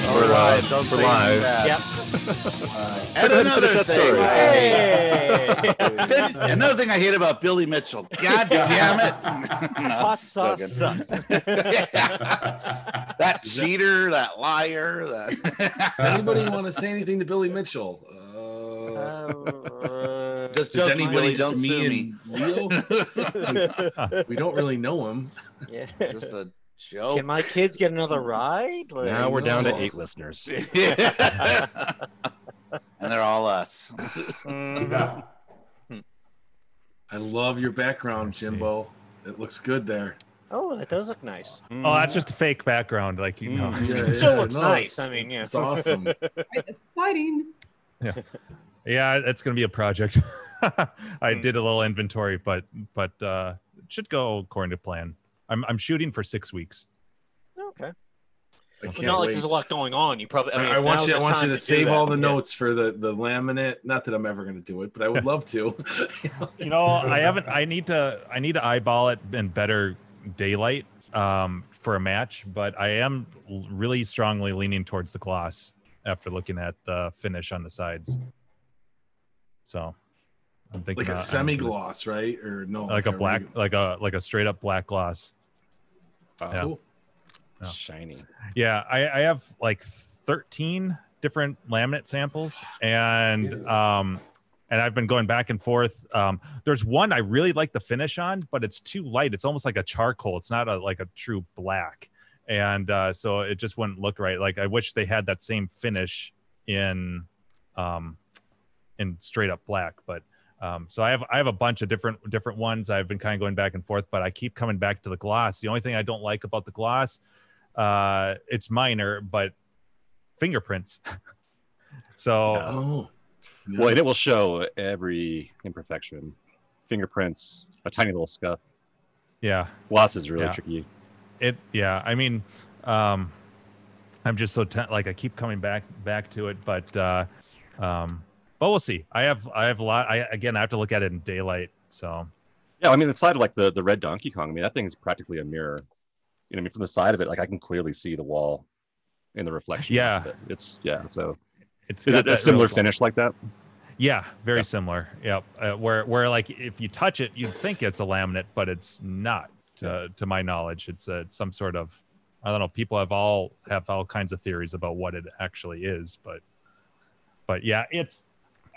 bad. Don't We're say live. that. Yep. And Finish another that thing. story. Hey. Then- another thing I hate about Billy Mitchell. God damn it. No, Hot it's so sauce good. sucks. that cheater, that liar, that Anybody want to say anything to Billy Mitchell? Uh, Uh, just does joking, anybody Billy, just don't sue me. mean Leo? we don't really know him. yeah. Just a Can joke. my kids get another ride? Like, I now we're down to know. eight listeners. and they're all us. mhm. I love your background, I see. Jimbo. It looks good there. Oh, that does look nice. Oh, that's just a fake background. Like you know. Mm. Yeah, It still yeah, looks no, nice. it's- I mean, yeah. It's awesome. It's exciting. Yeah, it's gonna be a project. I Hmm. did a little inventory, but but uh, it should go according to plan. I'm I'm shooting for six weeks. Okay. I It's can't not like wait. there's a lot going on. You probably. I, I, mean, I if want now's you. I the want time you to, do save that, all the yeah. notes for the the laminate. Not that I'm ever going to do it, but I would love to. You know, I haven't. I need to. I need to eyeball it in better daylight um, for a match, but I am l- really strongly leaning towards the gloss after looking at the finish on the sides. So, I'm thinking like a about- I'm semi thinking- gloss, right? Or no? like a black, like a like a straight up black gloss. regular- Cool. Yeah. Shiny. Yeah, I, I have like 13 different laminate samples, and um, and I've been going back and forth. Um, there's one I really like the finish on, but it's too light. It's almost like a charcoal. It's not a like a true black, and uh, so it just wouldn't look right. Like I wish they had that same finish in, um, in straight up black, but. Um, so I have I have a bunch of different different ones. I've been kind of going back and forth, but I keep coming back to the gloss. The only thing I don't like about the gloss uh it's minor but fingerprints so Oh. Yeah. Well, and it will show every imperfection, fingerprints, a tiny little scuff. yeah Gloss is really Yeah. tricky. it yeah i mean um i'm just so te- like i keep coming back back to it but uh um but we'll see i have i have a lot i again i have to look at it in daylight so Yeah, I mean, the side of like the, the red Donkey Kong, I mean, that thing is practically a mirror. You know, what I mean, from the side of it, like I can clearly see the wall in the reflection. Yeah. But It's, yeah. So it's is got it that a real- similar finish like that? yeah very Yeah. similar yep uh, where where like if you touch it you'd think it's a laminate but it's not to, to my knowledge it's uh some sort of i don't know people have all have all kinds of theories about what it actually is but but yeah it's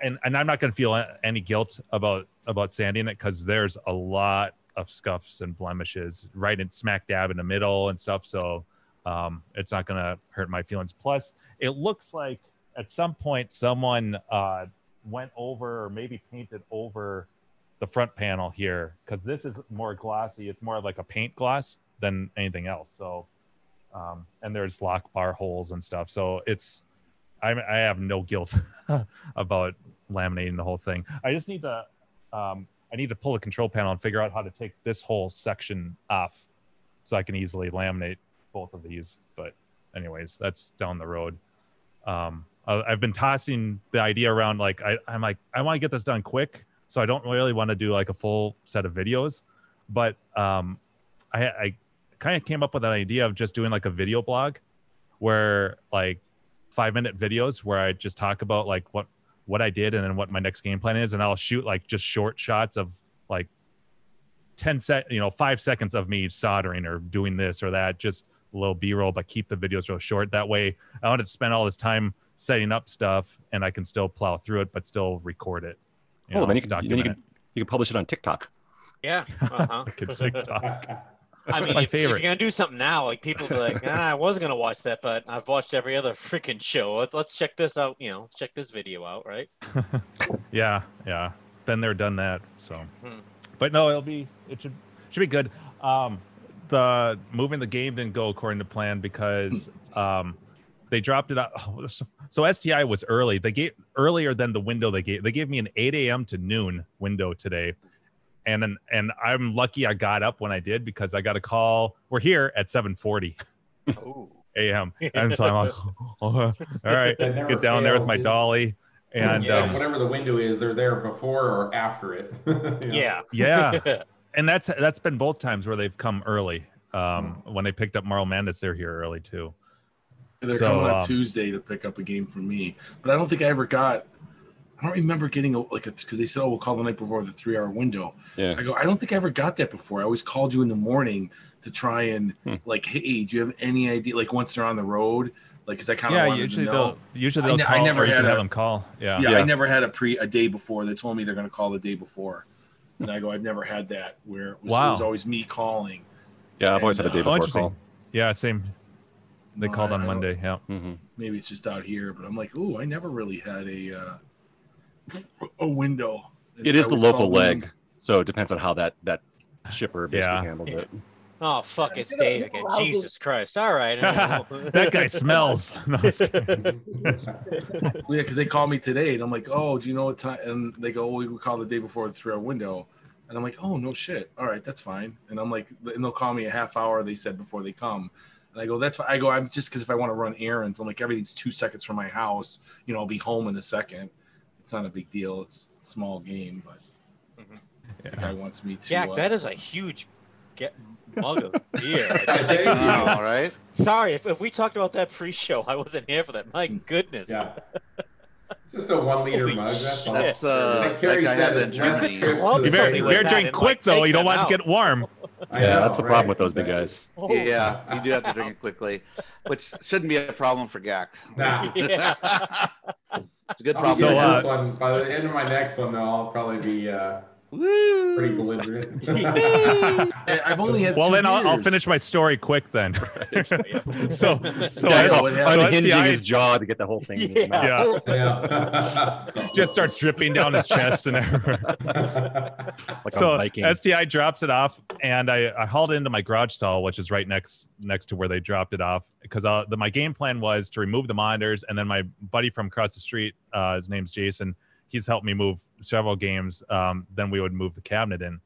and and i'm not going to feel a- any guilt about about sanding it because there's a lot of scuffs and blemishes right in smack dab in the middle and stuff so um it's not going to hurt my feelings plus it looks like at some point someone uh went over or maybe painted over the front panel here because this is more glossy it's more like a paint gloss than anything else so um and there's lock bar holes and stuff so it's i i have no guilt about laminating the whole thing i just need to um i need to pull the control panel and figure out how to take this whole section off so i can easily laminate both of these but anyways that's down the road um I- i've been tossing the idea around like I, i'm like i want to get this done quick so i don't really want to do like a full set of videos but um i i kind of came up with an idea of just doing like a video blog where like five minute videos where i just talk about like what what i did and then what my next game plan is and i'll shoot like just short shots of like 10 sec you know five seconds of me soldering or doing this or that just a little b-roll but keep the videos real short that way I want to spend all this time setting up stuff, and I can still plow through it, but still record it. oh, then you can, then you document can, you can publish it on TikTok. Yeah. Uh-huh. it. Fucking TikTok. I mean, my if, if you're favorite. gonna do something now, like people be like, "Ah, I wasn't gonna watch that, but I've watched every other freaking show. Let's, let's check this out. You know, let's check this video out, right? yeah, yeah. Been there, done that. So, Hmm. but no, it'll be it should should be good. Um, the moving the game didn't go according to plan because Hmm. um, they dropped it out. oh, so, so STI was early. They gave earlier than the window they gave. They gave me an 8 a.m. to noon window today, and then and I'm lucky I got up when I did because I got a call. We're here at 7:40 Oh. a.m. And so I'm like, "Oh, all right, get down there with my dolly and Yeah. um, whatever the window is, they're there before or after it. Yeah. yeah. and that's that's been both times where they've come early. Um, when they picked up Marl Mandis, they're here early too. They're So, coming on um, Tuesday to pick up a game from me, but I don't think I ever got. I don't remember getting a like because they said, "Oh, we'll call the night before the three-hour window." Yeah. I go, I don't think I ever got that before. I always called you in the morning to try and Hmm. like, hey, do you have any idea? Like once they're on the road, like because I kind of yeah, wanted usually to know. they'll usually I they'll ne- I call. never or you had can a- have them call. Yeah. Yeah, Yeah. I never had a pre a day before. They told me they're going to call the day before, and I go, I've never had that where it was, it was Wow. always me calling. Yeah, I've always And, had a day uh, Oh, before interesting. call. Yeah, same. They No, called I- on I don't- Monday. Yeah. hmm Maybe it's just out here, but I'm like, oh, I never really had a uh, a window. It is the I always local called them- leg, so it depends on how that that shipper basically Yeah. handles it. Oh fuck! It's You know- Dave you know again. how the- Jesus Christ! All right. I know. That guy smells. No, I was kidding. Yeah, because they called me today, and I'm like, "Oh, do you know what time?" And they go, "Oh, we would call the day before the three-hour window," and I'm like, "Oh, no shit. All right, that's fine." And I'm like, and they'll call me a half hour. They said before they come, and I go, "That's fine." I go, "I'm just because if I want to run errands, I'm like everything's two seconds from my house. You know, I'll be home in a second. It's not a big deal. It's a small game, but the Yeah. guy wants me to." Mm-hmm. Jack, uh, that is a huge get mug of beer. Thank you. All right. Sorry, if, if we talked about that pre-show, I wasn't here for that. My goodness. Hmm. Yeah. It's just a one liter Holy mug. That's all. That's uh, Like like Carrie I had said, in it's not Germany. just Well, the You better, Something you like better that drink and, quick like, though. take You don't them want out. it to get warm. I Yeah, know, that's the problem right? with those big Exactly. guys. Oh, Yeah, you do have to drink it quickly, which shouldn't be a problem for Gak. Nah. Yeah. it's a good I'll be problem. So, doing uh, this one. By the end of my next one, though, I'll probably be uh, pretty Woo! belligerent. I- I've only had. Well, two then I'll, I'll beers. finish my story quick then. so, so Guy's I- all what happened- unhinging STI his jaw to get the whole thing. in his Yeah. mouth. Yeah. yeah. just starts dripping down his chest and everywhere. like so a Viking. STI drops it off, and I, I hauled it into my garage stall, which is right next next to where they dropped it off, because uh, the, my game plan was to remove the monitors, and then my buddy from across the street, uh, his name's Jason, he's helped me move several games. Um, then we would move the cabinet in,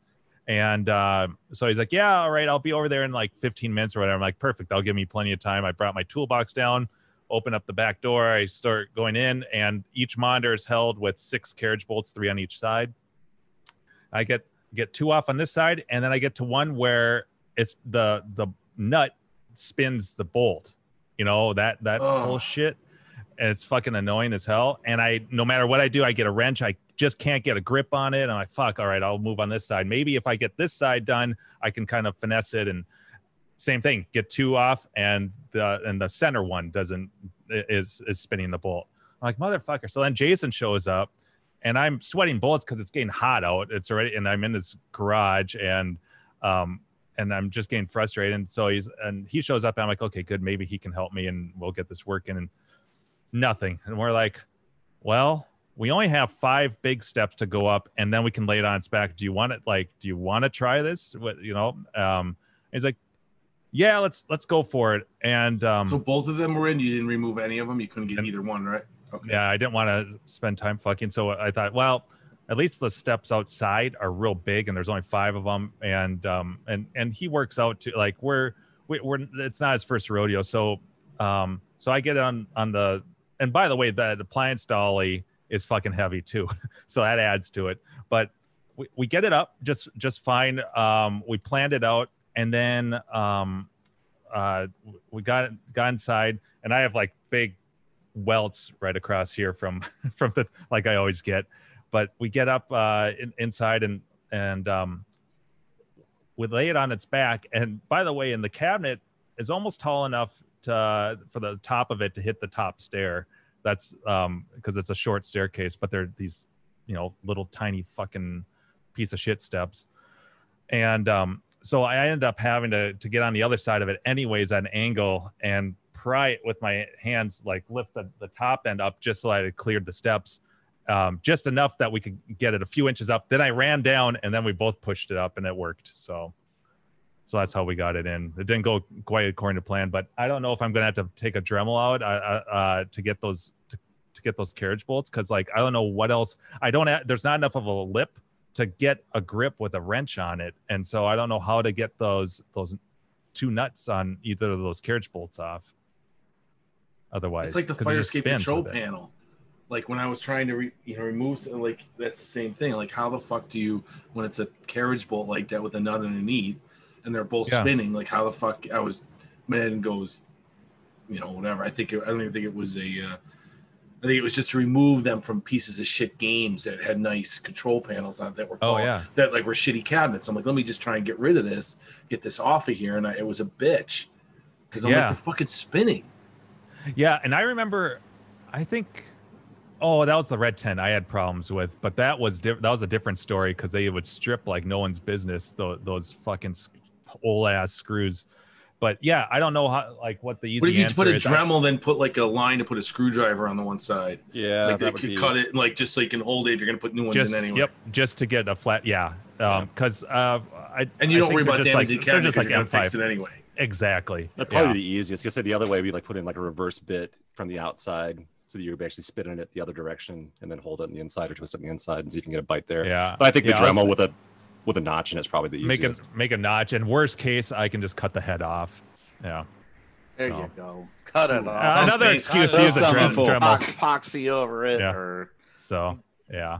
and uh, so he's like, "Yeah, all right, I'll be over there in like 15 minutes or whatever." I'm like, "Perfect, that'll give me plenty of time." I brought my toolbox down. Open up the back door. I start going in, and each monitor is held with six carriage bolts, three on each side. I get get two off on this side, and then I get to one where it's the the nut spins the bolt. You know that that Oh. whole shit, and it's fucking annoying as hell. And I, no matter what I do, I get a wrench. I just can't get a grip on it. I'm like, fuck. All right, I'll move on this side. Maybe if I get this side done, I can kind of finesse it. And same thing, get two off, and the and the center one doesn't is is spinning the bolt. I'm like motherfucker. So then Jason shows up, and I'm sweating bullets because it's getting hot out. It's already, and I'm in this garage, and um, and I'm just getting frustrated. And so he's, and he shows up, and I'm like, okay, good, maybe he can help me, and we'll get this working. And nothing, and we're like, well, we only have five big steps to go up, and then we can lay it on its back. Do you want it? Like, do you want to try this? What you know? Um, he's like, yeah, let's let's go for it. And um, So both of them were in. You didn't remove any of them. You couldn't get And- either one, right? Okay. yeah, I didn't want to spend time fucking. So I thought, well, at least the steps outside are real big, and there's only five of them. And um, and and he works out to like we're we, we're it's not his first rodeo. So um, so I get on on the and by the way, that appliance dolly is fucking heavy too, so that adds to it. But we, we get it up just just fine. Um, we planned it out, and then um, uh, we got got inside, and I have like big welts right across here from from the like I always get. But we get up uh, in, inside and and um, we lay it on its back. And by the way, in the cabinet is almost tall enough to for the top of it to hit the top stair. That's um because it's a short staircase, but they're these you know little tiny fucking piece of shit steps. And um, so I ended up having to to get on the other side of it anyways at an angle and pry it with my hands, like lift the, the top end up just so I had cleared the steps. Um, just enough that we could get it a few inches up. Then I ran down and then we both pushed it up and it worked. So so that's how we got it in. It didn't go quite according to plan, but I don't know if I'm gonna have to take a Dremel out uh, uh, to get those to, to get those carriage bolts because like I don't know what else. I don't. Have, there's not enough of a lip to get a grip with a wrench on it, and so I don't know how to get those those two nuts on either of those carriage bolts off. Otherwise, It's like the 'cause it fire just escape spins control with it. panel. Like when I was trying to re, you know remove some- like that's the same thing. Like how the fuck do you when it's a carriage bolt like that with a nut underneath and they're both Yeah. spinning? Like how the fuck I was man goes you know whatever. I think it, I don't even think it was a. Uh, I think it was just to remove them from pieces of shit games that had nice control panels on it that were Oh, quali- yeah. that like were shitty cabinets. I'm like, let me just try and get rid of this, get this off of here, and I, it was a bitch because I'm Yeah. like the fucking spinning. Yeah, and I remember, I think, oh, that was the red tent I had problems with, but that was di- that was a different story because they would strip like no one's business tho- those fucking old ass screws. But yeah, I don't know how like what the easy What if you answer put a is. I- Dremel, then put like a line to put a screwdriver on the one side? Yeah, like they that would could be. cut it, like just so you can hold it if you're gonna put new ones just in anyway. yep, just to get a flat yeah, because uh, I And you I don't think worry they're about just like, damaging they're cabinets. just like you're gonna fix M5 it anyway. exactly. That'd probably Yeah. be the easiest. I said the other way, we like put in like a reverse bit from the outside, so that you're actually spinning it the other direction, and then hold it on the inside or twist it on the inside, and so you can get a bite there. Yeah, But I think Yeah, the I was- Dremel with a with a notch in it's probably the make a easiest. make a notch, and worst case, I can just cut the head off. Yeah, There So. you go. Cut it Uh, off. another great. excuse to Throw use a something Dremel. Dremel. epoxy over it Yeah. or So yeah,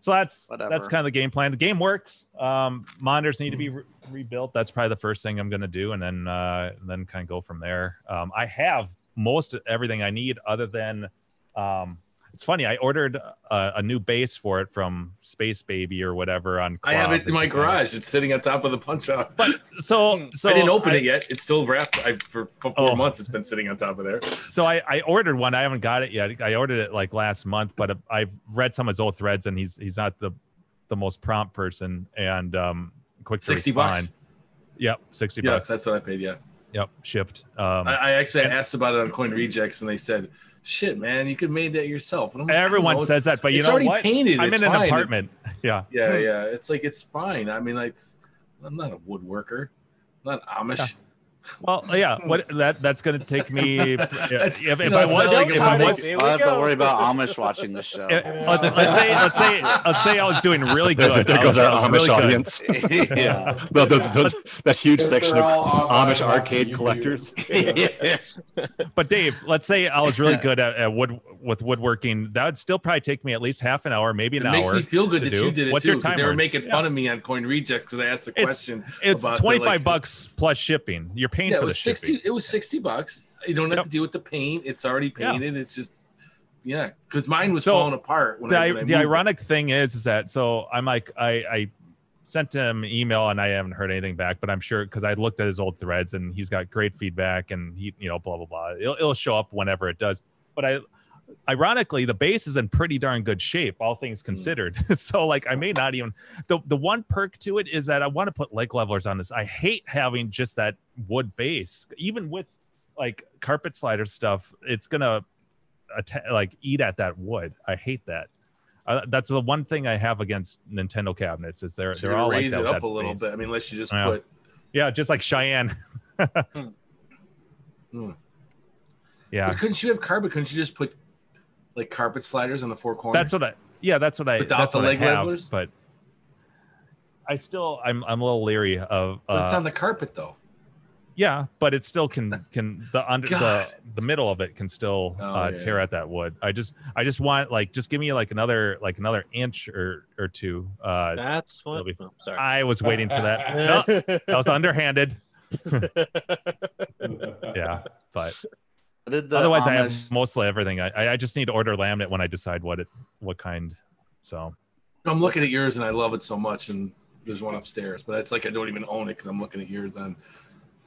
so that's that's Whatever. kind of the game plan. The game works. Um, monitors need to be re- rebuilt. That's probably the first thing I'm going to do, and then uh, then kind of go from there. Um, I have most of everything I need, other than um, it's funny. I ordered a, a new base for it from Space Baby or whatever on. I have Cloud. it in my It's just like- garage. It's sitting on top of the punch out. Hmm. So so I didn't open I- it yet. It's still wrapped. I, for for four Oh. months, it's been sitting on top of there. so I, I ordered one. I haven't got it yet. I ordered it like last month, but I've read some of his old threads, and he's he's not the the most prompt person and um quick to Sixty respond. bucks. Yep, sixty Yeah, bucks. that's what I paid. Yeah, Yep, shipped. Um, I, I actually asked about it on Coin Rejects, and they said, "Shit, man, you could made that yourself." And I'm like, everyone "No, it's- says that, but you it's know already what? painted. I'm it's in an fine." apartment. Yeah, Yeah, yeah. It's like it's fine. I mean, like, it's- I'm not a woodworker. I'm not Amish. Yeah. well, yeah. What that that's gonna take me. yeah, That's- if, you if know, I it's not want, like if I it's- want, Here I'll we have to go. worry about Amish watching this show. if- let's, let's say let's say let's say I was doing really There- good. there I goes was- our I was Amish really good. audience. yeah. Well, those, those, that huge They're section of all online Amish watching arcade YouTube. collectors. But Dave, let's say I was really good at, at wood with woodworking. That would still probably take me at least half an hour, maybe It an makes hour. me feel good to that do. you did it What's too. your 'cause time they were on? making Yeah. fun of me on Coin Rejects because I asked the It's- question. it's about the, twenty five like- bucks plus shipping. You're paying Yeah, it for the was shipping. sixty. It was sixty bucks. You don't have Yep. to deal with the paint. It's already Yeah. painted. It's just yeah, because mine was So, falling apart when the, I, when i- I the moved it. ironic thing is is that so i'm like i i sent him an email and i haven't heard anything back but i'm sure because i looked at his old threads and he's got great feedback and he you know blah blah blah it'll, it'll show up whenever it does but i ironically the base is in pretty darn good shape all Hmm. things considered so like i may not even the, the one perk to it is that i want to put leg levelers on this i hate having just that wood base even with like carpet slider stuff it's gonna atta- like eat at that wood i hate that uh, that's the one thing I have against Nintendo cabinets is they're So they're you all like raise that, it with up that a little base. bit. I mean, unless you just Yeah. put Yeah, just like Cheyenne. Hmm. Yeah, But couldn't you have carpet? Couldn't you just put like carpet sliders on the four corners? that's what I. Yeah, that's what I. Without that's the what I leg have, levelers? but I still I'm I'm a little leery of. But it's uh, on the carpet though. yeah, but it still can can uh, the under the, God. the middle of it can still Oh, uh, yeah. tear at that wood. I just I just want like just give me like another like another inch or or two. Uh, That's what. That'll be- oh, sorry. I was waiting for that. No, that was underhanded. Yeah, but Did the Otherwise, I Amish- have mostly everything. I- I I just need to order laminate when I decide what it what kind. So I'm looking at yours and I love it so much. And there's one upstairs, but it's like I don't even own it because I'm looking at yours on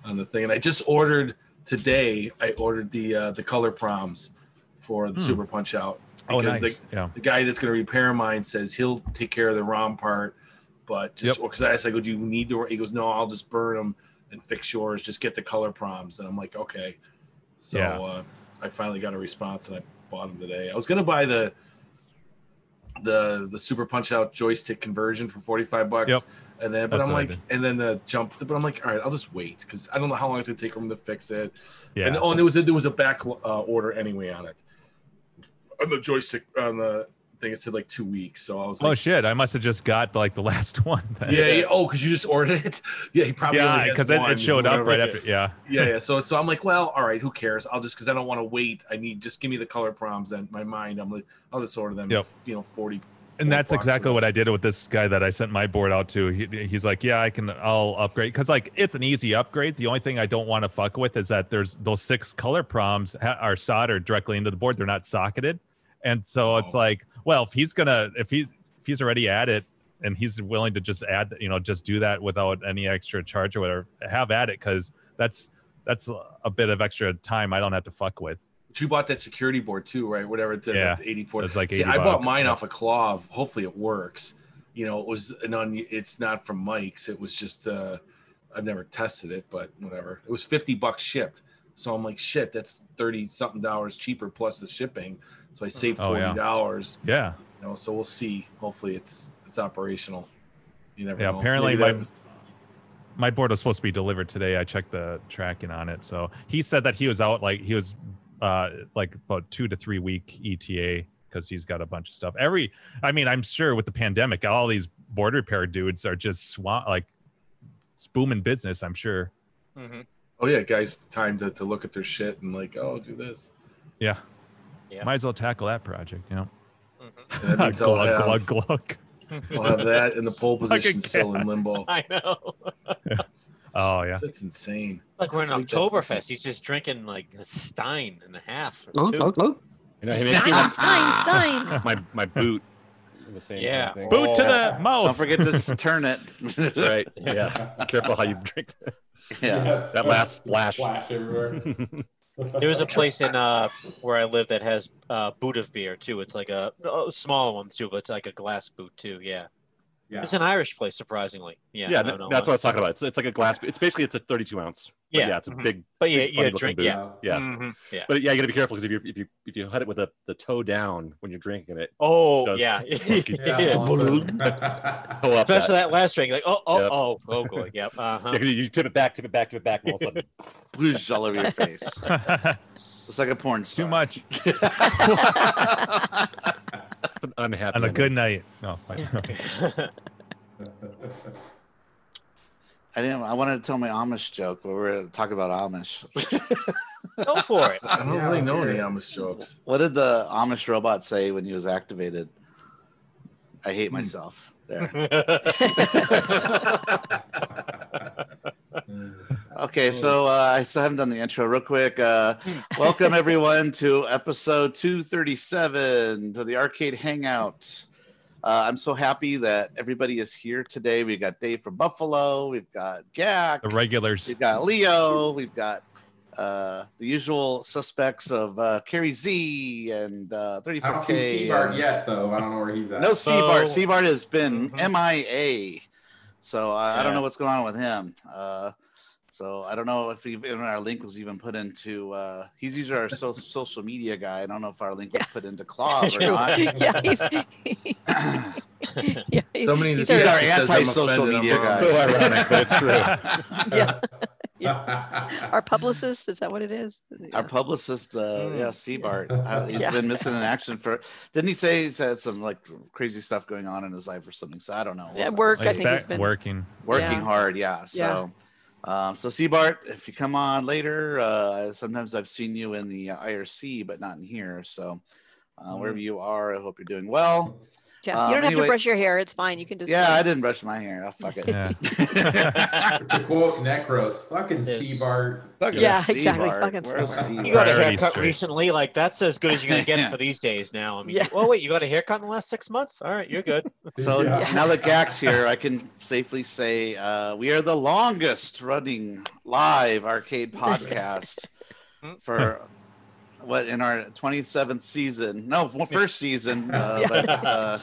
on the thing. And I just ordered today. I ordered the uh, the color proms for the Hmm. Super Punch Out. oh nice. the, yeah. the guy that's going to repair mine says he'll take care of the ROM part, but just because I asked, I go, do you need the? He goes, no, I'll just burn them and fix yours. Just get the color proms, and I'm like, okay. So Yeah. uh, I finally got a response, and I bought them today. I was going to buy the the the Super Punch Out joystick conversion for forty five bucks. Yep. And then, but That's I'm what I like, did. and then the jump, but I'm like, all right, I'll just wait because I don't know how long it's gonna take for them to fix it. Yeah. And oh, and there was a, there was a back uh, order anyway on it. On the joystick on the thing, it said like two weeks. So I was oh like, shit! I must have just got like the last one. then. yeah, yeah, oh, because you just ordered it. Yeah, he probably only Yeah, has because it, one, it showed up whatever. right after. Yeah. Yeah, yeah. So so I'm like, well, all right, who cares? I'll just because I don't want to wait. I need just give me the color proms and my mind. I'm like, I'll just order them. Yep. It's you know 40, and that's boxes. exactly what I did with this guy that I sent my board out to. He, he's like, yeah, I can, I'll upgrade because like it's an easy upgrade. The only thing I don't want to fuck with is that there's those six color prompts ha- are soldered directly into the board. They're not socketed, and so it's Oh. like, well, if he's gonna, if he's if he's already at it and he's willing to just add, you know, just do that without any extra charge or whatever, have at it because that's that's a bit of extra time I don't have to fuck with. But you bought that security board too, right? Whatever it's yeah. Yeah. 84. It's like See, 80 I bought bucks. mine off a claw. Hopefully it works. You know, it was an un, it's not from Mike's. It was just uh I've never tested it, but whatever. It was 50 bucks shipped. So I'm like, shit, that's 30 something dollars cheaper plus the shipping. So I saved Oh, yeah. $40. Yeah. You know, so we'll see. Hopefully it's it's operational. You never Yeah, know. apparently Maybe that my- was- my board was supposed to be delivered today. I checked the tracking on it. So he said that he was out like he was uh like about two to three week ETA because he's got a bunch of stuff. Every I mean, I'm sure with the pandemic, all these board repair dudes are just swa- like booming business, I'm sure. hmm Oh yeah, guys, time to, to look at their shit and like, oh, do this. Yeah. Yeah. Might as well tackle that project, you know. And Mm-hmm. that glug, means I'll have- glug, glug. We'll have that in the pole Fucking position still in limbo. I know. Oh, yeah. that's insane. Like we're in We definitely- Oktoberfest. He's just drinking like a stein and a half. Or Oh, two. oh, oh. You know, it makes me Stein, want Stein, Stein. my my boot. The same kind of Yeah. thing. Boot to Oh. the mouth. Don't forget to s- turn it. Right. Yeah. Careful how you drink yeah. Yes. that last splash. Flash everywhere. There was a place in uh where I live that has uh boot of beer too. It's like a, a small one too, but it's like a glass boot too. Yeah, Yeah. it's an Irish place surprisingly. Yeah, Yeah, I th- don't know that's what I why. was talking about. It's, it's like a glass. It's basically it's a 32 ounce. But Yeah. yeah, it's a Mhm. big. But yeah, big yeah, fun-looking drink. boot. Yeah, yeah. Mhm, yeah. But yeah, you got to be careful because if you if you if you hit it with the, the toe down when you're drinking it, Oh Does- yeah, Yeah. Yeah. toe up. Especially that. that last drink, like oh oh Yep. oh oh, good. Yep. Uh Yeah, huh. 'cause you- you tip it back, tip it back, tip it back, and all of a sudden, Blues all over your face. It's like a porn star. Too much it's an unhappy. on a ending. good night. No, fine. I didn't. I wanted to tell my Amish joke, but we're gonna talk about Amish. Go for it. I don't Yeah, really know sure. any Amish jokes. what did the Amish robot say when he was activated? I hate Hmm. myself. There. Okay, so uh, I still haven't done the intro real quick. Uh, welcome everyone to episode 237 to the Arcade Hangout. Uh, I'm so happy that everybody is here today. We've got Dave from Buffalo. We've got Gak. the regulars. We've got Leo. We've got uh, the usual suspects of uh, Carrie Z and uh, I don't see 34K. Seabart and- yet, though. I don't know where he's at. No Seabart. So- Seabart has been Mhm. MIA. So I, I don't Yeah. know what's going on with him. Uh, so I don't know if even our link was even put into. Uh, he's usually our so, social media guy. I don't know if our link was put into Claw or not. yeah, he's, yeah, he's, Somebody in the He's chat our just says I'm anti-social offended, I'm media wrong. It's so ironic, but it's true. yeah, our publicist is that what it is? Our Yeah. publicist, uh, Mm. yeah, Seabart, uh, he's Yeah. been missing in action for. Didn't he say he's had some like crazy stuff going on in his life or something? So I don't know. At work, I He's think back it's been- working. working Yeah. hard yeah so um so seabart if you come on later uh sometimes i've seen you in the irc but not in here so uh, wherever you are i hope you're doing well Mm-hmm. Yeah, Um, you don't have anyway- to brush your hair. It's fine. You can just yeah i like, didn't brush my hair oh fuck it Yeah. To quote Necros, fucking Yes. Seabart. Fucking Yeah, exactly. Seabart. Fucking Where's Seabart. You got a Priorities haircut straight. recently, like that's as good as you're gonna get Yeah. for these days. Now, I mean, Yeah. oh wait, you got a haircut in the last six months? All right, you're good. so Yeah. now that gak's here i can safely say uh we are the longest running live arcade podcast for what in our 27th season no first season uh, but, uh,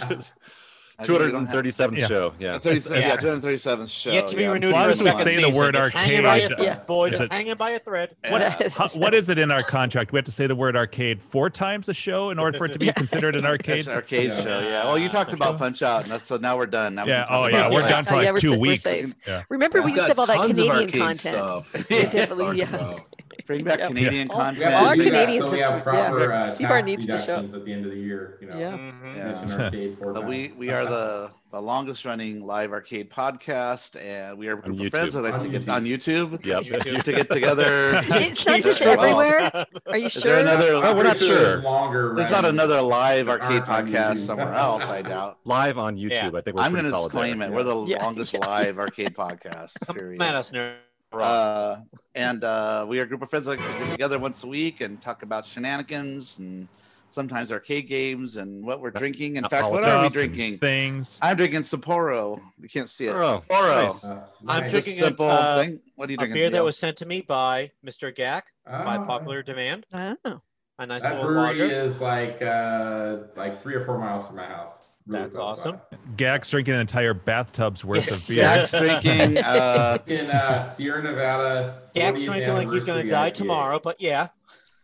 I think we don't have- 237th Yeah. show. Yeah. 37, yeah. Yeah. 237th show. Yet to be yeah. renewed Why for a don't we second say the season. word It's hanging by a arcade? thread, Yeah. boys. Is It's it- hanging by a thread. Yeah. How, what is it in our contract? We have to say the word arcade four times a show in order for it to be considered an arcade. That's an arcade Yeah. show. Yeah. Well, you talked about Punch Out, and that's, so now we're done. Now we Yeah. can Oh talk yeah, about we're it. done for Yeah, like we're two sa- we're weeks. safe. Yeah. Remember, we We've used to Got have all that tons of Canadian arcade content. Stuff. Yeah. Talk Yeah. about. Yeah. Bring back Yep. Canadian Yeah. We have to content. Our do that Canadians So we are- have proper yeah. uh, Seabar tax needs to show- deductions at the end of the year, you know. Yeah. Mm-hmm. Mhm. Yeah. It's an arcade format. Uh, we we are the the longest running live arcade podcast, and we are a group of YouTube. friends that like to On get YouTube. on YouTube Yep. YouTube. to get together. It says Just it for all. everywhere. Are you Is sure? there another? Oh, I'm Oh, we're not pretty there's sure. Longer. There's not running- another live There arcade aren't on podcast YouTube. somewhere else. I doubt. Live on YouTube. Yeah. I think we're I'm pretty going to solid. disclaim there. it. We're the Yeah. longest live arcade podcast. Come Period. at us, nerd. Uh, and uh, we are a group of friends that like to get together once a week and talk about shenanigans and sometimes arcade games and what we're drinking. In not fact, what politics are we and drinking? Things. I'm drinking Sapporo. You can't see it. Sapporo. Sapporo. Nice. Uh, I'm nice. It's just a drinking a- simple uh, thing. What are you a drinking? beer that Neil? was sent to me by Mr. Gack by Ah, popular demand. Oh. A nice That little brewery lager. is like uh, like three or four miles from my house. Really That's close by. awesome. Gax drinking an entire bathtub's worth Yes. of beer. Jack's drinking. Uh, In uh, Sierra Nevada. Gack's 40th drinking like he's going anniversary to die IPA. tomorrow, but yeah.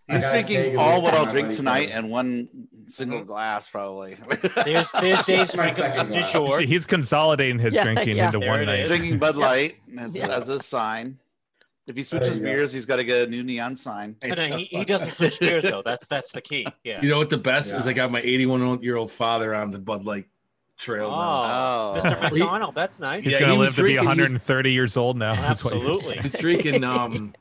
I he's got drinking Vegas all what I'll my drink buddy tonight Cody. and one single glass probably. There's there's Dave's My drink of second Jersey glass. Shore. He's consolidating his Yeah, drinking yeah. into There one it night. is. drinking Bud Light as, Yeah. as a sign. If he There switches you go. beers, he's got to get a new neon sign. No, no, he, he doesn't switch beers though. That's that's the key. Yeah. You know what the best is? Yeah. I got my 81 year old father on the Bud Light trail. now. Oh, Oh. Mr. McDonald, that's nice. He's Yeah, gonna he was live to be drinking, he was- 130 years old now. is what you're Absolutely. saying. He's drinking um,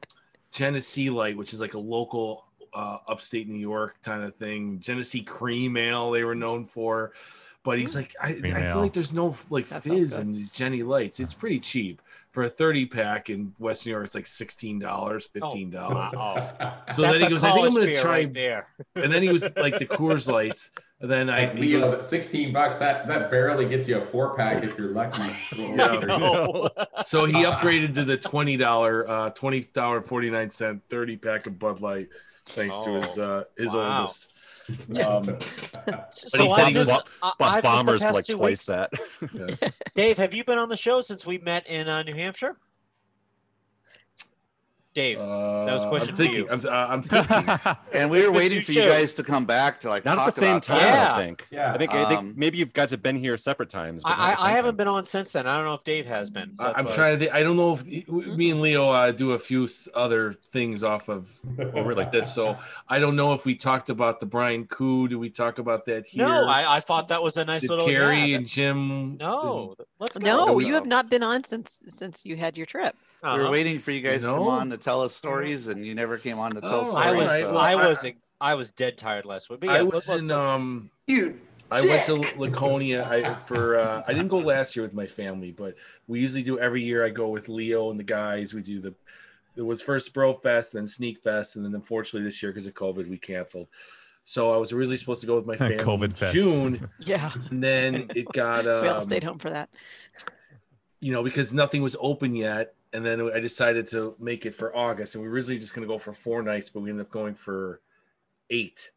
Genesee Light, which is like a local uh, upstate New York kind of thing. Genesee Cream Ale they were known for, but he's like, I, Cream I ale. feel like there's no like That sounds fizz good. in these Jenny Lights. It's pretty cheap for a 30 pack in West New York. It's like $16, $15. Oh, oh. Wow. So then that's a he goes, I think I'm college going to beer try. right there. and then he was like the Coors Lights. And then I, Like he Leo, goes, at 16 bucks, that, that barely gets you a four pack if you're lucky. Yeah. No. So he upgraded to the twenty dollar, uh, twenty dollar forty nine cent thirty pack of Bud Light, thanks to his uh, his Wow. oldest. Um, But So he I said he missed- bought, I- I've bought missed the bombers for past like two twice weeks. that. Dave, have you been on the show since we met in uh, New Hampshire? Dave, was a question I'm for thinking, you. I'm, uh, I'm thinking. And we were Mr. waiting for you Show. guys to come back to like Not talk at the same about time, that. I Yeah. think. Yeah. I think I Um, think maybe you guys have been here separate times. but not I, at the I, I same haven't time. been on since then. I don't know if Dave has been. so I- that's I'm why I trying to. Think, I don't know if me and Leo uh, do a few s- other things off of Oh, really? this, so I don't know if we talked about the Brian Coup. Do we talk about that was- here? No, I, I thought that was a nice Did little. Carrie yeah, and Jim? no, let's go. No, Oh, you no. have not been on since since you had your trip. We were Uh-huh. Mm-hmm. waiting for you guys to come No. on to tell us stories, and you never came on to tell Oh, stories. I was Alright, so- well, I I- was I was dead tired last week. But yeah, I let's- was in. let's- Um, You I went to Laconia I, for uh, I didn't go last year with my family, but we usually do every year. I go with Leo and the guys. We do the it was first Bro Fest, then Sneak Fest, and then unfortunately this year because of COVID we canceled. So I was originally supposed to go with my family in COVID Fest. June, Yeah, and then it got we all um, stayed home for that. you know because nothing was open yet, and then I decided to make it for August, and we were originally just going to go for four nights, but we ended up going for eight.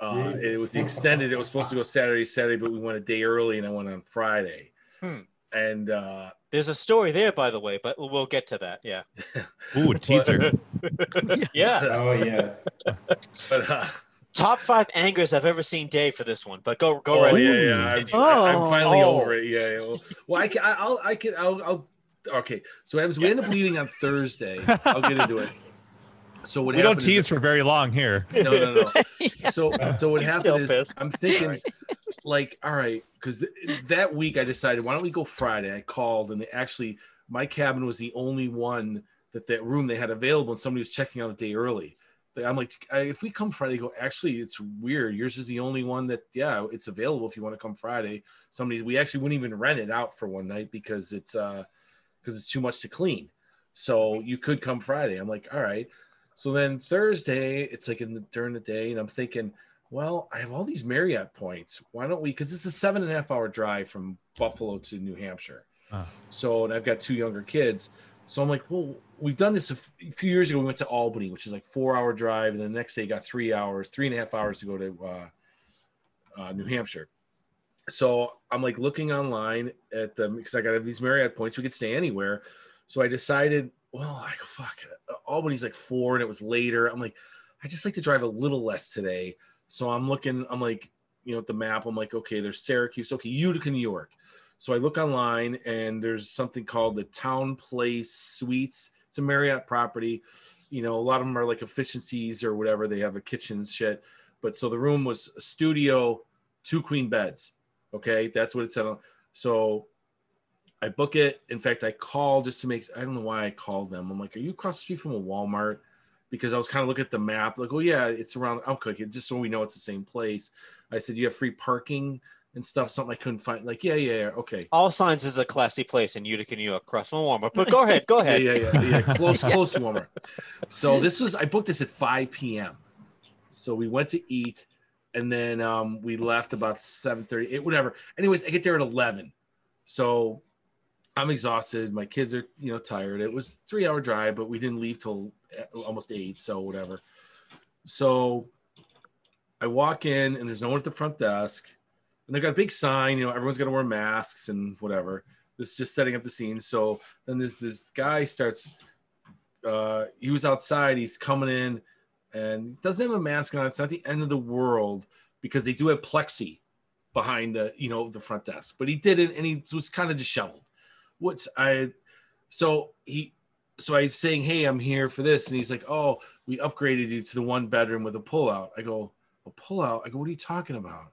Uh, Jesus. it was the extended. It was supposed to go Saturday, Saturday, but we went a day early, and I went on Friday. Hmm. And uh, there's a story there, by the way, but we'll get to that. Yeah, Ooh, teaser. yeah. Oh yes. but uh, Top five angers I've ever seen Dave for this one. But go go oh, right. yeah, yeah, I'm, Continue. I- Oh. I'm finally Oh. over it. Yeah, yeah. Well, well, I can, I- I'll, I can, I'll, I'll. Okay, so what happens? We end up leaving on Thursday. I'll get into it. So what we don't happened is- tease for very long here. No, no, no. So, so what He's happened still is pissed. I'm thinking, like, all right, because that week I decided why don't we go Friday? I called and they actually my cabin was the only one that that room they had available, and somebody was checking out a day early. But I'm like, I- if we come Friday, they go actually it's weird. Yours is the only one that yeah, it's available if you want to come Friday. Somebody we actually wouldn't even rent it out for one night because it's uh because it's too much to clean. So you could come Friday. I'm like, all right. So then Thursday, it's like in the, during the day, and I'm thinking, well, I have all these Marriott points. Why don't we? Because it's a seven and a half hour drive from Buffalo to New Hampshire. Ah. So, and I've got two younger kids. So I'm like, well, we've done this a f- few years ago. We went to Albany, which is like four hour drive, and the next day got three hours, three and a half hours to go to uh, uh, New Hampshire. So I'm like looking online at the because I got these Marriott points. We could stay anywhere. So I decided, well, I go fuck. Albany's like four, and it was later. I'm like, I just like to drive a little less today. So I'm looking. I'm like, you know, at the map. I'm like, okay, there's Syracuse. Okay, Utica, New York. So I look online, and there's something called the Town Place Suites. It's a Marriott property. you know, a lot of them are like efficiencies or whatever. They have a kitchen shit. But so the room was a studio, two queen beds. Okay. That's what it said. on- So I book it. In fact, I call just to make, I don't know why I called them. I'm like, are you across the street from a Walmart? Because I was kind of looking at the map, like, oh yeah, it's around Outcook, It- just so we know it's the same place. I said, you have free parking and stuff, something I couldn't find. Like, yeah, yeah, yeah. okay. All Signs is a classy place in Utica, New York, across from Walmart. Oh, But go ahead, go ahead. Yeah, yeah, yeah, yeah. Close, close to Walmart. So this was I booked this at 5 p.m. So we went to eat, and then um, we left about 7:30, eight, whatever. Anyways, I get there at 11. So I'm exhausted. My kids are, you know, tired. It was three hour drive, but we didn't leave till uh, almost eight. So whatever. So I walk in, and there's no one at the front desk. And they got a big sign, you know, everyone's gonna wear masks and whatever. This is just setting up the scene. So then this this guy starts uh he was outside he's coming in and doesn't have a mask on it's not the end of the world because they do have plexi behind the you know the front desk but he did it and he was kind of disheveled what's i so he so i'm saying hey i'm here for this and he's like oh we upgraded you to the one bedroom with a pullout i go a pullout i go what are you talking about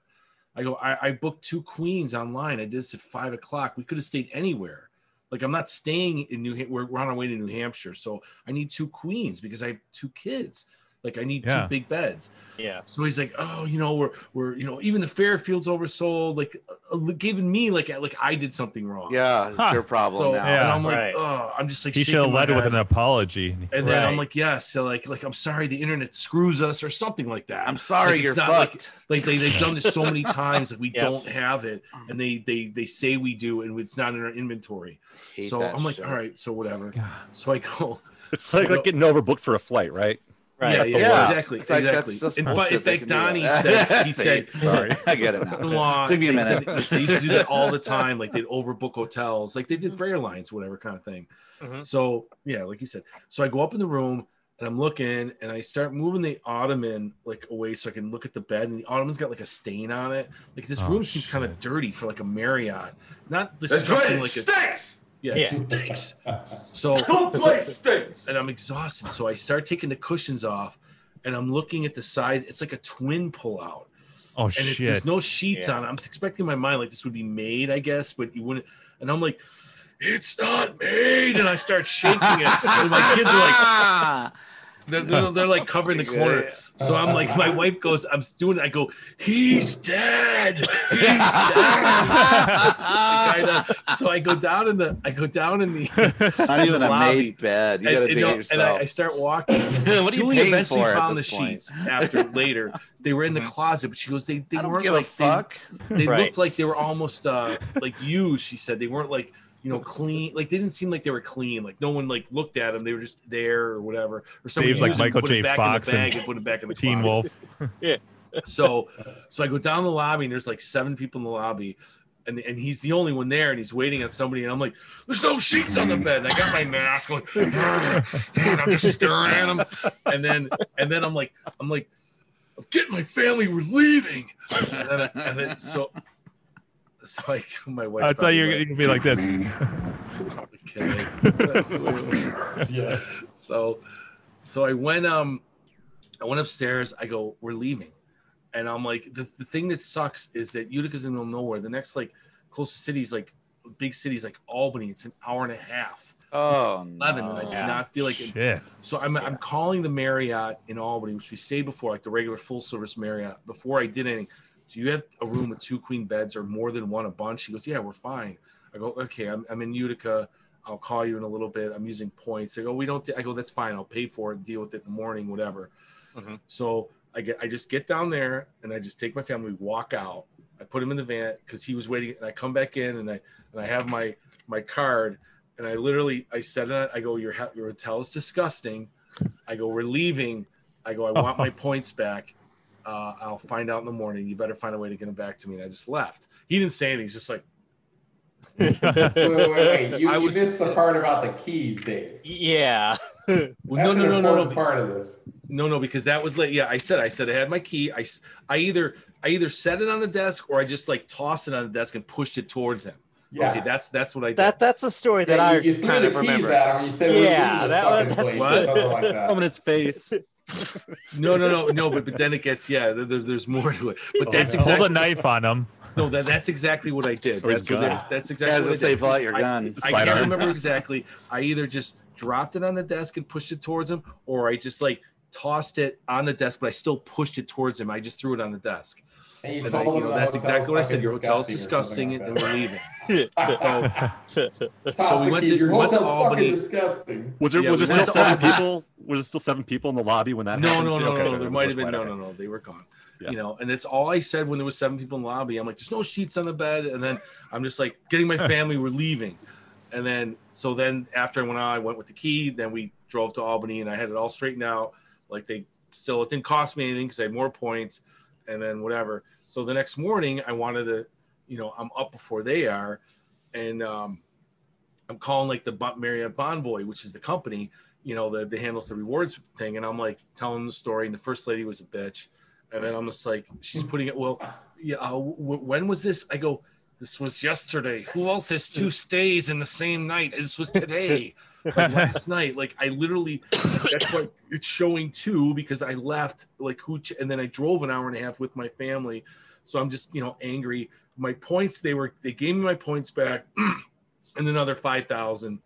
i go i, I booked two queens online i did this at five o'clock we could have stayed anywhere like I'm not staying in New Hampshire. We're, we're on our way to New Hampshire, so I need two queens because I have two kids. Like I need Yeah. two big beds. Yeah. So he's like, oh, you know, we're we're you know even the Fairfield's oversold. Like uh, uh, giving me like like I did something wrong. Yeah, it's Huh. your problem So now. Yeah. and I'm like, Right. oh, I'm just like He should shaking have my led with head. an apology. And then I'm Right. like, yes, so like like I'm sorry, the internet screws us or something like that. I'm sorry, Like, it's you're not like- fucked. like they, they've done this so many times that we Yeah. don't have it Mm. and they they they say we do and it's not in our inventory Hate so that i'm like shit. all right so whatever so i go It's like, like getting overbooked for a flight, right? Yeah, Right. yeah, worst. exactly, It's like, that's exactly. just and, but bullshit in they fact, can do Donnie that. said he See, said, Sorry. I get it now. "Law." Took me a They said minute. They used to do that all the time. Like they'd overbook hotels, like they did for airlines, whatever kind of thing. Mhm. So yeah, like you said. So I go up in the room and I'm looking, and I start moving the ottoman like away so I can look at the bed. And the ottoman's got like a stain on it. Like this Oh, room seems kind of shit. dirty for like a Marriott, not That's right. disgusting It like a stinks. yeah. It Yeah. stinks. So Whole place stinks. and I'm exhausted. So I start taking the cushions off and I'm looking at the size. It's like a twin pull out. Oh And it's, shit! there's no sheets Yeah. on it. I'm expecting in my mind like this would be made, I guess, but you wouldn't. And I'm like, it's not made. And I start shaking it. And my kids are like, they're, they're, they're like covering the corner. So I'm like, my wife goes, I'm doing it. I go, he's dead. He's dead. Like, I know. so I go down in the, I go down in the, Not even a Lobby. made bed. You and, gotta and be no- and I, yourself. I start walking. what are you Julie paying eventually for at found the this point? Mm-hmm. sheets after later. They were in the closet, but she goes, they they I don't weren't give like a fuck. they, they Right. looked like they were almost uh like used. She said they weren't like you know clean. Like they didn't seem like they were clean. Like no one like looked at them. They were just there or whatever. Or somebody Dave's like used 'em, Michael put 'em J. back Fox in the bag and and put it back in the Teen closet. Wolf. So, so I go down the lobby and there's like seven people in the lobby, and and he's the only one there and he's waiting on somebody and I'm like, there's no sheets on the bed. And I got my mask on, and I'm just staring at him, and then and then I'm like, I'm like, I'm getting my family, we're leaving, and then, and then so. So like my wife. I thought you were going to be like this. Okay. That's the way it was Yeah. so so i went um i went upstairs i go we're leaving and i'm like the, the thing that sucks is that utica's in the middle of nowhere the next like closest city's like big city's like albany it's an hour and a half Oh, 11 and i no. do not feel like Shit. so I'm, I'm calling the Marriott in Albany, which we stayed before, like the regular full service Marriott. Before I did anything, do you have a room with two queen beds or more than one a bunch? She goes, Yeah, we're fine. I go, Okay, I'm, I'm in Utica. I'll call you in a little bit. I'm using points. They go, We don't. I go, That's fine. I'll pay for it, deal with it in the morning, whatever. Mm-hmm. Mhm. So I get, I just get down there and I just take my family, we walk out. I put him in the van because he was waiting, and I come back in and I and I have my my card, and I literally I said it. I go, your ho- your hotel is disgusting. I go, we're leaving. I go, I want my points back. Uh, I'll find out in the morning. You better find a way to get them back to me. And I just left. He didn't say anything. He's just like, Wait, wait, wait, wait. You, I you was missed the pissed. part about the keys, Dave. yeah. well, no, That's no, an no, no, important no, Part of this. no, no, because that was late. Yeah, I said, I said I had my key. I, s- I either, I either set it on the desk or I just like tossed it on the desk and pushed it towards him. Yeah. Okay, that's that's what I did. That that's a story that Yeah, I you, you threw kind the of keys remember. at him. You said, "We're Yeah, leaving this that fucking place," was- Oh, that's- something like that. I'm in its face. no, no, no, no. But, but then it gets yeah. there- There's there's more to it. But Oh, that's no. Hold exactly a knife on him. no. That, that's exactly what I did. Or his That's, what gun. I- that's exactly. As what I I say, did. pull out your I- gun. I Sidearm. can't remember exactly. I either just dropped it on the desk and pushed it towards him, or I just like tossed it on the desk, but I still pushed it towards him. I just threw it on the desk. And you And I, told you him know, the that's hotel's exactly what I fucking said. Your hotel's disgusting disgusting, or and something we're leaving. like that. So we went Topic, to- your we went to hotel's fucking Albany. disgusting. Was there Yeah, was we there still went to seven all- people? Was there still seven people in the lobby when that no, happened? no, too? no, Okay, no. that There was might have much been no, later. no, no. They were gone. Yeah. You know, and that's all I said when there was seven people in the lobby. I'm like, there's no sheets on the bed, and then I'm just like getting my family. We're leaving, and then so then after I went out, I went with the key. Then we drove to Albany, and I had it all straightened out. Like they still, it didn't cost me anything because I had more points, and then whatever. So the next morning, I wanted to, you know, I'm up before they are, and um, I'm calling like the Bon- Marriott Bonvoy, which is the company, you know, that that handles the rewards thing. And I'm like telling the story, and the first lady was a bitch. And then I'm just like, she's putting it, well, yeah, uh, w- when was this? I go, this was yesterday. Who else has two stays in the same night? This was today, like last night. Like I literally, that's why it's showing two because I left like who, ch- and then I drove an hour and a half with my family. So I'm just, you know, angry. My points, they were, they gave me my points back and another 5,000.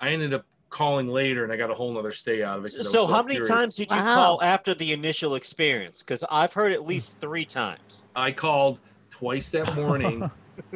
I ended up calling later and I got a whole nother stay out of it. 'cause I was So, how many furious. times did you Wow. call after the initial experience? Because I've heard at least three times. I called twice that morning.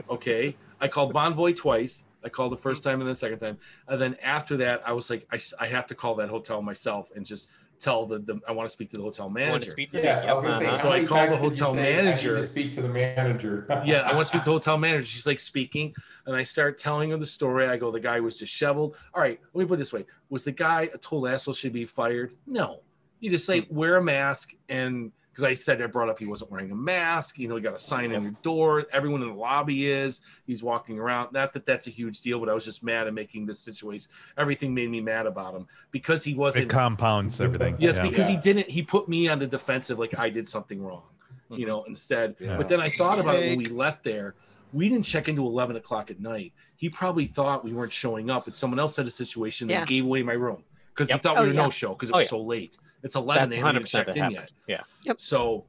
okay. I called Bonvoy twice. I called the Mm-hmm. first time and the second time. And then after that, I was like, I, s- I have to call that hotel myself and just tell the, the I want to speak to the hotel I Want manager. to speak to Yeah, me? I was gonna say, Uh-huh. how So I many called the times did you hotel say, "I need manager." to speak to the manager. yeah, I want to speak to the hotel manager. She's like speaking, and I start telling her the story. I go, the guy was disheveled. All right, let me put it this way: Was the guy a total asshole? Should be fired? No. You just say wear a mask, and because I said I brought up he wasn't wearing a mask. You know, you got a sign on your door. Everyone in the lobby is. He's walking around. Not that that's a huge deal, but I was just mad at making this situation. Everything made me mad about him because he It wasn't compounds everything. Yes, yeah. because he Yeah. didn't. He put me on the defensive, like I did something wrong, you Mm-hmm. know. Instead, Yeah. but then I thought about it when we Jake. left there. We didn't check into eleven o'clock at night. He probably thought we weren't showing up, and someone else had a situation that Yeah. gave away my room because Yep. he thought Oh, we were yeah. no show because it Oh, was yeah. so late. It's eleven. That's they one haven't even hundred percent that checked in happened. yet. Yeah. Yep. So,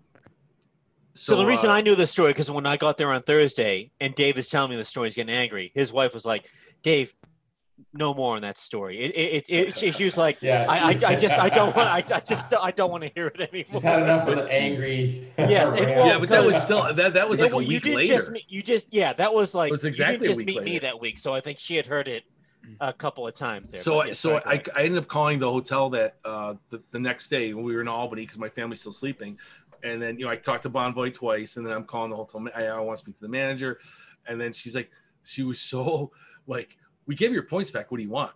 So, the reason uh, I knew this story because when I got there on Thursday and Dave is telling me the story, he's getting angry. His wife was like, "Dave, no more on that story." It, it, it, it she, she was like, Yeah, I, she- I, "I just, I don't want, I, I just, I don't want to hear it She's anymore." had enough of the angry. Yes, and rant. well, yeah, but that was still that. That was Yeah, like well, a you week did later. Just, meet- you just, yeah, that was like was you didn't exactly a just week meet me later. that week, so I think she had heard it a couple of times there. So, but I yes, so sorry, go I, ahead. I ended up calling the hotel that uh, the, the next day when we were in Albany because my family's still sleeping. And then, you know, I talked to Bonvoy twice and then I'm calling the hotel. ma- I, I want to speak to the manager. And then she's like, she was so like, we give your points back. What do you want?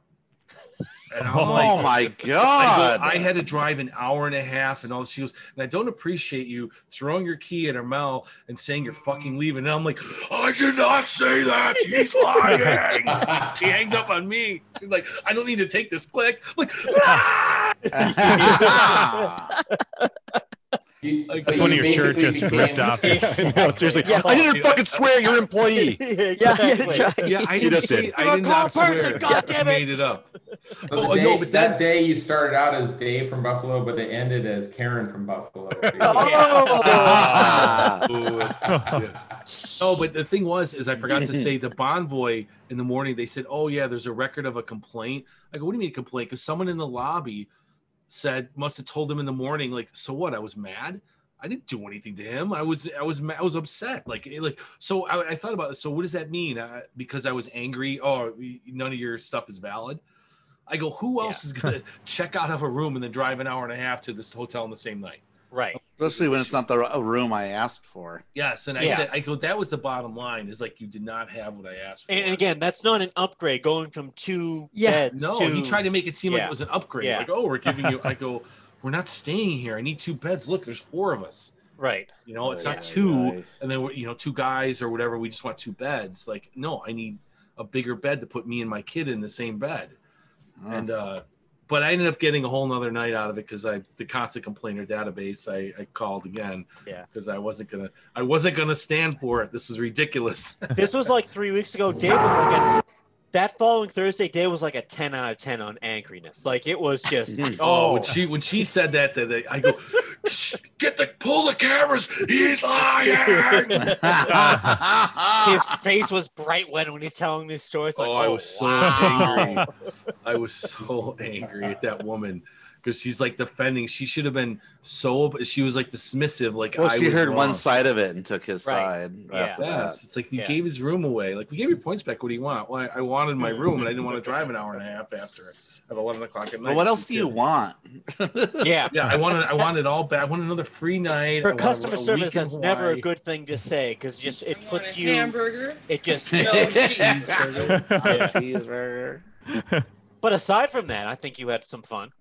And I'm Oh like, my I, god! go, I had to drive an hour and a half and all. She goes, and I don't appreciate you throwing your key at her mouth and saying you're fucking leaving. And I'm like, I did not say that. He's lying. She hangs up on me. She's like, I don't need to take this click. I'm like, "Ah!" You- That's so That's when you your shirt basically just became- ripped off. No, seriously, Yeah. I didn't fucking swear. You're an employee. Yeah, exactly. yeah, that's right. yeah, I He didn't just say, did. I You're did a not cold swear. person, goddammit. I made it up. So the Oh, day, no, but that, that- day you started out as Dave from Buffalo, but it ended as Karen from Buffalo. Oh. Ah. Ooh, it's- yeah. No, but the thing was, is I forgot to say the Bonvoy in the morning. They said, "Oh yeah, there's a record of a complaint." I go, "What do you mean a complaint?" Because someone in the lobby said must have told them in the morning. Like, so what? I was mad. I didn't do anything to him. I was I was ma- I was upset. Like it- like so I, I thought about it. So what does that mean? I, because I was angry. Oh, y- none of your stuff is valid. I go, who else is gonna check out of a room and then drive an hour and a half to this hotel in the same night? Right. Especially when it's not the r- room I asked for. Yes, and I Yeah. said, I go. That was the bottom line. Is like you did not have what I asked for. And and again, that's not an upgrade going from two Yeah. beds no, to he tried to make it seem like yeah. it was an upgrade. Yeah. Like, oh, we're giving you. I go, we're not staying here. I need two beds. Look, there's four of us. right. You know, it's Oy, not oy, two, oy. and then we're, you know, two guys or whatever. We just want two beds. Like, no, I need a bigger bed to put me and my kid in the same bed. Huh. And uh, but I ended up getting a whole nother night out of it because I the constant complainer database I, I called again. Yeah. Because I wasn't gonna I wasn't gonna stand for it. This was ridiculous. This was like three weeks ago. Dave was like a, that following Thursday. Dave was like a ten out of ten on angriness. Like it was just Oh, oh when she when she said that, that that- I go, get the pull the cameras. He's lying. his face was bright red when he's telling these stories. Like, oh, I was so wow. angry. I was so angry at that woman because she's like defending. She should have been so. She was like dismissive. Like Well, I she was heard one wrong. side of it and took his Right. side. After that. Yes, it's like you Yeah. gave his room away. Like we gave your points back. What do you want? Well, I, I wanted my room, and I didn't want to drive an hour and a half after it at eleven o'clock at night. But what else do you Yeah. want? Yeah. Yeah, I wanted. I wanted it all back. I want another free night. I For want customer a service, week in that's never a Hawaii. good thing to say because just it I want puts a you. hamburger. It just. Cheeseburger. Yeah. Cheeseburger. But aside from that, I think you had some fun.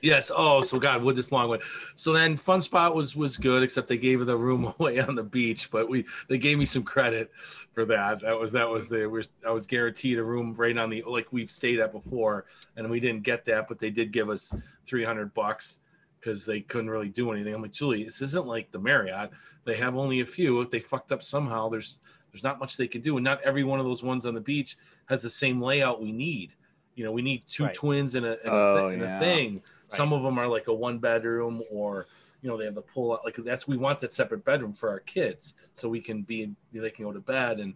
Yes. Oh, so God, what this long one. So then, Fun Spot was was good, except they gave the room away on the beach. But we they gave me some credit for that. That was that was the we I was guaranteed a room right on the like we've stayed at before, and we didn't get that, but they did give us three hundred bucks because they couldn't really do anything. I'm like, Julie, this isn't like the Marriott. They have only a few. If they fucked up somehow, there's there's not much they can do, and not every one of those ones on the beach has the same layout we need. You know, we need two Right. twins and a, and, a, Oh, thi- and a yeah. thing. Some of them are like a one bedroom or you know they have the pull out like that's we want that separate bedroom for our kids so we can be they can go to bed and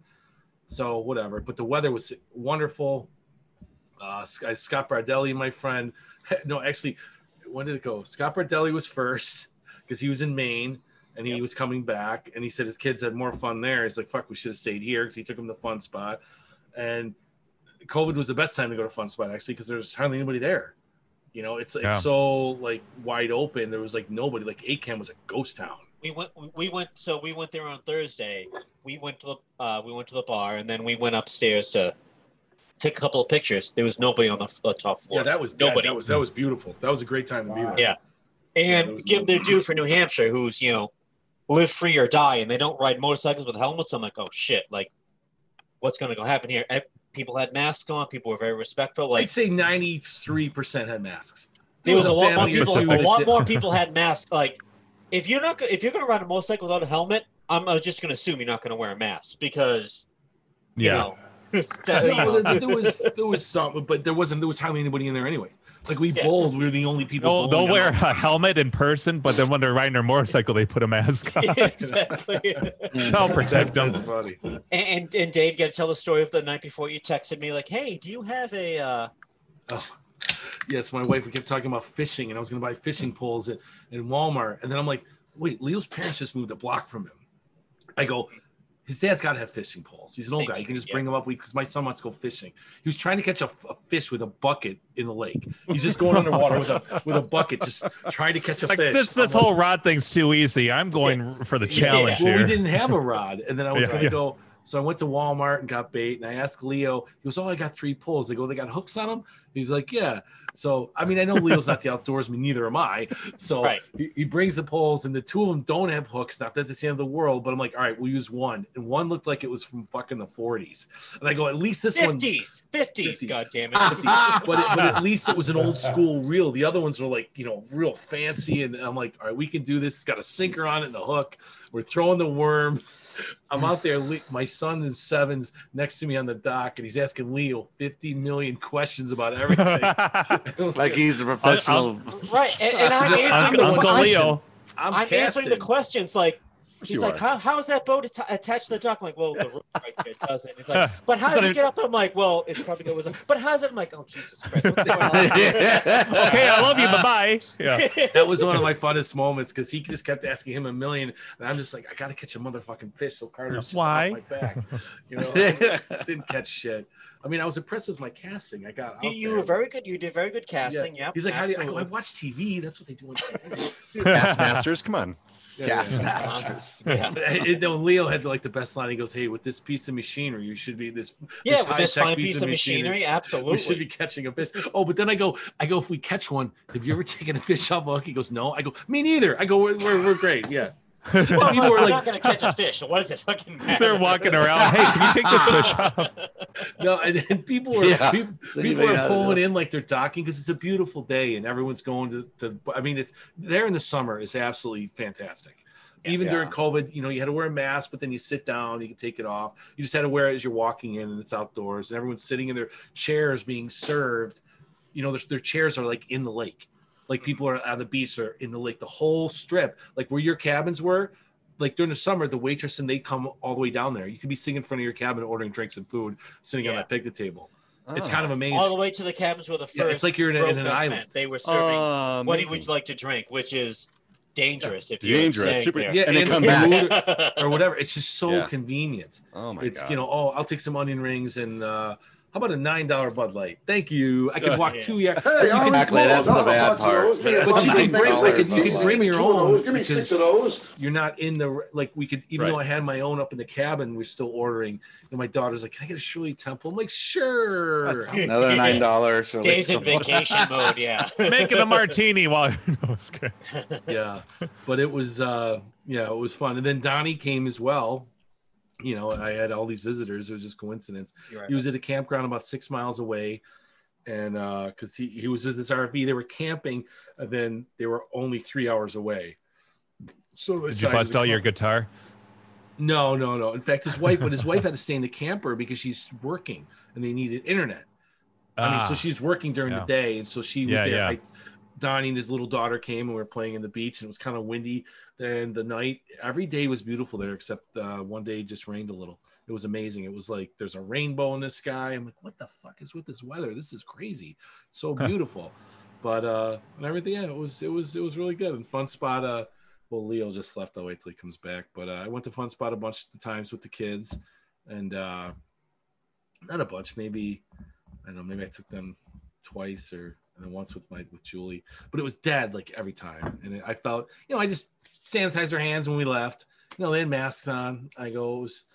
so whatever. But the weather was wonderful. Uh, Sc- Scott Bardelli, my friend. No, actually, when did it go? Scott Bardelli was first because he was in Maine and he was coming back, and he said his kids had more fun there. He's like, "Fuck, we should have stayed here" because he took them to Fun Spot, and COVID was the best time to go to Fun Spot actually because there's hardly anybody there. You know, it's Yeah. it's so like wide open. There was like nobody. Like ACAM was a ghost town. we went we went so we went there on thursday we went to the uh, we went to the bar and then we went upstairs to take a couple of pictures there was nobody on the, f- uh top floor Yeah, that was Nobody. That was that was beautiful. That was a great time to be Wow. there. Yeah. and yeah, there was give their due for new hampshire who's you know live free or die and they don't ride motorcycles with helmets i'm like oh shit like what's gonna go happen here Ev- people had masks on people were very respectful like I'd say 93% had masks. there was a lot more family That's people specific. a lot more people had masks like if you're not go- if you're gonna ride a motorcycle without a helmet i'm uh, just gonna assume you're not gonna wear a mask because you yeah. know that- you No, know. there, there was there was some, but there wasn't there was hardly anybody in there anyway. Like we Yeah. bowled, we were the only people. They'll, they'll bowling wear a out. helmet in person, but then when they're riding their motorcycle, they put a mask on. exactly. and, They'll protect them. That's funny. and and Dave, got to tell the story of the night before you texted me like, "Hey, do you have a?" Uh... Oh. Yes, my wife. We kept talking about fishing, and I was going to buy fishing poles at, in Walmart, and then I'm like, wait, Leo's parents just moved a block from him. I go, his dad's got to have fishing poles. He's an old Same guy. You can street, just yeah. bring him up because my son wants to go fishing. He was trying to catch a, f- a fish with a bucket in the lake. He's just going underwater with a with a bucket, just trying to catch a Like fish. this, this I'm like, whole rod thing's too easy. I'm going for the Yeah. challenge Well, we here. didn't have a rod, and then I was Yeah. gonna Yeah. go. So I went to Walmart and got bait, and I asked Leo. He goes, "Oh, I got three poles." I go, "They got hooks on them." He's like, "Yeah." So I mean, I know Leo's not the outdoorsman, neither am I. So Right. he, he brings the poles, and the two of them don't have hooks. Not that it's the end of the world, but I'm like, "All right, we'll use one." And one looked like it was from fucking the 40s, and I go, "At least this one." Fifties, fifties, 50s. God damn but, it! but at least it was an old school reel. The other ones were like, you know, real fancy. And I'm like, all right, we can do this. It's got a sinker on it and a hook. We're throwing the worms. I'm out there. Le- My son is sevens next to me on the dock, and he's asking Leo 50 million questions about everything. Like he's a professional. right, and, and I answered Uncle, the Uncle question. Leo. I'm, I'm answering the casting. questions like. He's you like, are. how, how is that boat att- attached to the dock? I'm like, well, the rope right there doesn't. It's like, but how does it get up? there? I'm like, well, it probably goes. up." But how's it? I'm like, oh Jesus Christ! What's going on? Okay, I love you. Bye bye. Yeah. That was one of my funnest moments because he just kept asking him a million, and I'm just like, I gotta catch a motherfucking fish. So Carter's just Why? off my back, you know. didn't catch shit. I mean, I was impressed with my casting. I got out you, you there. were very good. You did very good Yeah. casting. Yeah. He's like, how do you, I, go, I watch TV. That's what they do. On TV. Gas masters, come on. Gas masters. masters. Uh-huh. Yeah. And then Leo had like the best line. He goes, "Hey, with this piece of machinery, you should be this. Yeah, this with this high-tech fine piece of machinery, absolutely. We should be catching a fish." Oh, but then I go, I go. If we catch one, have you ever taken a fish off a hook? He goes, "No." I go, "Me neither." I go, "We're, we're, we're great. Yeah." Well, People were we're like- not gonna catch a fish. So what does it fucking matter? They're walking around. Hey, can you take this fish off? No, and, and people were Yeah. people, So you people may are not pulling know. in like they're docking because it's a beautiful day and everyone's going to the. I mean, it's there in the summer is absolutely fantastic. Even Yeah. during COVID, you know, you had to wear a mask, but then you sit down, you can take it off. You just had to wear it as you're walking in, and it's outdoors, and everyone's sitting in their chairs being served. You know, their, their chairs are like in the lake, like people are on the beach or in the lake. The whole strip, like where your cabins were, like during the summer, the waitress and they come all the way down there. You could be sitting in front of your cabin, ordering drinks and food, sitting on Yeah. Ah. that picnic table. It's kind of amazing. all the way to the cabins where the first. Yeah, it's like you're in, a, in an Brofist island. meant They were serving. Oh, what amazing. would you like to drink? Which is dangerous. If you're Dangerous, staying super- there. Yeah, And they and come it's back. food or whatever. It's just so Yeah. convenient. Oh my it's god. you know, oh, I'll take some onion rings and uh, how about a nine dollar Bud Light? Thank you. I can walk Yeah. two. Yeah, Hey, you I can always Exactly, bought that's a the bad bunch of those. part. Yeah, But you can $9 bring- like, you Bud can Light. bring your Two of own, those. Give me because- six of those. you're not in the like we could even Right. though I had my own up in the cabin, we're still ordering. And my daughter's like, Can I get a Shirley Temple? I'm like, sure. Another nine dollars. Days in vacation mode. Yeah. Making a martini while. No, it's good. yeah. But it was uh yeah, it was fun. And then Donnie came as well. You know, I had all these visitors, it was just coincidence. You're right. He was at a campground about six miles away. And because he, he was with his RV, they were camping, and then they were only three hours away. So they Did you decided bust to all your come- guitar? No, no, no. In fact, his wife, but his wife had to stay in the camper because she's working and they needed internet. I mean, Ah, so she's working during yeah. the day, and so she was Yeah, there. yeah. I, Donnie and his little daughter came, and we were playing in the beach, and it was kind of windy. Then the night, every day was beautiful there, except uh, one day it just rained a little. It was amazing. It was like there's a rainbow in the sky. I'm like, what the fuck is with this weather? This is crazy. It's so beautiful, but uh, and everything. Yeah, it was it was it was really good and fun spot. Uh, well, Leo just left. I'll wait till he comes back. But uh, I went to Fun Spot a bunch of the times with the kids, and uh, not a bunch. Maybe I don't know. Maybe I took them twice or and then once with my with Julie. But it was dead like every time, and it, I felt you know I just sanitized their hands when we left. You know they had masks on. I go it was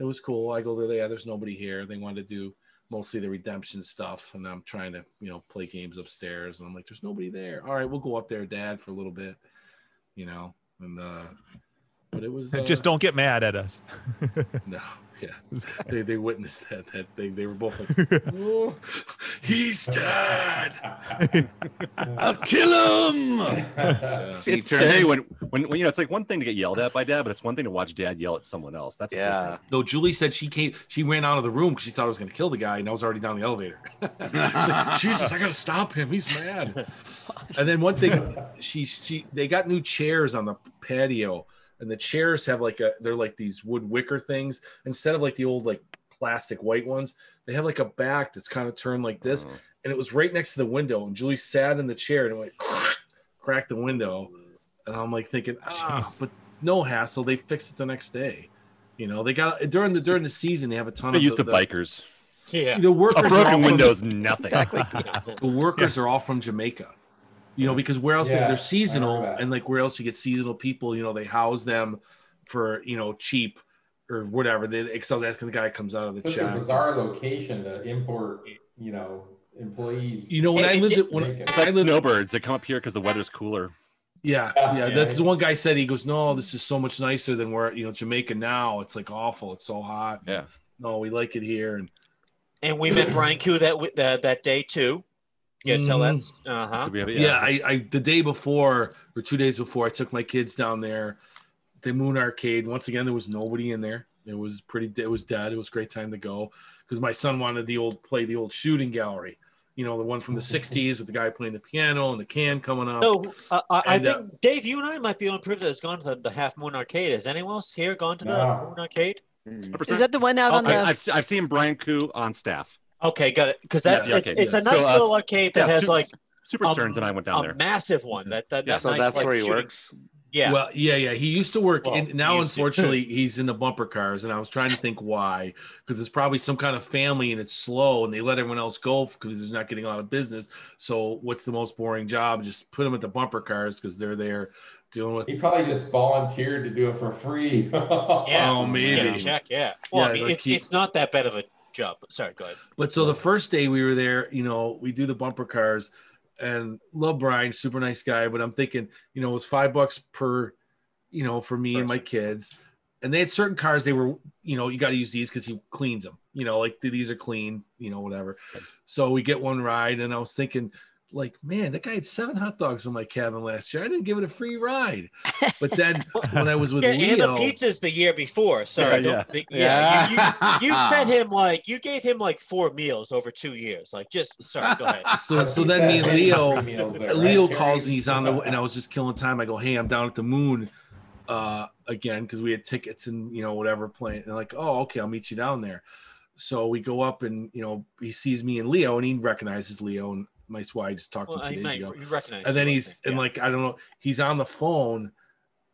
it was cool. I go there. Yeah, there's nobody here. They wanted to do mostly the redemption stuff, and I'm trying to you know play games upstairs, and I'm like, there's nobody there. All right, we'll go up there, Dad, for a little bit you know. And uh, but it was uh, just don't get mad at us. no, yeah. They they witnessed that that thing. They were both like, oh, he's dead. I'll kill him. Yeah. See, It's Turner. today when, when when you know it's like one thing to get yelled at by dad, but it's one thing to watch dad yell at someone else. That's a Yeah. No, Julie said she came. She ran out of the room because she thought I was going to kill the guy, and I was already down the elevator. She's like, Jesus, I got to stop him. He's mad. And then one thing, she she they got new chairs on the patio, and the chairs have like a they're like these wood wicker things instead of like the old like plastic white ones. They have like a back that's kind of turned like this, and it was right next to the window. And Julie sat in the chair and it went cracked the window, and I'm like thinking, ah, Jeez. but no hassle. They fixed it the next day. You know, they got during the during the season they have a ton They of used the, to bikers. yeah. The workers A are all broken from- window's nothing. The workers are all from Jamaica. You know, because where else Yeah, they're I seasonal remember that. and like where else you get seasonal people, you know, they house them for, you know, cheap or whatever. They Excel's asking the guy comes out of the Such a chat. bizarre location to import, you know, employees. You know, when It- I it lived did- at when Jamaica. It's I like lived snowbirds. They come up here because the weather's cooler. Yeah, Yeah, yeah. yeah, That's yeah. the one guy said he goes, "No, this is so much nicer than where you know Jamaica now. It's like awful. It's so hot. Yeah. No, we like it here." And And we met Brian Q that wi- that that day too. Yeah, tell that. Uh huh. So we have- Mm-hmm. yeah, I, I the day before or two days before, I took my kids down there, the Moon Arcade. Once again, there was nobody in there. It was pretty. It was dead. It was a great time to go because my son wanted the old play the old shooting gallery. You know, the one from the '60s with the guy playing the piano and the can coming up. So uh, I, I And, uh, think Dave, you and I might be on proof that has gone to the, the Half Moon Arcade. Has anyone else here gone to the No. Half Moon Arcade? Is 100%. that the one out on Oh, I, the? have I've seen Brian Koo on staff. Okay, got it. Because that Yeah, it's, okay, it's yeah. a nice So, uh, little arcade that yeah, has Super- like Super um, Stearns and I went down a there. massive one. That that, Yeah, that So nice, that's like, where he shooting- works. Yeah. Well, yeah, yeah. He used to work, Well, and he now used to. unfortunately he's in the bumper cars. And I was trying to think why, because it's probably some kind of family, and it's slow, and they let everyone else go because there's not getting a lot of business. So, what's the most boring job? Just put them at the bumper cars because they're there dealing with. He probably just volunteered to do it for free. yeah. Oh, just get a maybe. check. Yeah. Well, Yeah, I mean, like it's, he- it's not that bad of a job. but- Sorry, go ahead. But so the first day we were there, you know, we do the bumper cars, and love Brian, super nice guy. But I'm thinking, you know, it was five bucks per you know, for me and my kids. And they had certain cars they were, you know, you got to use these because he cleans them, you know, like these are clean, you know, whatever. So we get one ride, and I was thinking, like, man, that guy had seven hot dogs in my cabin last year. I didn't give it a free ride. But then when I was with yeah, and the Leo, pizzas the year before. Sorry, Yeah, don't- the- yeah, You, you, you fed him like you gave him like four meals over two years. Like just sorry, go ahead. so so then me and Leo, Leo calls and he's on the and I was just killing time. I go, hey, I'm down at the moon uh, again because we had tickets and you know whatever playing. And like, oh, okay, I'll meet you down there. So we go up and you know he sees me and Leo and he recognizes Leo and my why I just talked Well, to him I two days might, ago. you recognize. and then him, I he's think, and yeah. like I don't know, he's on the phone,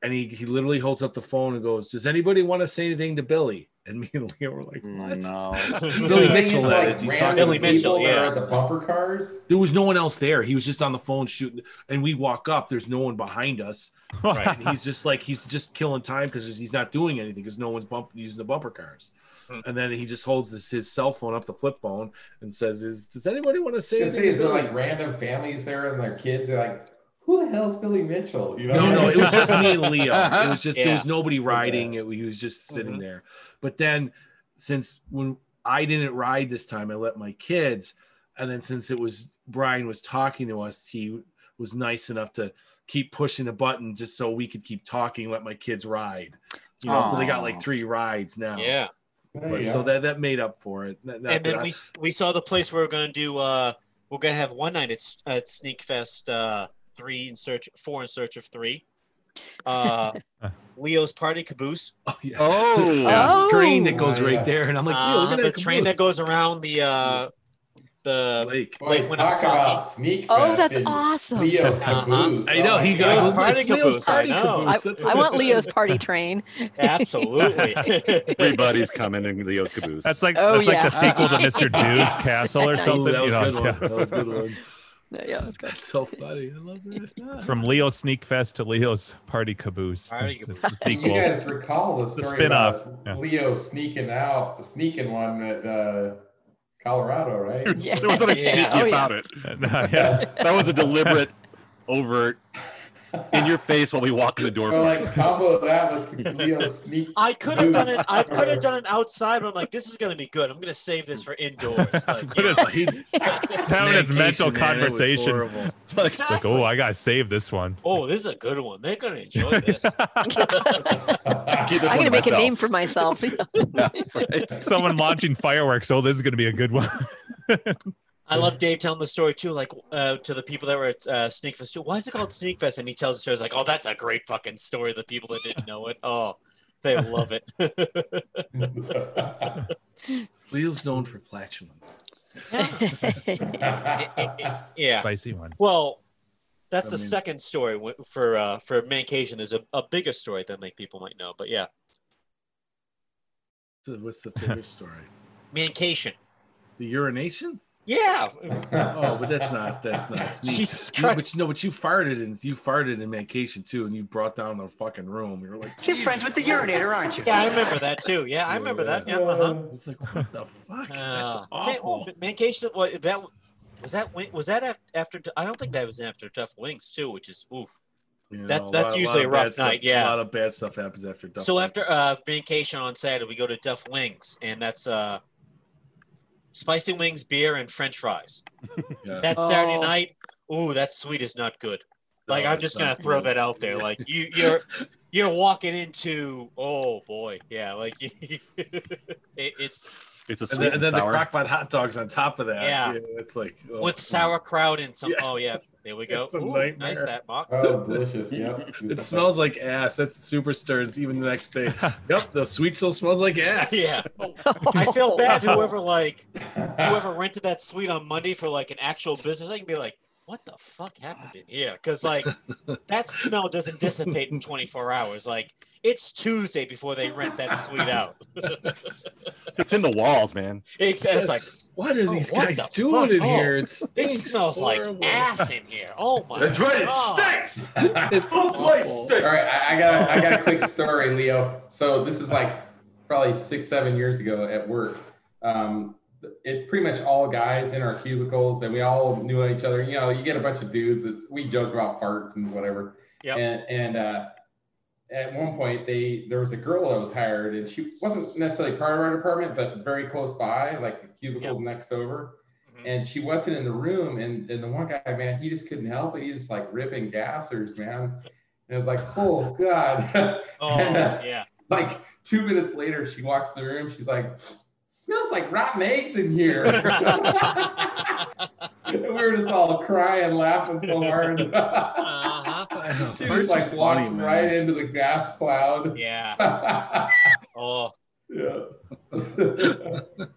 and he he literally holds up the phone and goes, "Does anybody want to say anything to Billy?" And me and Leo were like, "What?" No. Billy Mitchell, that is. He's talking Billy Billy Mitchell. Mitchell, yeah. At the bumper cars. There was no one else there. He was just on the phone shooting, and we walk up. There's no one behind us, Right. and he's just like he's just killing time because he's not doing anything because no one's bump, using the bumper cars. Hmm. And then he just holds this, his cell phone up, the flip phone, and says, "Is does anybody want to say Just anything?" see, to is there Billy?" like random families there and their kids? They're like, who the hell's Billy Mitchell? You know? No, no, it was just me and Leo. It was just there was nobody riding. Okay. It, he was just Mm-hmm. sitting there. But then, since when I didn't ride this time, I let my kids. And then since it was Brian was talking to us, he was nice enough to keep pushing the button just so we could keep talking. Let my kids ride. You know, so they got Aw. like three rides now. yeah. There you But, go. so that that made up for it. Not- not and then that I- we we saw the place where we're gonna do. uh We're gonna have one night at, S- at Sneak Fest uh, three in search four in search of three. Uh, Leo's party caboose. oh, yeah. Oh. Oh, train that goes Oh, yeah. right there, and I'm like, yeah, Uh, look at the train that goes around the uh, the Like, Boy, like when I'm talk about sneak oh, fest that's and awesome. Leo's Uh-huh. caboose. I know Oh my he Leo's got God. it's party Leo's caboose, I party know. I, caboose. That's I what want it Leo's is. party train. absolutely. Everybody's coming in Leo's caboose. That's like Oh, that's like the yeah. sequel to Mr. Dew's Castle or Ooh, something. Ooh, that you was know, good one. yeah. That was good one. Yeah, that's good. That's so funny. I love it. From Leo's Sneak Fest to Leo's Party Caboose. Party It's Caboose. the Do sequel. You guys recall the It's a story spin-off, about yeah. Leo sneaking out, sneaking one at uh, Colorado, right? Yeah. There was nothing Yeah. sneaky Oh, yeah. about it. Uh, yeah. That was a deliberate, overt, in your face while we walk in the door. So fight. like combo that with Leo sneak. I could have done it. I could have done it outside, but I'm like, this is gonna be good. I'm gonna save this for indoors. Like, But it's- he, Having his mental conversation. It's like, It's like, oh, I gotta save this one. oh, this is a good one. They're gonna enjoy this. keep this I'm one gonna to make a myself. name for myself. Right? Someone launching fireworks. Oh, this is gonna be a good one. I love Dave telling the story too, like uh, to the people that were at uh, Sneak Fest too. Why is it called Sneak Fest? And he tells the story it's like, oh, that's a great fucking story. The people that didn't know it, oh, they love it. Leo's known for flatulence. yeah. Spicy one. Well, that's I the mean- second story w- for uh, for Mancation. There's a, a bigger story than like people might know, but yeah, So What's the bigger story? Mancation. The urination? Yeah. Oh, but that's not. That's not. sneak. Jesus You- but Christ. you know, but you farted and you farted in medication too, and you brought down the fucking room. You were like, You're friends with the urinator, aren't you? yeah, I remember that too. Yeah, I remember that. Yeah. Uh-huh. it's like what the fuck? That's Uh, man- awful. oh, Mancation. Well, that was that. Wing- Was that af- after? I don't think that was after Tough Wings too, which is oof. You know, that's- a that's lot- usually lot of a rough bad stuff- night, a yeah. lot of bad stuff happens after. duck so hunt. after uh vacation on Saturday, we go to Duff Wings, and that's uh spicy wings, beer, and French fries. Yeah. That Oh. Saturday night, ooh, that sweet is not good. No, Like I'm it's just not gonna throw good. that out there. Yeah. Like you, you're you're walking into oh boy, yeah. Like it, it's It's a and sweet then, and and, then the sour. crockpot hot dogs on top of that. Yeah. it's like oh, with sauerkraut and some. Yeah. Oh yeah, there we go. It's a Ooh, nightmare. nice that Mark. oh, delicious. Yep. It smells like ass. That's super Stearns. Even the next day, yep, the sweet still smells like ass. Yeah, I feel bad. Whoever like whoever rented that suite on Monday for like an actual business, I can be like, what the fuck happened in here? Because like that smell doesn't dissipate in 24 hours. Like it's Tuesday before they rent that suite out. It's in the walls, man. it's, it's like What are Oh, these what guys the doing fuck? in Oh, here? It, it stinks smells horrible. like ass in here. Oh my That's right. God. It stinks. It's Both ways awful. stinks. All right, I, I got a, I got a quick story, Leo. So this is like probably six seven years ago at work. Um, it's pretty much all guys in our cubicles, and we all knew each other. You know, you get a bunch of dudes. It's we joke about farts and whatever. Yep. And and uh, at one point they there was a girl that was hired and she wasn't necessarily part of our department but very close by like the cubicle next over Mhm. and she wasn't in the room and and the one guy man he just couldn't help it he was like ripping gassers man and it was like oh god uh, Oh yeah. like two minutes later she walks in the room she's like smells like rotten eggs in here and we were just all crying laughing so hard Uh huh. she just like walked right into the gas cloud Yeah. yeah. Oh, yeah.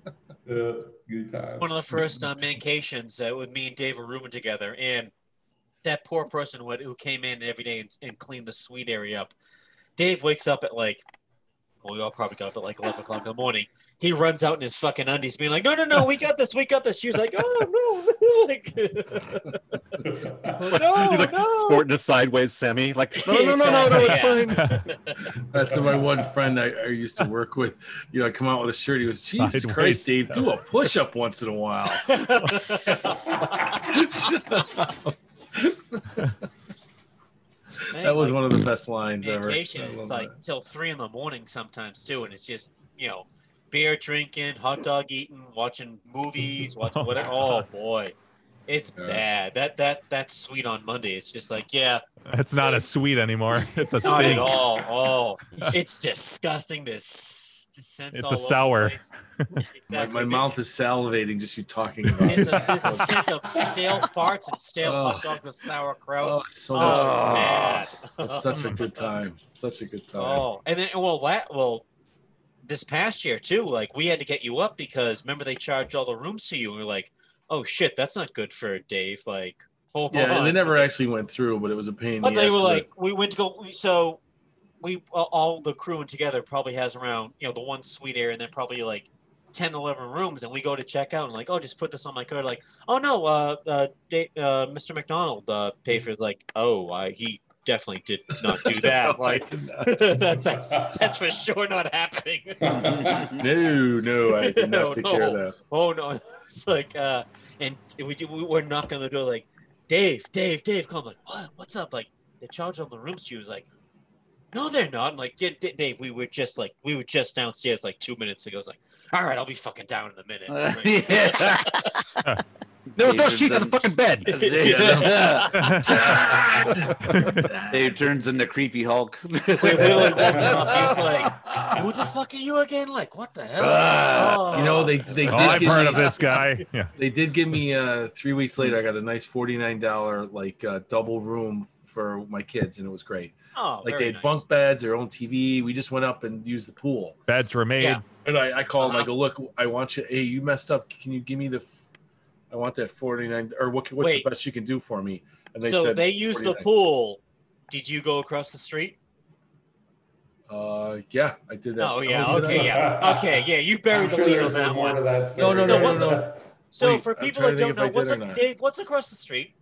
Good time. one of the first uh, mancations uh, with me and Dave were rooming together, and that poor person would, who came in every day and, and cleaned the suite area up. Dave wakes up at like, well, we all probably got up at like eleven o'clock in the morning. He runs out in his fucking undies, being like, "No, no, no, we got this, we got this." She was like, "Oh no, like, no, He's like no." sporting a sideways semi. Like, no, no, no, no, no, it's Exactly, fine. That's my one friend I, I used to work with. You know, I come out with a shirt. He goes, Jesus Sideways Christ, Dave, stuff. do a push up once in a while. Man, That was like, one of the best lines ever. vacation. I love It's like till three in the morning sometimes too, and it's just you know, beer drinking, hot dog eating, watching movies, watching Oh, whatever. Oh boy, it's Yeah. bad. That that that's sweet on Monday. It's just like yeah, It's not a sweet anymore. It's a not at steak. all. Oh, it's disgusting. This s- sense. It's a all over the sour. place. that. my, my Exactly. mouth is salivating just you talking about it. There's a, there's a scent of stale farts and stale Oh. hot dog with sauerkraut. Oh, it's so Oh, Oh. man. It's such a good time. Such a good time. Oh, and then well, la- well, this past year too, like we had to get you up because remember they charged all the rooms to you. And we were like, oh shit, that's not good for Dave. Like, hold yeah, on. and they never actually went through, but it was a pain. in but the they ass were to- like, we went to go. we- So we all- all the crew in together probably has around you know the one suite area and then probably like 10, 11 rooms, and we go to check out and like, oh, just put this on my card. Like, oh no, uh, uh, Dave, uh Mr. McDonald uh, paid Mm-hmm. for it. like, oh, I, he definitely did not do that. like, that's, that's that's for sure not happening. no, no, I did No, not take care of that. Oh no, it's like uh, and we do- we were knocking on the door like, Dave, Dave, Dave, come like, what? What's up? Like they charged on the room. She was like, No, they're not. I'm like, yeah, D- Dave, we were just like, we were just downstairs like two minutes ago. It's like, all right, I'll be fucking down in a minute. I'm like, yeah. There was no David sheets on Oh, the Dunn. fucking bed. Yeah. yeah, Dave turns into creepy Hulk. literally woke him up. He's like, Who the fuck are you again? Like, what the hell? Ah. Oh. You know, they they did Oh, I've give heard me, of this guy. Yeah. They did give me uh, three weeks later. I got a nice forty nine dollar like uh, double room for my kids, and it was great. oh, Like very they had nice. bunk beds, their own TV. We just went up and used the pool. Beds were made. Yeah. And I, I called. and I Uh-huh. go, look, I want you. Hey, you messed up. Can you give me the? f- I want that forty nine. Or what? What's Wait. the best you can do for me? And so they used the 49. pool. Did you go across the street? Uh, yeah, I did that. Oh, yeah, did I? okay, yeah. Okay, yeah, you buried the lead on that one. that No, story. no, no, no, no, no. So Wait, for I'm people trying to that don't think know, if I what's did or a, not. Dave? What's across the street?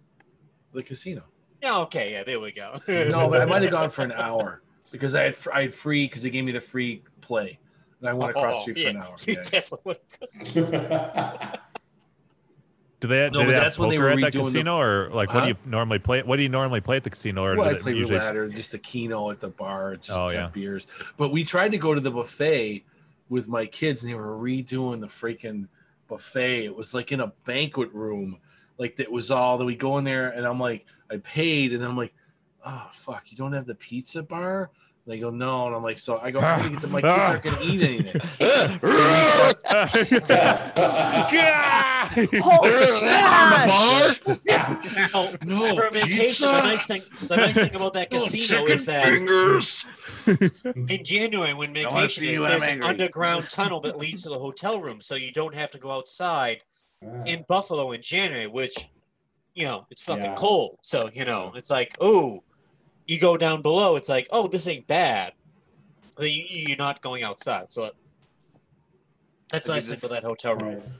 The casino. Yeah, okay, yeah, there we go. no, but I might have gone for an hour because I had I had free because they gave me the free play, and I went across the street Oh. yeah. for an hour. You Yeah. definitely went across the street. Do they, No, do but they have that's when they poker were at that redoing the- casino, or like what Huh? do you normally play? What do you normally play at the casino? Or Well, do I they played usually roulette or just a keno at the bar, just Oh, to yeah. have beers. But we tried to go to the buffet with my kids, and they were redoing the freaking buffet. It was like in a banquet room, like that was all that we go in there, and I'm like, I paid, and then I'm like, oh fuck, you don't have the pizza bar. And they go no, and I'm like, so I go, How do you get the, my kids aren't gonna eat anything. Oh, gosh. No, No, for a vacation, the nice thing, the nice thing about that casino is that fingers. in January, when wanna vacation see is, you, I'm there's an angry. underground tunnel that leads to the hotel room, so you don't have to go outside Ah. in Buffalo in January, which you know it's fucking Yeah. cold. So you know it's like, oh, you go down below, it's like, oh, this ain't bad. But you, you're not going outside, so that's Like, nice you thing just- for that hotel room. Nice.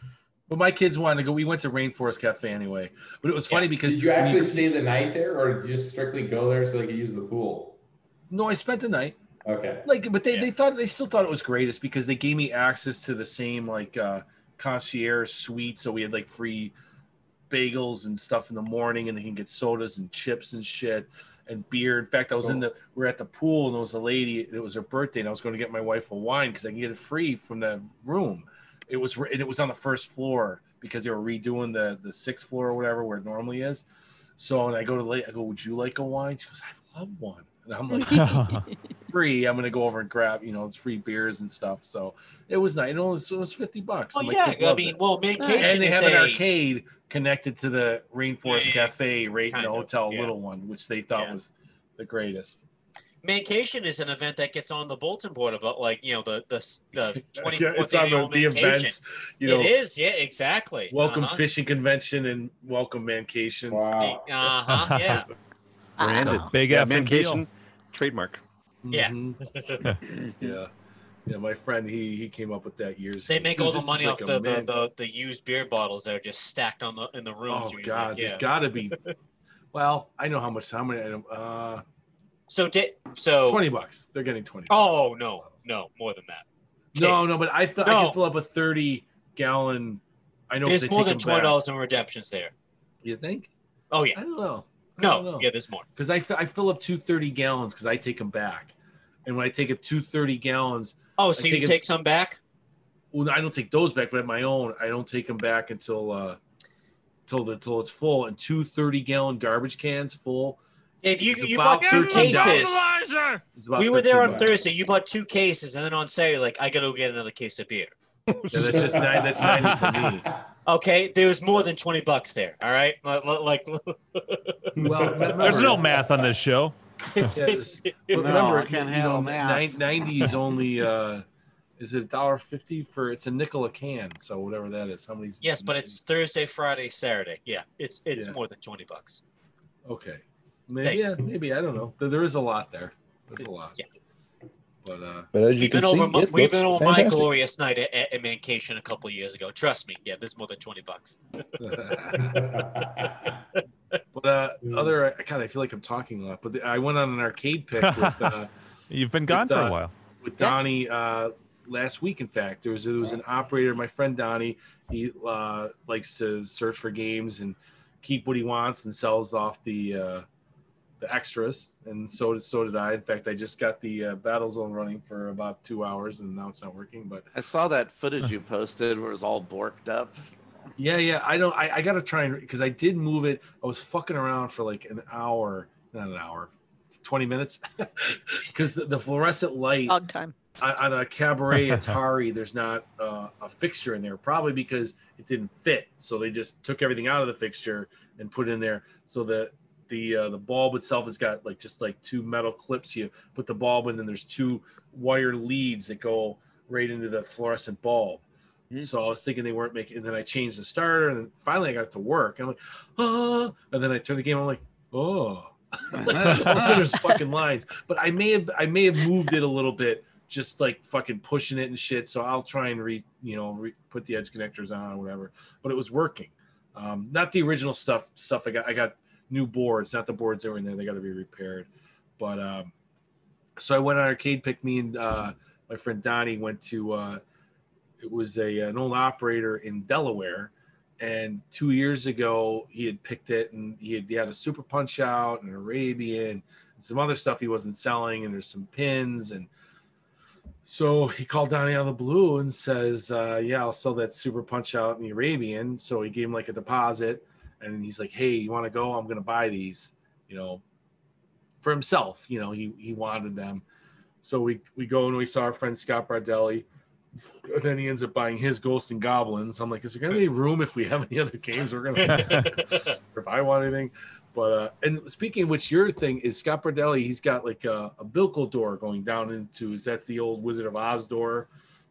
But my kids wanted to go. We went to Rainforest Cafe anyway. But it was funny because Did you actually we- stay the night there, or did you just strictly go there so they could use the pool? No, I spent the night. Okay. Like, but they, Yeah. they thought they still thought it was greatest because they gave me access to the same like uh, concierge suite. So we had like free bagels and stuff in the morning, and they can get sodas and chips and shit. and beer. In fact, I was in the we were at the pool and there was a lady. It was her birthday, and I was going to get my wife a wine because I can get it free from the room. It was re- and it was on the first floor because they were redoing the the sixth floor or whatever where it normally is. So and I go to the lady. I go, "Would you like a wine?" She goes, "I love wine." And I'm like, "Free." I'm gonna go over and grab you know it's free beers and stuff. So it was nice. It was, it was fifty bucks. Well, and my Oh, yeah, kids I loved mean, it. well, Mancation and they is have a, an arcade connected to the Rainforest Yeah, Cafe right in kind the of, hotel, yeah. little one, which they thought Yeah. was the greatest. Mancation is an event that gets on the bulletin board about like you know the the the twenty Yeah, fourth it's on the, annual the events. Mancation. You know, it is, yeah, exactly. welcome uh-huh. fishing convention and welcome mancation. Wow. Uh-huh, yeah. Branded. Big yeah, F and Mancation trademark. Mm-hmm. Yeah. Mhm. yeah, yeah. My friend, he he came up with that years. They ago. make Dude, all the this is money like off a the, the, man- the, the used beer bottles that are just stacked on the in the room. Oh God, there's got to be. Well, I know how much. How many? I don't- Uh, So da- so twenty bucks. They're getting twenty. Oh no, no, more than that. no, no. But I fi- I No. can fill up a thirty gallon. I know 'cause There's they more take them than back. twenty dollars in redemptions there. You think? Oh yeah. I don't know. I don't No, know. yeah, there's more. because I fi- I fill up two thirty gallons because I take them back, and when I take up two thirty gallons, Oh, so I you think it's- take some back? well, I don't take those back, but at my own, I don't take them back until uh, till the till it's full. And two 30 gallon garbage cans full If you It's you about bought two $13. cases. is about. We were there on 13 bucks. Thursday. You bought two cases, and then on Saturday, like I gotta go get another case of beer. Yeah, that's just nine. That's ninety for me. Okay, there was more than twenty bucks there. All right, Like- like like- Well, remember, There's no math on this show. this- No, but remember, I can't you handle know, math. nine- Ninety is only. Uh, is it a dollar fifty for? It's a nickel a can, so whatever that is. How many? yes, but it's Mm-hmm. Thursday, Friday, Saturday. Yeah, it's it's Yeah. more than twenty bucks. Okay. Thank Maybe, yeah, maybe I don't know. There, there is a lot there. Oh, There's a lot. Yeah. But uh, But as you We've can been see, over my, it we've been looks over my fantastic. glorious night at, at, at Mancation a couple years ago. Trust me, yeah, there's more than twenty bucks. but uh, Hmm. other God, I feel like I'm talking a lot. But the, I went on an arcade pick with uh, You've been gone for uh, a while. with Yeah. Donnie uh, last week. In fact, there was there was an operator, my friend Donnie. He uh, likes to search for games and keep what he wants and sells off the uh, the extras. And so did so did I. In fact, I just got the uh, Battlezone running for about two hours, and now it's not working. But I saw that footage you posted where it was all borked up. Yeah, yeah. I don't. I, I gotta try and because I did move it. I was fucking around for like an hour, not an hour, twenty minutes, because the, the fluorescent light Hog time. on, on a cabaret Atari, there's not uh, a fixture in there. Probably because it didn't fit, so they just took everything out of the fixture and put it in there. So the the uh, the bulb itself has got like just like two metal clips. You put the bulb in, and there's two wire leads that go right into the fluorescent bulb. Hmm. So I was thinking they weren't making, and then I changed the starter, and finally I got it to work. I'm like, oh, and then I turned the game. I'm like, oh, like, all of a sudden there's fucking lines. But I may have, I may have moved it a little bit, just like fucking pushing it and shit. So I'll try and re, you know, re, put the edge connectors on or whatever. But it was working. Um, not the original stuff. Stuff I got, I got new boards, not the boards that were in there. They got to be repaired. But um, so I went on arcade pick. Me and uh, my friend Donnie went to. Uh, it was a an old operator in Delaware, and two years ago he had picked it, and he had, he had a Super Punch Out and Arabian and some other stuff he wasn't selling, and there's some pins and. So he called Donnie out of the blue and says, uh, "Yeah, I'll sell that Super Punch Out and the Arabian." So he gave him like a deposit, and he's like, "Hey, you want to go? I'm gonna buy these." You know, for himself. You know, he he wanted them. So we we go and we saw our friend Scott Bardelli. And then he ends up buying his Ghosts and Goblins. I'm like, is there gonna be room if we have any other games we're gonna or if I want anything? But uh and speaking of which your thing is Scott Bardelli, he's got like a, a Bilko door going down into is that the old Wizard of Oz door?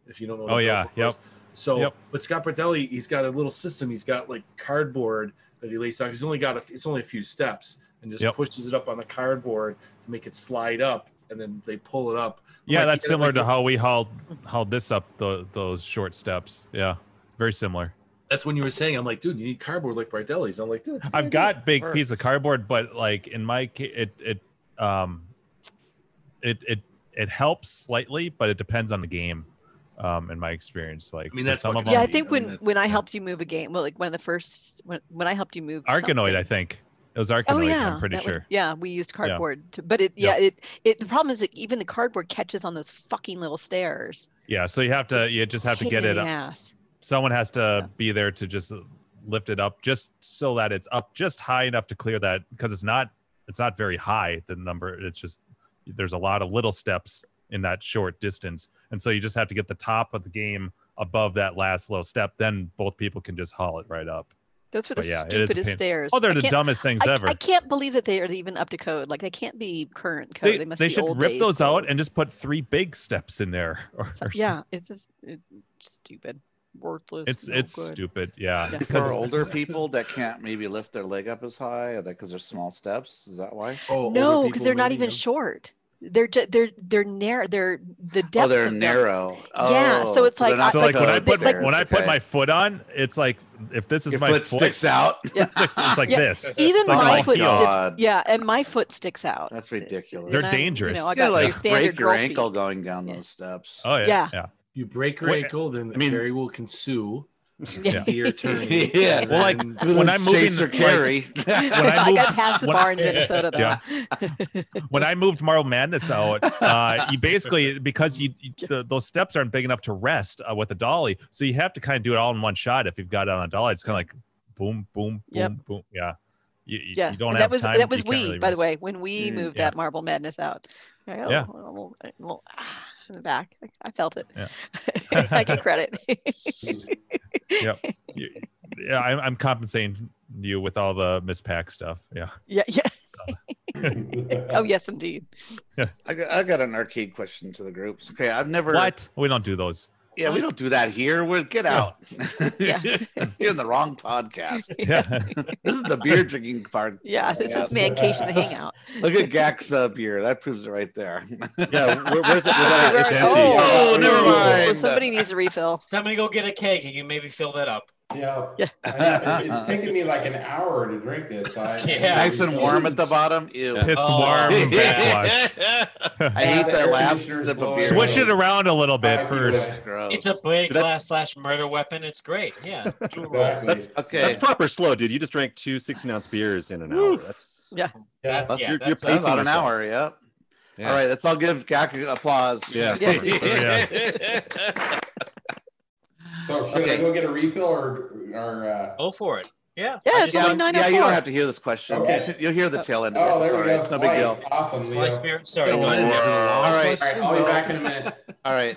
If you don't know what Oh, a yeah, Bilko door yep. is. So Yep. but Scott Bardelli, he's got a little system, he's got like cardboard that he lays out. He's only got a, it's only a few steps and just Yep. pushes it up on the cardboard to make it slide up and then they pull it up. I'm Yeah, like, that's you gotta similar make to it- how we hauled hauled this up the, those short steps. Yeah, very similar. That's when you were saying, I'm like, dude, you need cardboard like Bardelli's. I'm like, dude, it's a good I've idea. got big piece of Works. cardboard, but like in my ca- it it um it it it helps slightly, but it depends on the game. Um, in my experience, like I mean, for that's some of fucking- them, Yeah, I Bungie, I think mean, when that's- when I yeah. helped you move a game, well, like one of the first when when I helped you move Arkanoid, something- I think. It was Arkham Oh Knight, yeah, I'm pretty that one- sure. yeah, we used Yeah. cardboard, to, but it yeah it it the problem is that even the cardboard catches on those fucking little stairs. Yeah, so you have to you just have to Pain get in it the up. ass. Someone has to Yeah. be there to just lift it up just so that it's up just high enough to clear that because it's not it's not very high the number it's just there's a lot of little steps in that short distance and so you just have to get the top of the game above that last low step then both people can just haul it right up Those were the But yeah, it is a stupidest pain. stairs. oh I they're the can't- dumbest things I, ever I can't believe that they are even up to code. Like they can't be current code. they, They, must they be should old rip ways those out code. and just put three big steps in there or, So- or something. yeah, it's just it's stupid, worthless. it's no it's good. stupid yeah, For Yeah. because older people that can't maybe lift their leg up as high, because they're small steps. Is that why? Oh, older No, because people they're not maybe, even yeah. short. They're ju- they're they're narrow. They're the depth. oh, they're of them- narrow. Yeah, so Oh, it's they're like- not so like when I code put my, stairs, when I put okay. my foot on, it's like if this is Your my foot sticks out. Yeah. sticks- it's like Yeah. this. Even It's like, Oh my my foot God. sticks. Yeah, and my foot sticks out. Uh, That's ridiculous. They're And I- dangerous. You know, I You got like standard break your girl feet. ankle going down those steps. Oh yeah, Yeah. yeah. You break your Wait, ankle, then I mean- Carrie will can sue. Yeah. Be your attorney. Yeah. and Well, like, then- When I'm moving- Chase or like- carry. When I I, moved- got past the when- bar in Minnesota though. Yeah. When I moved Marvel Madness out, uh, you basically because you, you- the, those steps aren't big enough to rest uh, with a dolly, so you have to kind of do it all in one shot. If you've got it on a dolly, it's kind of like boom, boom, boom, Yep. boom. Yeah, you, you, Yeah, you don't and have that was time. that was you can't we really by the rest. way when we Mm, moved yeah. that Marble Madness out. I got a Yeah. little- a little- a little, ah, in the back, I- I felt it. Yeah. I get credit. Yep. You- yeah, I'm, I'm compensating you with all the mispack stuff. Yeah, Yeah, yeah. Oh yes, indeed. I got, I got an arcade question to the groups. Okay, I've never. what we don't do those. Yeah, we don't do that here. We're get out. Yeah. You're in the wrong podcast. Yeah. This is the beer drinking part. Yeah, this Yes. is mancation to hang out. Look at Gax uh, beer. That proves it right there. Yeah, where, where's it? Where's that at? It's empty. Oh, never oh, mind. Somebody needs a refill. Somebody go get a keg and you maybe fill that up. Yeah. Yeah. I know, it's- it's taking me like an hour to drink this. I, Yeah. nice and warm at the bottom. Ew. Piss Oh. warm backwash. I hate that last sip of beer. Swish it around a little bit Five people first. away. Gross. It's a blade glass That's- slash murder weapon. It's great. Yeah. Two rolls. Exactly. That's- okay. That's proper slow, dude. You just drank two 16 ounce beers in an hour. That's Yeah. That- That's- yeah, you're- you're that's- That's about an yourself. hour. Yep. yeah. All right, let's all give Gak applause. Yeah. Oh, So Oh, should Okay. I go get a refill or or? Uh, Go for it. Yeah. Yeah, I it's just Yeah, only like nine yeah, oh you four. don't have to hear this question. Okay. You'll hear the tail end of it. oh, there It's we all go. right. It's no big deal. Slice. Awesome. Leo. sliced beer. Sorry. Oh, Go is it a ahead. lot of All All right. right, questions? I'll be So- back in a minute. All right,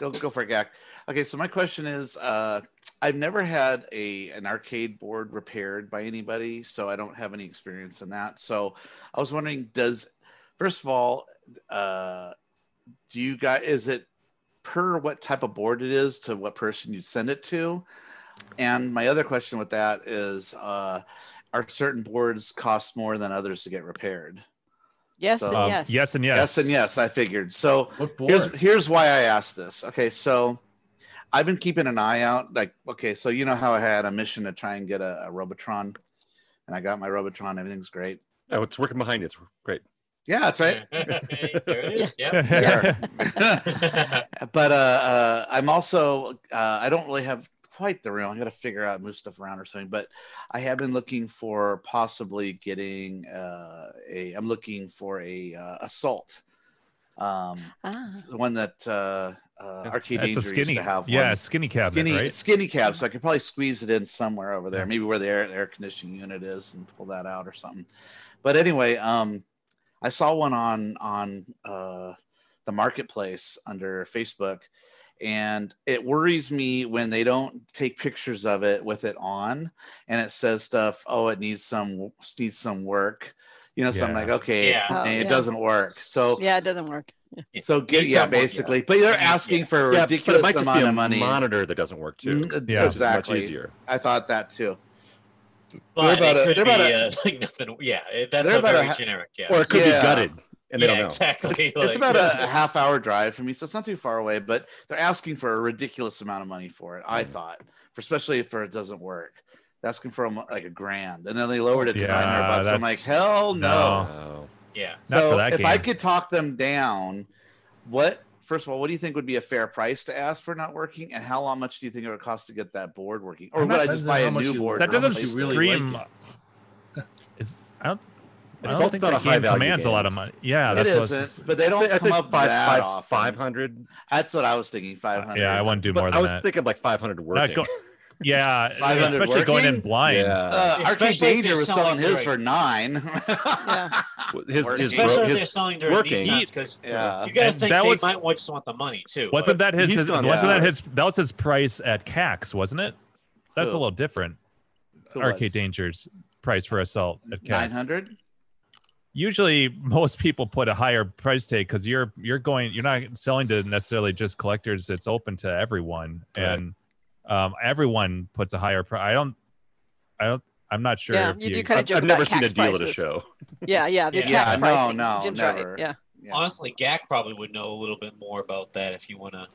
go go for it, Gak. Okay, so my question is, uh, I've never had a an arcade board repaired by anybody, so I don't have any experience in that. So I was wondering, does first of all, uh, do you guys is it per what type of board it is to what person you send it to? And my other question with that is, uh, are certain boards cost more than others to get repaired? Yes So- and Um, yes. yes and yes. Yes, and yes, I figured. So What board? here's here's why I asked this. Okay, so I've been keeping an eye out. Like, okay, so you know how I had a mission to try and get a, a Robotron, and I got my Robotron. Everything's great. Oh, it's working behind you. It's great. Yeah, that's right. there it is. Yeah. Yeah. yeah. but uh, uh, I'm also uh, I don't really have quite the room. I got to figure out move stuff around or something. But I have been looking for possibly getting uh, a. I'm looking for a uh, assault. Um, Ah. it's the one that uh, uh, arcade That's danger a skinny. used to have. one. yeah, skinny cabinet, skinny right? skinny cab so i could probably squeeze it in somewhere over there maybe where the air, air conditioning unit is and pull that out or something but anyway um i saw one on on uh the marketplace under facebook and it worries me when they don't take pictures of it with it on and it says stuff oh it needs some needs some work you know so i'm Yeah. like okay Yeah. Oh, and it yeah. doesn't work so Yeah, it doesn't work. so get Need yeah some work, yeah. basically but they're asking for a Yeah, but ridiculous it might just be amount a of money monitor that doesn't work too. Mm, Yeah. Which is exactly much easier. I thought that too. But about a- it could they're about be a- uh, like nothing. Yeah. it- That's They're a about a very ha- generic. Yeah. Or it could Yeah. be gutted and yeah, they don't know. exactly. it's like- about a, a half hour drive for me, so it's not too far away, but they're asking for a ridiculous amount of money for it, Hmm. I thought, for, especially if it doesn't work. They're asking for a mo- like a grand, and then they lowered it to Yeah, 900 bucks. I'm that's- like, hell no. no. Oh. Yeah. Not So for that if I game. could talk them down, what, first of all, what do you think would be a fair price to ask for not working, and how long much do you think it would cost to get that board working? Or I'm would not- I just depends on buy how a much new you- board? That and doesn't replace it? really scream. like Is I don't. I It's don't also think not that a game high-value commands a game. lot of money. Yeah, it that's what I was just- isn't, but they I'd don't say- I'd come say up five, that five, often. 500. That's what I was thinking. Five hundred. yeah, I wouldn't do more but than I was that. thinking like 500 Not working. go- yeah, 500 especially going in working? blind. Yeah. Uh, Arcade Especially if Danger they're was selling selling his during- for nine. Yeah. his, Working. his, Especially bro- if his- they're selling during working. these times, because yeah. you got to And think that they was- might just want the money too. Wasn't that his? he's his gone wasn't that down. his? That was his price at CAX, wasn't it? That's Who? a little different. Arcade Danger's price for assault at Nine CAX. hundred. Usually, most people put a higher price tag because you're you're going you're not selling to necessarily just collectors. It's open to everyone, Right. and um, everyone puts a higher price. I don't, I don't, I'm not sure. Yeah, if you do kinda I've, joke I've never about seen a tax deal at a prices. show. Yeah, yeah. The Yeah. tax Yeah, no, pricing. no, Jim's never. right. Yeah. Honestly, Gak probably would know a little bit more about that if you want to.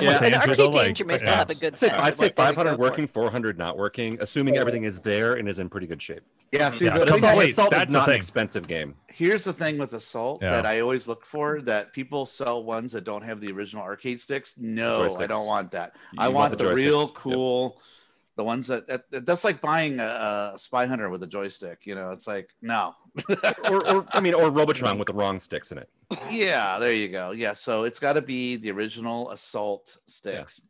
Yeah. looked at And Angela, Arcade like, Danger may yeah. still have a good I'd say, sense I'd of say what they would 500 go for. working, 400 not working, assuming everything is there and is in pretty good shape. Yeah. See, Yeah, the But that's thing Assault, wait, Assault that's is the not an thing. expensive game. Here's the thing with Assault Yeah. that I always look for that people sell ones that don't have the original arcade sticks. No, I Joysticks. don't want that. You I want, the, joysticks. real Yep. cool, the ones that, that that- that's like buying a, a Spy Hunter with a joystick. You know, it's like no. or, or I mean, or Robotron with the wrong sticks in it. yeah, there you go. Yeah, so it's got to be the original Assault sticks.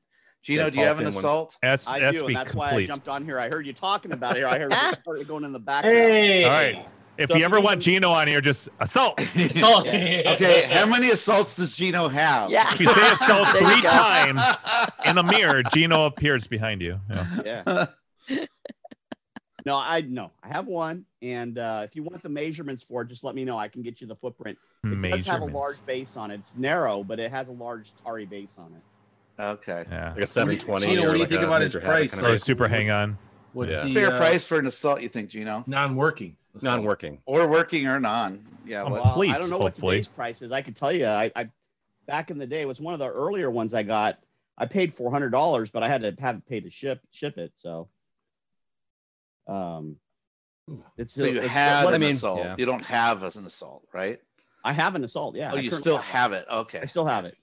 Gino, Yeah, do you tall, have an thin ones. Assault? S- I do, SB and that's why I complete. jumped on here. I heard you talking about it. here. I heard it started going in the background. Hey, All right. If you Doesn't ever want even- Gino on here, just assault. So, Okay, how many assaults does Gino have? Yeah. If you say assault There you three go. times in a mirror, Gino appears behind you. Yeah. Yeah. no, I no, I have one, and uh, if you want the measurements for it, just let me know. I can get you the footprint. It does have a Measurements. large base on it. It's narrow, but it has a large Tari base on it. Okay. Yeah. Like a 720. Gino, or what do you like think a about his Major Havoc price? kind of Or Like, super what's- hang on. What's Yeah. the Fair uh, price for an assault, you think, Gino? Non-working. assault? Non-working. Or working or non? Yeah. What? Um, Well, I Complete, don't know hopefully. what today's price is. I could tell you, I, I back in the day it was one of the earlier ones I got. I paid four hundred dollars, but I had to have it paid to ship ship it. So, um, it's Hmm. So you it's- had what an is it? assault. yeah. You don't have as an assault, right? I have an assault. Yeah. oh, I you currently still one. have it. Okay. I still have it.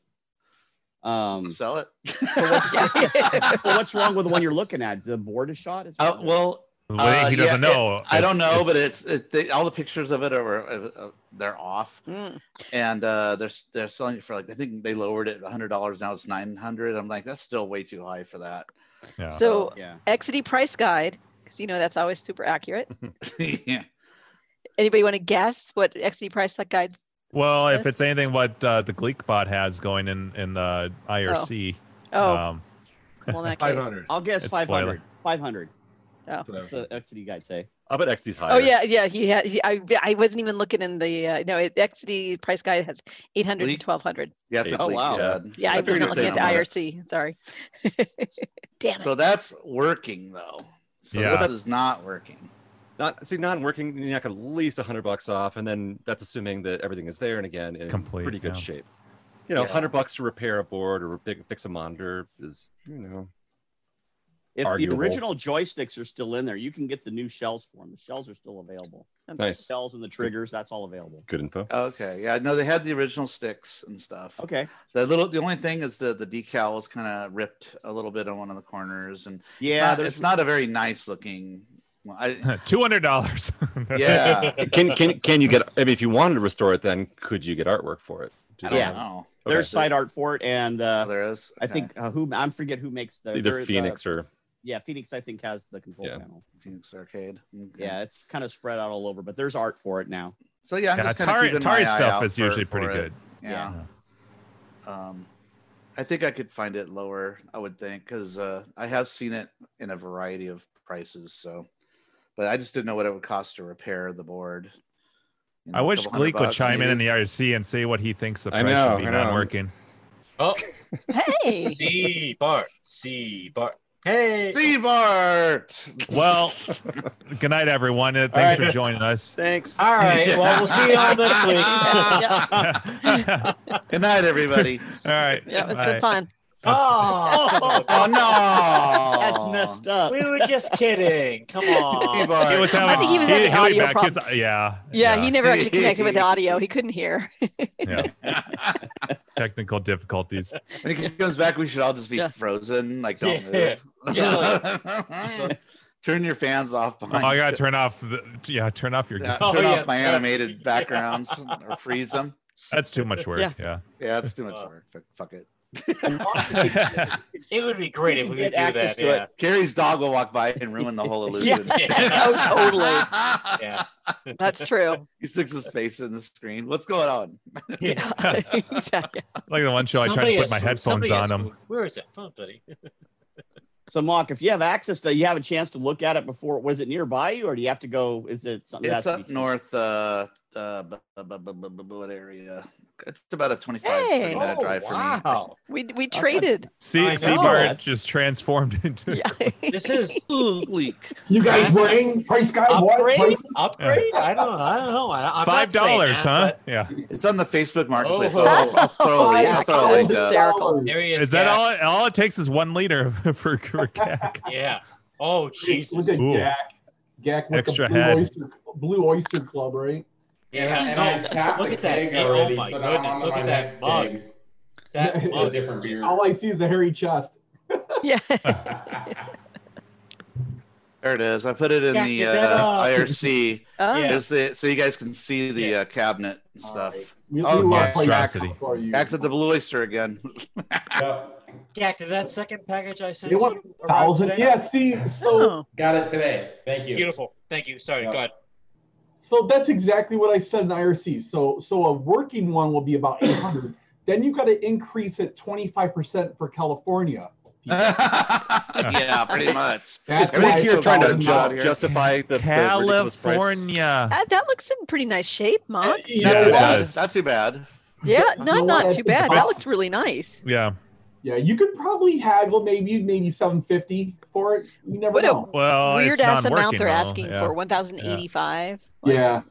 Um, Sell it. Yeah. well, what's wrong with the one you're looking at? The board is shot. Is Uh, well, Wait, Uh, he doesn't yeah, know. I don't know, It's- but it's it, they, all the pictures of it are uh, uh, they're off, Mm. and uh, they're s- they're selling it for like I think they lowered it hundred dollars now it's nine hundred. I'm like that's still way too high for that. it's- yeah. So yeah. XD price guide, because you know that's always super accurate. yeah. Anybody want to guess what XD price guides? well, if it's anything what uh, the Gleekbot has going in in uh, the IRC, Oh, um, well, in that Five case. hundred. I'll guess It's 500. spoiler. 500. That's Oh, That's what I- the XD guide say. I bet XD's higher. Oh yeah, yeah. He had. He, I I wasn't even looking in the. Uh, no, it, XD price guide has 800 Leak? to 1200. Yeah, it's a Oh, bleak wow. shed. Yeah, I, I was figured not you'd looking say at the something. IRC. Sorry. Damn it. So that's working though. So Yeah. this is not working. Not see non-working. You knock at least 100 bucks off, and then that's assuming that everything is there and again in Complete, pretty good yeah. shape. You know, Yeah. 100 bucks to repair a board or big, fix a monitor is you know If Arguable. the original joysticks are still in there, you can get the new shells for them. The shells are still available. The nice. shells and the triggers, that's all available. Good info. Uh, Okay. Yeah. No, they had the original sticks and stuff. Okay. The little the only thing is the the decal is kind of ripped a little bit on one of the corners, and Yeah, it's not, there's it's not a very nice looking. Well, Oh. I, two hundred dollars. yeah. Can can can you get? I mean, if you wanted to restore it, then could you get artwork for it? Do I they don't Yeah. have- know. okay. there's side art for it, and Oh, uh, there is. I Okay. think uh, who I forget who makes the there- either the- Phoenix or yeah, Phoenix I think has the control Yeah. panel. Phoenix Arcade. Okay. Yeah, it's kind of spread out all over, but there's art for it now. So yeah, I'm Yeah, just kind of Atari- keeping Atari my eye stuff out is for- usually for pretty it. good. Yeah. Um, I think I could find it lower. I would think because uh, I have seen it in a variety of prices. So, but I just didn't know what it would cost to repair the board. You I know, a wish couple hundred Gleek would bucks, chime in in maybe. the IRC and say what he thinks the I price know, should be I know. not working. oh, hey. C Bart, C Bart. Hey, See Bart. Well, good night, everyone. Uh, All Thanks right. for joining us. Thanks. All right. Well, we'll see you all next week. Yeah. All right. Good night, everybody. Yeah, it was Bye. good fun. Oh, son of a- oh no, That's messed up. we were just kidding. Come See on. Bart. He was having, I think he was having he'll be audio back. His- yeah, Yeah, he never actually connected with the audio. He couldn't hear. yeah. Technical difficulties. Oh, When he comes back, we should all just be Yeah. frozen, like don't Yeah. move. Yeah. Turn your fans off Oh, behind. I gotta you. turn off. The, yeah, turn off your. Yeah, Oh, turn yeah. off my animated backgrounds or freeze them. That's too much work. Yeah. Yeah, that's too much work. Fuck- Fuck it. It would be great if we could do that. to Yeah. it. Carrie's dog will walk by and ruin the whole illusion. Oh, totally. yeah. That's true. he sticks his face in the screen. What's going on? Exactly. Like the one show I tried Somebody to put has my food. headphones Somebody on has them. food. Where is that phone, buddy? So, Mark, if you have access to, you have a chance to look at it before. Was it nearby you, or do you have to go? Is it something? that It's has to up be- north, uh, uh, bu- bu- bu- bu- bu- bu- what area? It's about a 25 Hey. 30 minute drive for me. Oh, wow. We we traded. See, I see, know. Bart just transformed into. Yeah. This is Leak. You guys bring price guy what? upgrade. Price- Upgrade. I don't. I don't know. I, I'm not Five saying dollars, that, huh? but Yeah. It's on the Facebook marketplace. Oh. I'll, I'll throw uh, a link. I'll throw a link up. Hysterical. There he is. Is that Dak. all? All it takes is one liter for, for CAC. Yeah. Oh Look Jesus. at Cool. Gak. Gak with Extra the Blue head. Oyster, Blue Oyster Club, right? Yeah. And I No, tapped look the at that. keg Oh, already, my so now I'm goodness, on to look my at that next mug. keg. that It's a mug different is just- beer. All I see is a hairy chest. Yeah. There it is. I put it in Yeah, the get that uh, up. IRC. Oh, Yeah. There's the, so you guys can see the uh, cabinet and stuff. We, Oh, we love playing monstrosity. Gak for you. Back at the Blue Oyster again. Yep, Gak, did that second package I sent They want you arrive thousand. today? Yeah, see, so Oh. got it today. Thank you. Beautiful. Thank you. Sorry. Yeah. Go ahead. so that's exactly what I said in IRC. So so a working one will be about 800. then you got to increase it 25% for California. yeah, pretty much. That's Everything why Everything it's here so trying to valuable. just- ju- justify the, the ridiculous price. Uh, California. That, that looks in pretty nice shape, Uh, Mark. you know Not Yeah, too it what? bad. does. Not too bad. Yeah, You know not what? not too bad. That That's- looks really nice. Yeah. Yeah, you could probably haggle maybe maybe 750 for it. You never What a- know. Well, Weird it's ass amount non-working, they're though. asking Yeah. for one thousand eighty five. yeah.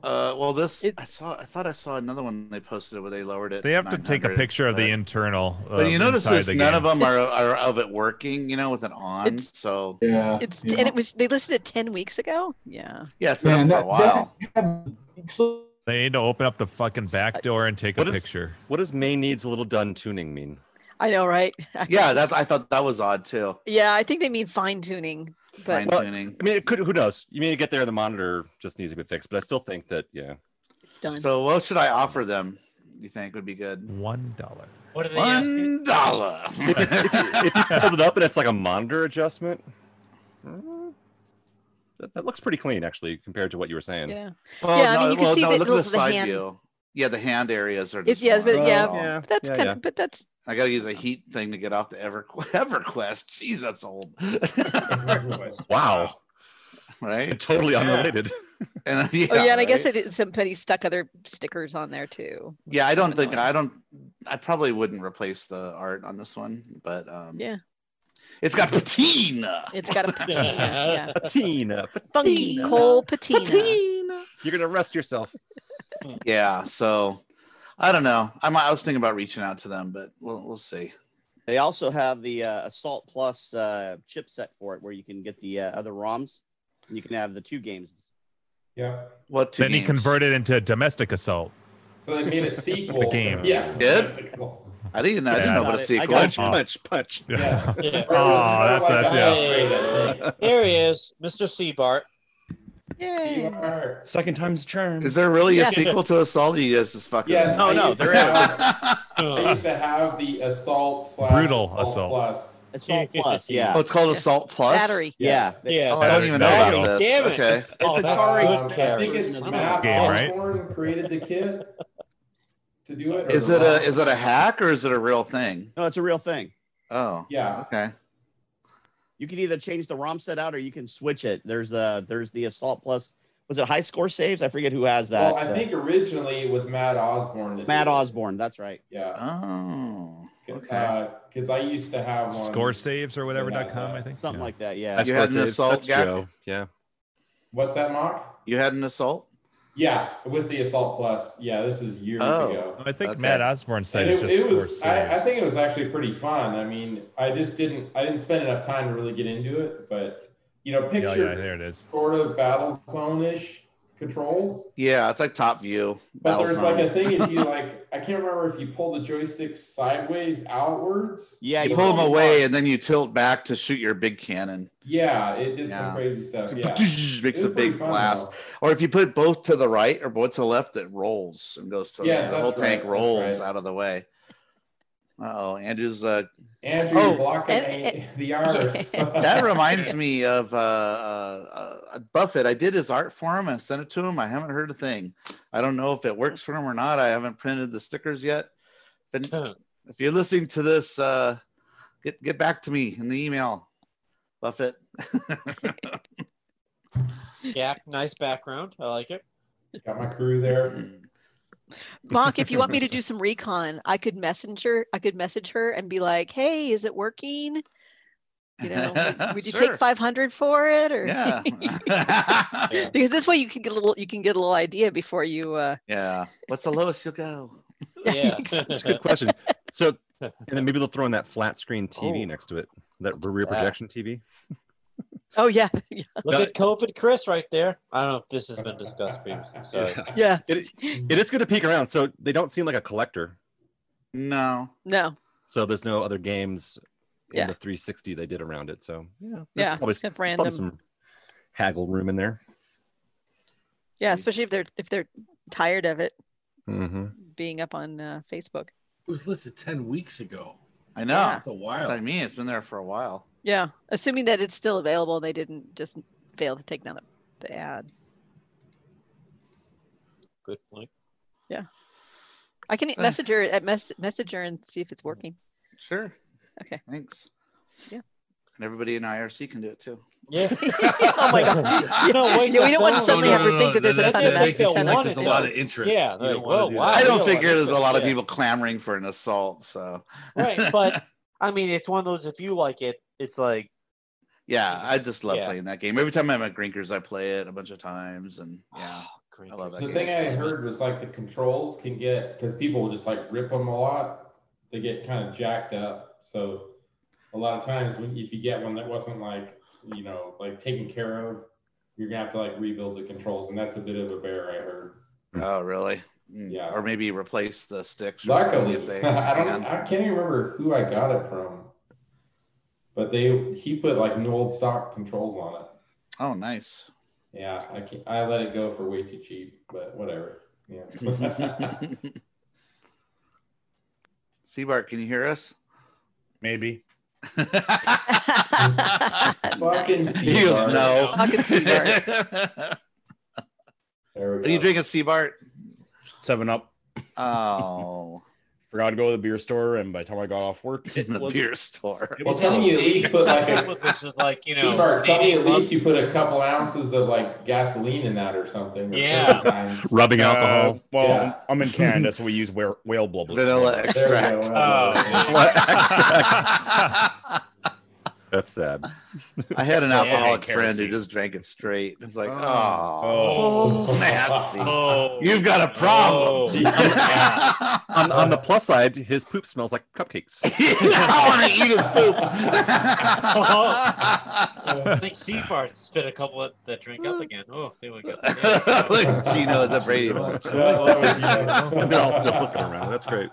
Uh, well, this It- I saw. I thought I saw another one they posted where they lowered it. They have to take a 900, picture of the but- internal. Uh, But you notice inside this, the none game. of them are, uh, are of it working, you know, with an on. It's- so Yeah. It's yeah. and it was they listed it ten weeks ago. Yeah. yeah, it's been Man, up for that- a while. that- so- They need to open up the fucking back door and take a What is- picture. What does May needs a little done tuning mean? I know, right? yeah, that's I thought that was odd too. Yeah, I think they mean fine tuning. But Fine tuning. I mean, it could. Who knows? You mean to get there, the monitor just needs to be fixed. But I still think that yeah, done. So what should I offer them? You think would be good? One dollar. What are they asking? One dollar. if you hold it up and it's like a monitor adjustment, mm, that, that looks pretty clean actually compared to what you were saying. yeah. Well, Yeah, I mean, you can see the- look at the the side hand. view. Yeah, the hand areas are. It's- Just yes, but wrong, yeah. so That's yeah, kind yeah. of but that's I gotta use a heat thing to get off the EverQuest. EverQuest. Jeez, that's old. Request. Wow. right? Totally Yeah. unrelated. And, Oh yeah, and I guess right? it is somebody stuck other stickers on there too. Yeah, I don't think Annoying. I don't. I probably wouldn't replace the art on this one, but um, Yeah. it's got patina. It's got a patina. yeah. Patina. Funky Patina. coal patina. patina. You're gonna rest yourself. Yeah, so I don't know. I'm, I was thinking about reaching out to them, but we'll we'll see. They also have the uh, Assault Plus uh, chipset for it, where you can get the uh, other ROMs, and you can have the two games. Yep. What two Then he games? converted into domestic assault. So they made a sequel. The game. Yes. Did? that's the sequel. I didn't. I didn't Yeah. know about a Got it. I sequel. got Punch, it. punch, punch. Yeah. Yeah. Or Ah, it was Oh, sort of like that's- that's- an yeah. upgrade, I There he is, Mr. Seabart. think. Yay. You are- Second time's charm. Is there really Yeah. a sequel to Assault? Or you guys just fucking. Yes, No, I no, used to there have- I Uh, used to have the assault slash Brutal assault. assault plus. Assault Plus, yeah, Oh, it's called Assault Plus. Battery. yeah. yeah. Oh, I don't even know Battery, about this. damn it. Okay. It's Oh, that's Atari's good, best I think Carrie. it's version of Matt Game, right? Osborne created the kit to do it. or Is Rob? it a is it a hack or is it a real thing? No, it's a real thing. Oh. Yeah. Okay. You can either change the ROM set out, or you can switch it. There's uh there's the Assault Plus. Was it High Score Saves? I forget who has that. Well, Oh, I uh, think originally it was Matt Osborne. that Matt did it. Osborne. That's right. Yeah. Oh. Okay. Because I used to have one. Score saves or whatever.com, I think. Something Yeah. like that. Yeah. I You score had an saves. assault, That's Jack? Joe. Yeah. What's that, Mock? You had an assault? Yeah, with the Assault Plus. Yeah, this is years Oh. ago. I think Okay. Matt Osborne said And it's it, just it score was. I, I saves. think it was actually pretty fun. I mean, I just didn't. I didn't spend enough time to really get into it, but you know, Oh, Yeah, picture yeah, there it is. sort of battle zone ish controls. Yeah, it's like top view. But there's like a Battlezone. thing if you like, I can't remember if you pull the joystick sideways outwards. Yeah, you pull them away and then you tilt back to shoot your big cannon. Yeah, it did Yeah. some crazy stuff. Yeah. It makes was a pretty big fun, blast. though. Or if you put both to the right or both to the left, it rolls and goes to Yes, the, that's whole tank right, that's rolls right. out of the way. Uh oh, Andrew's uh, Andrew, Oh. you're blocking And- a- the R's. that reminds me of uh, uh, uh, Buffett. I did his art for him. I sent it to him. I haven't heard a thing. I don't know if it works for him or not. I haven't printed the stickers yet. But if you're listening to this, uh, get get back to me in the email, Buffett. Yak, nice background. I like it. Got my crew there. Bonk, if you want me to do some recon, I could messenger. I could message her and be like, "Hey, is it working? You know, would, would you Sure. take 500 for it?" Or Yeah, because this way you can get a little. You can get a little idea before you. Uh, yeah. What's the lowest you'll go? Yeah. That's a good question. So, and then maybe they'll throw in that flat screen Oh. TV next to it, that rear Yeah. projection TV. oh yeah, yeah, Look at COVID Chris right there. I don't know if this has been discussed previously. Sorry. yeah. It, Mm-hmm. it is good to peek around. So they don't seem like a collector. No. No, So there's no other games in Yeah. the 360 they did around it. So yeah, there's Yeah, probably, just have there's probably random- some haggle room in there. yeah. Mm-hmm. Especially if they're if they're tired of it Mm-hmm. being up on uh, Facebook. It was listed ten weeks ago. I know. Yeah. That's a That's while. what I mean. It's been there for a while. Yeah, assuming that it's still available and they didn't just fail to take down the, the ad. Good point. I can So- message her at mess- message her and see if it's working. Sure. Okay. Thanks. Yeah. And everybody in IRC can do it too. Yeah. oh my god. No, wait. Yeah, we no, don't want no, suddenly no, have to think that there's a ton of that makes messages. it sent out. wanted There's a though. lot of interest. Yeah, You like, don't wanna whoa, do wow. that. I yeah, don't well, figure that's there's a lot of yeah. people clamoring for an assault. So Right, but I mean, it's one of those. If you like it, it's like yeah, I just love Yeah. playing that game. Every time I'm at Grinkers, I play it a bunch of times, and Ah, yeah, Great. I love Oh, that The game. thing I So- heard was like the controls can get because people just like rip them a lot. They get kind of jacked up. So a lot of times when if you get one that wasn't like you know like taken care of, you're gonna have to like rebuild the controls, and that's a bit of a bear I heard. Oh, really? Mm, Yeah. Or maybe replace the sticks. Or something Luckily, if they I don't. can. I can't even remember who I got it from, but they he put like new old stock controls on it. Oh, nice. Yeah, I can't, I let it go for way too cheap, but whatever. Yeah. Seabart, can you hear us? Maybe. Fucking Nice. He goes, Seabart. no. Fucking There we Are go. you drinking Seabart? Seven up. Oh, Forgot to go to the beer store, and by the time I got off work, in the beer store. Well, Is tell that me at what they- least put some like a- people it's just like you know. Seabart, tell me dating at club. least you put a couple ounces of like gasoline in that or something. or Yeah. something. Uh, rubbing alcohol. well, Yeah. I'm in Canada, so we use whale, whale blubber. Vanilla There we go. extract. Oh. I That's sad. had an Yeah, alcoholic kerosene. friend who just drank it straight. It's like, oh, Oh. nasty. Oh, you've got a problem. Yeah. On, on the plus side, his poop smells like cupcakes. I want to eat his poop. I think Seabart's fit a couple of that drink up again. Oh, there we go. Look, Gino is a Brady bunch. and they're all still looking around. That's great.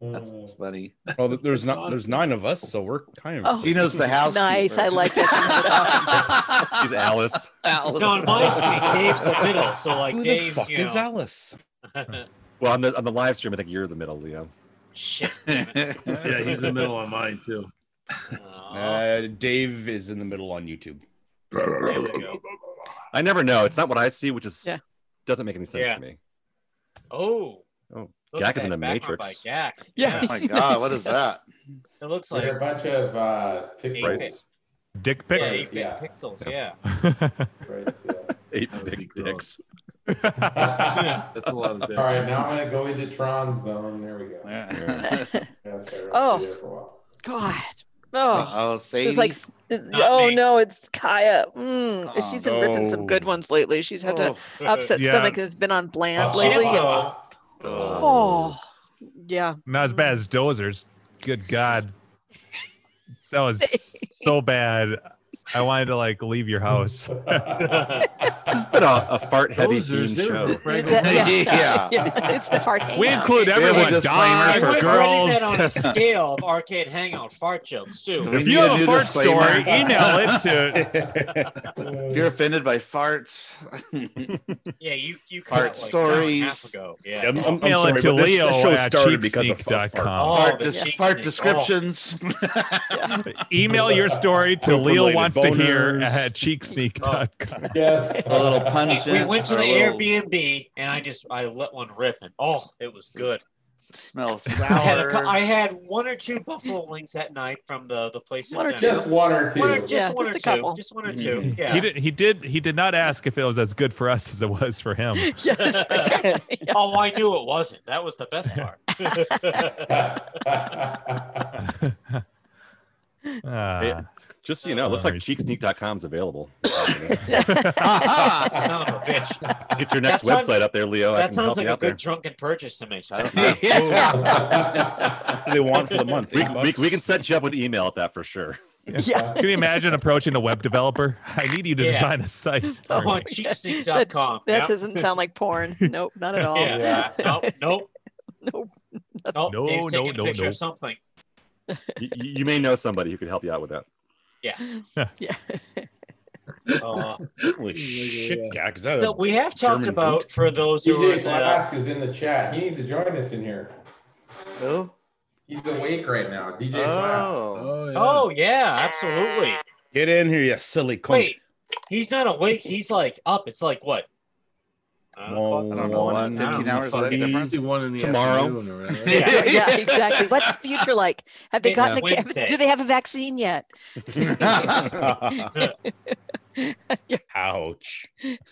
That's Mm. funny. Well, there's not. There's nine of us, so we're kind of. Oh, Gino's the house. nice. I like that. She's Alice. No, on my screen, Dave's the middle. So like Who the Dave, fuck you is know. Alice? Well, on the on the live stream, I think you're the middle, Leo. Shit. Yeah, he's in the middle of mine too. Aw, Uh, Dave is in the middle on YouTube. there we go. I never know. It's not what I see, which is Yeah. doesn't make any sense Yeah. to me. Oh. Oh, look Jack at is in that a background matrix. By Jack. Yeah. Oh my god, what is that? It looks There are like a bunch of uh, Right. pictures. Right. Dick yeah, pics. Pixels, eight bit yeah. pixels. Yeah. Right, Eight That would be big gross. dicks. yeah. That's a lot of dick. All right, now I'm gonna go into Tron zone. There we go. Yeah. That's there. Oh. There for a while. God. Oh. Oh, Sadie. It's like it's- Not oh me. no, it's Kaya. Mm. Oh, she's been ripping some good no. ones lately. She's had to Oh. upset Yeah. stomach has been on bland She didn't lately. get- Oh, yeah. Not as bad as Dozers. Good God. That was so bad. I wanted to like leave your house. this has been a, a fart heavy theme show. yeah. It's the fart We hangout. include everyone. And Dogs, we're rating that on a girls. scale of arcade hangout fart jokes too. Do we If need you a have new a fart disclaimer? story, email it to. If you're offended by farts, Yeah, you you cut Fart out, like, an hour and a half stories. ago. Yeah, Yeah. I'm, I'm, I'm Mail sorry, it to but this, Leo this show at started because of cheeksneak.com. fart. fart. Oh, fart, the dis- cheek fart sneak. descriptions. Email your story to Poop Leo related wants to hear boners. at cheeksneak.com. Oh, Yes. a little Oh. pungent. We went to or the a little Airbnb and I just I let one rip and oh, it was good. Smell I had, a, sour. cou- I had one or two buffalo wings that night from the the place. in One or Denver. Just one or One or, two. just Yeah, one or two. just a couple. Just one or Mm-hmm. two. Mm. Yeah. He did. He did. He did not ask if it was as good for us as it was for him. Yeah, that's right. Yeah. Oh, I knew it wasn't. That was the best part. Ah. Just so you know, it looks like cheeksneak.com is available. Son of a bitch. Get your next That sounds- website up there, Leo. I That can sounds help like you a out good there. drunken purchase to me. I don't know. yeah. What do they want for the month? We, Eight we, bucks? we can set you up with email at that for sure. Yeah. Can you imagine approaching a web developer? I need you to Yeah. design a site. I for me. want cheeksync.com. That Yep. doesn't sound like porn. Nope, not at all. Yeah. Nope. Nope. Nope. Nope. No, Dave's no, taking a no, picture no. of something. You, you you may know somebody who could help you out with that. Yeah. Uh, Holy shit, guy. Is that a- no, we have talked German about boot? for those who are DJ in the, Blask is in the chat. He needs to join us in here. Who? He's awake right now. DJ Blask. Oh. yeah. Oh yeah, absolutely. Get in here, you silly cunt. Wait, he's not awake. He's like up. It's like what? I don't know. Whoa, I don't know what. whoa, 15 whoa, hours is that fucking- different? Usually one in the Tomorrow. afternoon or whatever. Yeah, yeah, exactly. What's the future like? Have they It's gotten a, have, Wednesday. do they have a vaccine yet? Ouch. It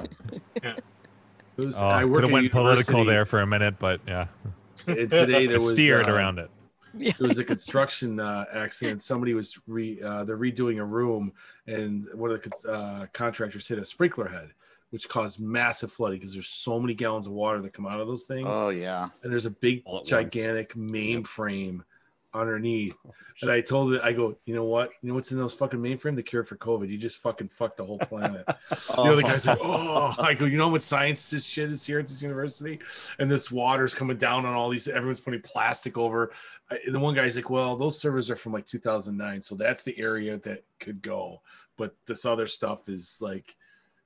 was- Oh, I work could have at went political university, there for a minute, but yeah, and today there I was steered uh, around it. Yeah. There was a construction uh, accident. Somebody was re uh, they're redoing a room, and one of the cons- uh, contractors hit a sprinkler head, which caused massive flooding because there's so many gallons of water that come out of those things. Oh yeah. and there's a big All at once. gigantic mainframe underneath. And I told it, I go, you know what? You know what's in those fucking mainframe? The cure for COVID. You just fucking fucked the whole planet. The other guy's like, oh, I go, you know what science this shit is here at this university? And this water's coming down on all these, everyone's putting plastic over. I- And the one guy's like, well, those servers are from like 2009. So that's the area that could go. But this other stuff is like,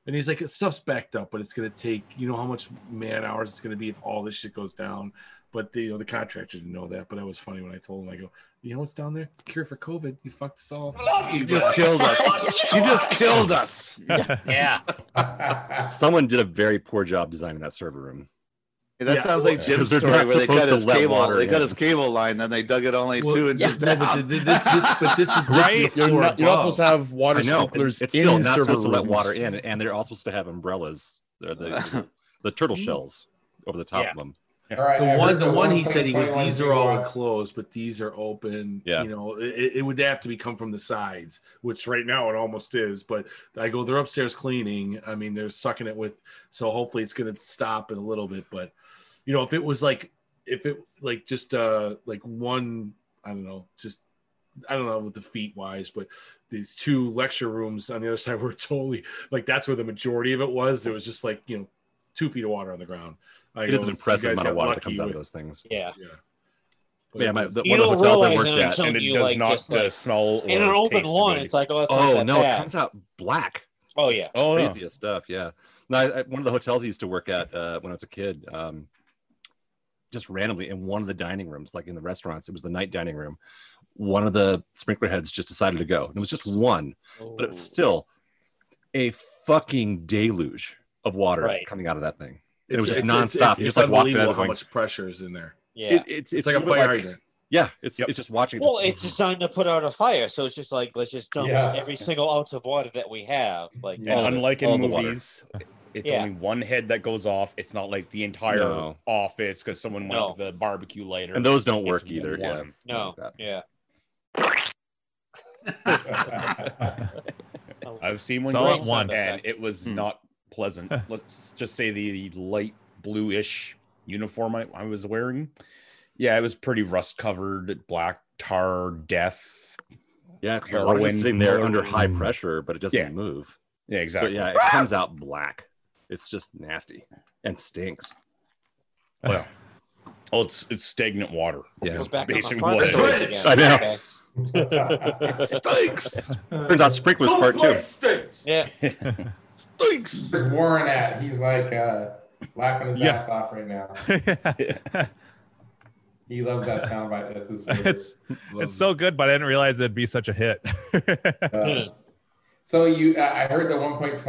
and he's like, stuff's backed up, but it's going to take, you know, how much man hours it's going to be if all this shit goes down. But the, you know, the contractor didn't know that. But that was funny when I told him, I go, you know what's down there? Cure for COVID. You fucked us all. You just killed us. You just killed us. Yeah. Someone did a very poor job designing that server room. That Yeah. sounds like Jim's They're story not where they supposed cut to his let cable. water They cut in. his cable line, then they dug it only Well, two inches No, but, down. th- this, this, but this is this Right? is the You're floor not, you're not above. supposed to have water I know. and sprinklers it's in still not server supposed to let rooms. water in, and they're all supposed to have umbrellas. They're the, the turtle shells over the top Yeah. of them. All right, The I one, heard the one he said he was. 21 These are all gigawatts. enclosed, but these are open. Yeah. You know, it, it would have to be come from the sides, which right now it almost is. But I go, they're upstairs cleaning. I mean, they're sucking it with. So hopefully it's going to stop in a little bit. But you know, if it was like, if it like just uh like one, I don't know, just I don't know with the feet wise, but these two lecture rooms on the other side were totally like that's where the majority of it was. It was just like you know, two feet of water on the ground. I It is an you impressive guys amount of got water lucky that comes out of with- those things. Yeah. yeah. But Yeah, my, it's- the, You one of the don't hotels I realize worked it at. until- And it You, does like, not just, like, uh, smell or In an open taste one, good. it's like, oh, it's not Oh that no, it bad. comes out black. oh yeah. Oh, yeah. craziest stuff. Yeah. No, I, I- one of the hotels I used to work at uh, when I was a kid, um, just randomly in one of the dining rooms, like in the restaurants, it was the night dining room. One of the sprinkler heads just decided to go. And it was just one, but it was Oh. still a fucking deluge of water Right. coming out of that thing. It it's- was just it's- nonstop. it's- You It's just, like, walked unbelievable out of how going- much pressure is in there. Yeah. It, it's, It's it's like a little fire hydrant. Yeah, it's Yep. it's just watching. well, it's designed to put out a fire, so it's just like let's just dump Yeah. every single ounce of water that we have. Like, all And of it, unlike all in the water. movies, it's Yeah. only one head that goes off. It's not like the entire No. office because someone went No. to the barbecue later. and those don't work It's either. Yeah. one. no, Like that. Oh, yeah, I've seen one It's all go at off, once. and it was Hmm. not pleasant. Let's just say the light bluish uniform I, I was wearing. Yeah, it was pretty rust covered, black tar, death, Yeah, because a lot of it's Heroin, sitting there under high Hmm. heroin. pressure, but it doesn't Yeah. move. Yeah, But exactly. yeah, it comes out black. It's just nasty and stinks. Well, oh, it's it's stagnant water. Yeah, It's back on the basic fart water. stories again. I know. Stinks. Turns out sprinklers Don't fart play too. Stinks. Yeah. Stinks. Where's Warren at? He's like uh, laughing his Yeah. ass off right now. He loves that soundbite. That's his favorite. it's it's so good, but I didn't realize it'd be such a hit. Uh, so you, I I heard the 1.21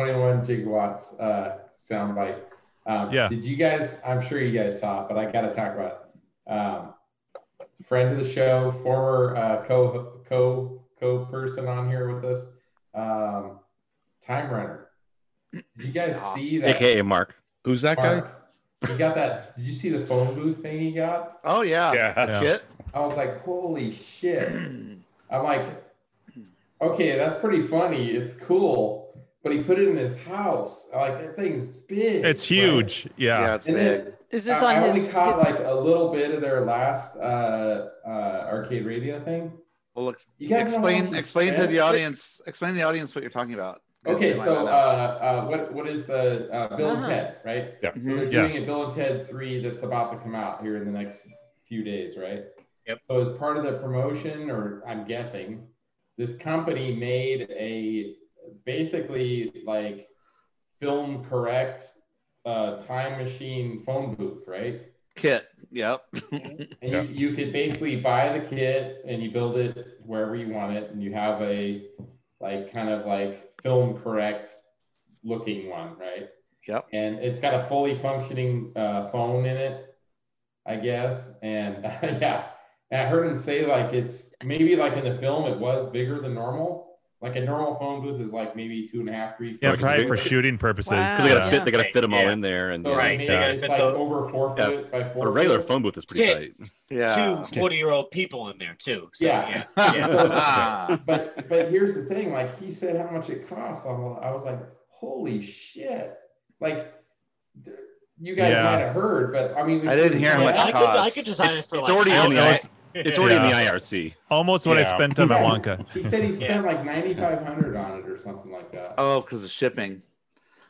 gigawatts uh, soundbite. Um, Yeah. Did you guys? I'm sure you guys saw it, but I got to talk about it. Um, friend of the show, former uh, co co co person on here with us, um, Time Runner. Did you guys see that? AKA Mark. Who's that Mark, He got that. Did you see the phone booth thing he got? Oh yeah. Yeah. The Yeah. kit. I was like, holy shit. I'm like, okay, that's pretty funny. It's cool. But he put it in his house. I'm Like that thing's big. It's right? huge. Yeah. Yeah, it's And big. then Is this I, on I his? only caught his- like a little bit of their last uh, uh, arcade radio thing. Well, ex- You guys know how explain much explain to the expensive- audience explain to the audience what you're talking about. Okay, They might so not uh, know. uh, what what is the uh, Bill and Uh-huh. Ted, right? Yeah. So they're Yeah. doing a Bill and Ted three that's about to come out here in the next few days, right? Yep. So as part of the promotion, or I'm guessing, this company made a basically like film correct uh, time machine phone booth, right? kit. Yep. Mm-hmm. And Yeah. you, you could basically buy the kit and you build it wherever you want it, and you have a like kind of like film correct looking one, right? Yep. And it's got a fully functioning uh, phone in it, I guess. And yeah, and I heard him say like it's maybe like in the film it was bigger than normal. Like a normal phone booth is like maybe two and a half, three. Yeah, feet. probably for shooting purposes. uh, Wow. Because they gotta Yeah. fit. They gotta fit them all Yeah. in there, and So yeah. Right. maybe they gotta it's fit like the- over four Yeah. foot by four. a regular foot. phone booth is pretty Fit. tight. Yeah. Two 40 year old people in there, too. So, Yeah. yeah. but but here's the thing like he said how much it costs I'm- i was like holy shit like d- you guys Yeah. might have heard but i mean I didn't hear how Yeah, much it I, could, I costs. could design It's- it for it's like already on the half ice. that. It's already in Yeah. the IRC. Almost what I Yeah. spent on my Wonka. he said he Yeah. spent like 9500 on it or something like that Oh, because of shippning.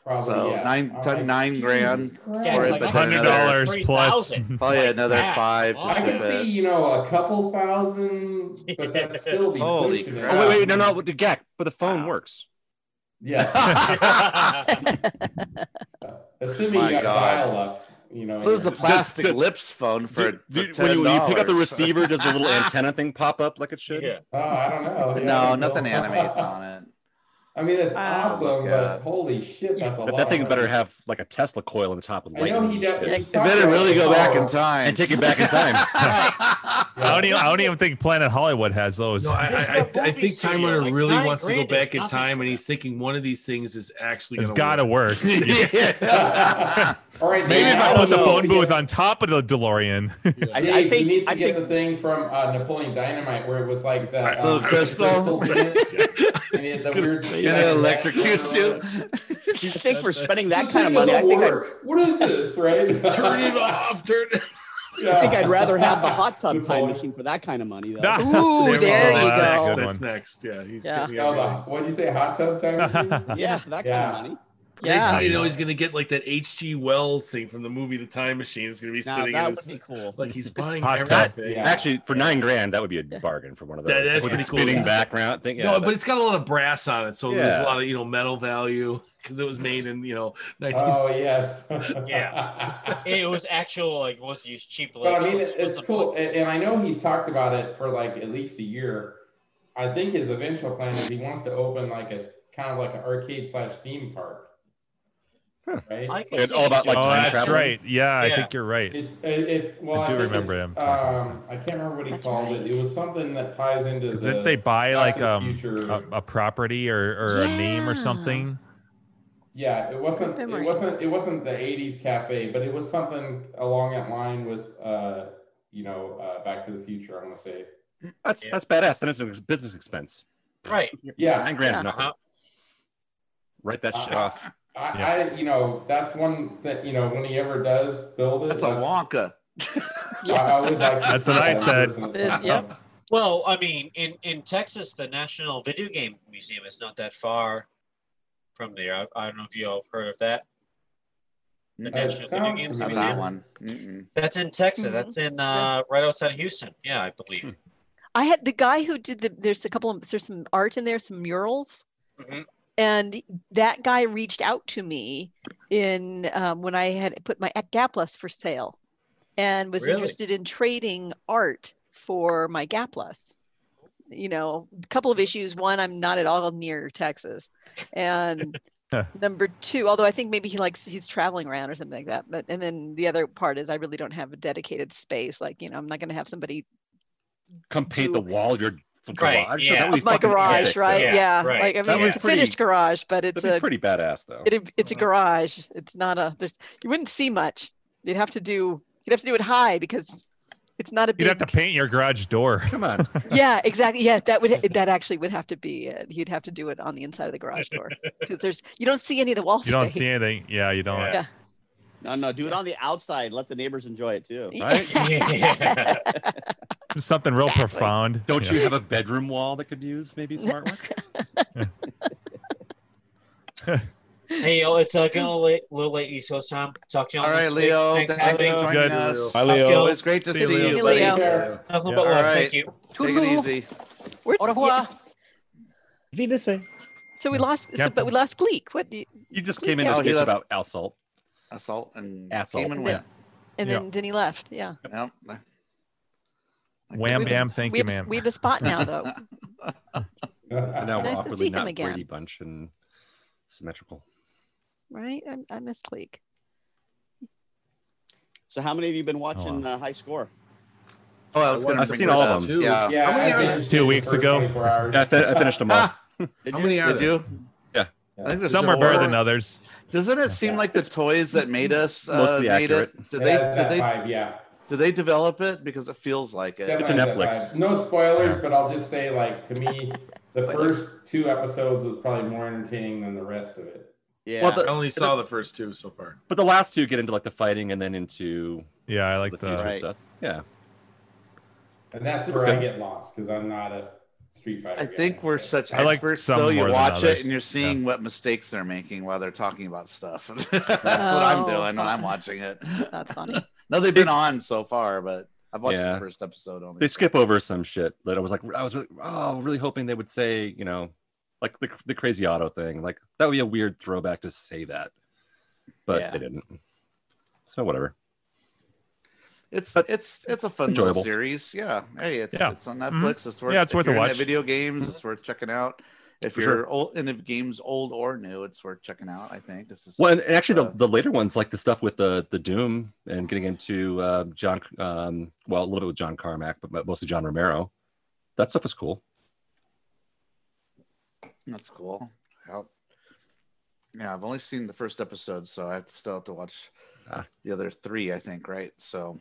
probably so yeah. nine- I'm ton- nine Jesus grand Christ. Yeah, it's Or like but then Hundred dollars plus. 3,000. Probably Like Oh, another that. five to Oh. i ship can see it. you know a couple thousand but that's still be Holy pushing it crap. Oh wait, wait, no, out. no, the GAC, but the phone works. yeah assuming My you got God. dial up you know So this is a and- plastic Dude, lips phone for, Dude, for dude, when, you, when you pick up the $10. receiver, does the little antenna thing pop up like it should? Yeah. oh i don't know No, nothing animates on it. I mean, that's Wow. awesome, Look but at- holy shit, that's a lot. But that thing of better money. have like a Tesla coil on the top of I know he lightning. definitely. Oh. and he It better sucked really at go back power. in time. take it back in time. I don't even. I don't even think Planet Hollywood has those. No, I, This is I, I, a I movie think Time studio, Runner like, really nine wants to go grand is back in nothing time, for and that. he's thinking one of these things is actually it's going got to work. All right, so Maybe if now I I we put don't the know. need phone to get- booth on top of the DeLorean. Dave, I, I you need think to I get think the thing from uh, Napoleon Dynamite where it was like that Little um, crystal. crystal in it, and it had the gonna weird say shit and on it the back electrocutes corner. you. I think for spending This that kind of thing money, I doesn't think I, work. What is this, right? turn it off. Turn it. I think I'd rather have the hot tub time machine for that kind of money though. Nah. Ooh, there Oh, you that's go. good. That's one. next. Yeah, he's Yeah. getting Oh, everything. the- What'd you say? Hot tub time machine? Yeah, for that Yeah. kind of money. Yeah. Next thing you know, he's gonna get like that H.G. Wells thing from the movie The Time Machine. It's gonna be Now sitting in that his, would be cool. like he's buying Hot tub. everything. Yeah. Actually, for nine grand, that would be a bargain for one of those. That- that's With pretty a cool. spinning Yeah. background thing. Yeah, no, but that- it's got a lot of brass on it, so there's Yeah. a lot of you know metal value because it was made in you know 19. Oh yes. Yeah. It was actual, like, it wasn't used cheap. but I like, mean, oh, it- let's it's put cool, some and, and I know he's talked about it for like at least a year. I think his eventual plan is he wants to open like a kind of like an arcade slash theme park, right? I could it's see all you about doing like oh, time that's travel. right. Yeah, I Yeah. think you're right. It's it- it's well, I I do think remember it's, him talking about Um, I can't remember what he That's called it. It right. was something that ties into Because the. didn't they buy Back like to the um Future. a, a property or, or a name or Yeah. something? yeah, it wasn't Good it memory. wasn't it wasn't the '80s cafe, but it was something along that line with uh you know uh, Back to the Future. I want to say. That's Yeah. that's badass. Then it's a business expense. Right. Yeah, Nine grand's Yeah. nothing. Uh-huh. Write that shit Uh, off. I, Yeah. I, you know, that's one that you know when he ever does build it. That's a Wonka. I, I would like. to That's see what I that in said. person at Yeah. some point. Well, I mean, in, in Texas, the National Video Game Museum is not that far from there. I, I don't know if you all have heard of that. The Mm. National Video Games Not Museum. that one. Mm-mm. That's in Texas. That's in uh, right outside of Houston. Yeah, I believe. I had the guy who did the. There's a couple of there's some art in there, some murals, Mm-hmm. Mhm. and that guy reached out to me in um, when I had put my Gaplus for sale, and was Really? interested in trading art for my Gaplus. You know, a couple of issues. One, I'm not at all near Texas, and number two, although I think maybe he likes he's traveling around or something like that. But and then the other part is I really don't have a dedicated space. Like you know, I'm not going to have somebody Come paint the wall of your f- Right, garage. yeah. That would be my fucking garage, epic, right? though. Yeah, like I That mean, would it's a pretty- finished garage, but it's that'd be a pretty badass though. It, it's a uh-huh. garage. It's not a. There's you wouldn't see much. You'd have to do. You'd have to do it high because it's not a You'd big. have to paint your garage door. Come on. yeah, exactly. Yeah, that would that actually would have to be it. You'd have to do it on the inside of the garage door because there's you don't see any of the wall You don't space. see anything. Yeah, you don't. Yeah. No, no, do it on the outside. Let the neighbors enjoy it too. Something real profound. Don't Yeah. you have a bedroom wall that could use maybe some artwork? Hey, yo, it's uh, getting a little late, little late East Coast time. Talk to you all All right, next week. Leo. Thanks, Thanks for Hank. joining Good. us. Hi, Leo. Always great to see, See you, Leo. you, buddy. Hey, Leo. Nothing but All love. right. Thank you. Take it easy. Au revoir. So we lost. So, Yeah. but we lost Gleek. What? do You, You just came in Yeah. to Oh, he bitch left- about assault. Assault and assault. came and went. and Yeah. then then he left. Yeah. Yep. Wham We've- bam, thank we you, have, ma'am. We have a spot now, though. And now Nice we're to see awkwardly him not again. Brady Bunch and symmetrical. right? I, I miss Gleek. So, how many of you been watching uh, High Score? Oh, I I was watched gonna it bring too. that up. Too. Yeah. Yeah, How many I are think there? Two weeks ago. Yeah, I, fin- I finished them all. Did How you? many are Did there? you? Yeah. I think there's Some are better four. than others. Doesn't it seem like the toys that made us uh, Mostly made accurate. it? Did Yeah, they? it's Did that they? vibe, yeah. Did they develop it? Because it feels like it. That It's a might be that Netflix. vibe. No spoilers, but I'll just say, like, to me, the first two episodes was probably more entertaining than the rest of it. Yeah. Well, the- I only saw the first two so far. But the last two get into like the fighting and then into Yeah, I like the future the. Right. stuff. Yeah. And that's where I get lost because I'm not a Street Fighter. I guy. think we're such I like experts, some though. You more than watch it others. and you're seeing what mistakes they're making while they're talking about stuff. That's what I'm Oh, doing when I'm fun. watching it. That's funny. no, they've been on so far, but I've watched Yeah. the first episode only. They skip over some shit that I was like, I was really, oh, really hoping they would say, you know, like the, the crazy auto thing. Like that would be a weird throwback to say that, but Yeah. they didn't. So whatever. It's But it's it's a fun enjoyable. Mm-hmm. little series. Yeah. Hey, it's Yeah. it's on Netflix. Mhm. It's worth Yeah, it's if worth a you're into watch. Video games, it's worth checking out. If For you're sure. old into games, old or new, it's worth checking out. I think this is Well, and and actually, uh, the, the later ones, like the stuff with the the Doom and getting into uh, John, um, well, a little bit with John Carmack, but mo- mostly John Romero. That stuff is cool. That's cool. Yep. Yeah, I've only seen the first episode, so I still have to watch Ah. the other three, I think, right? So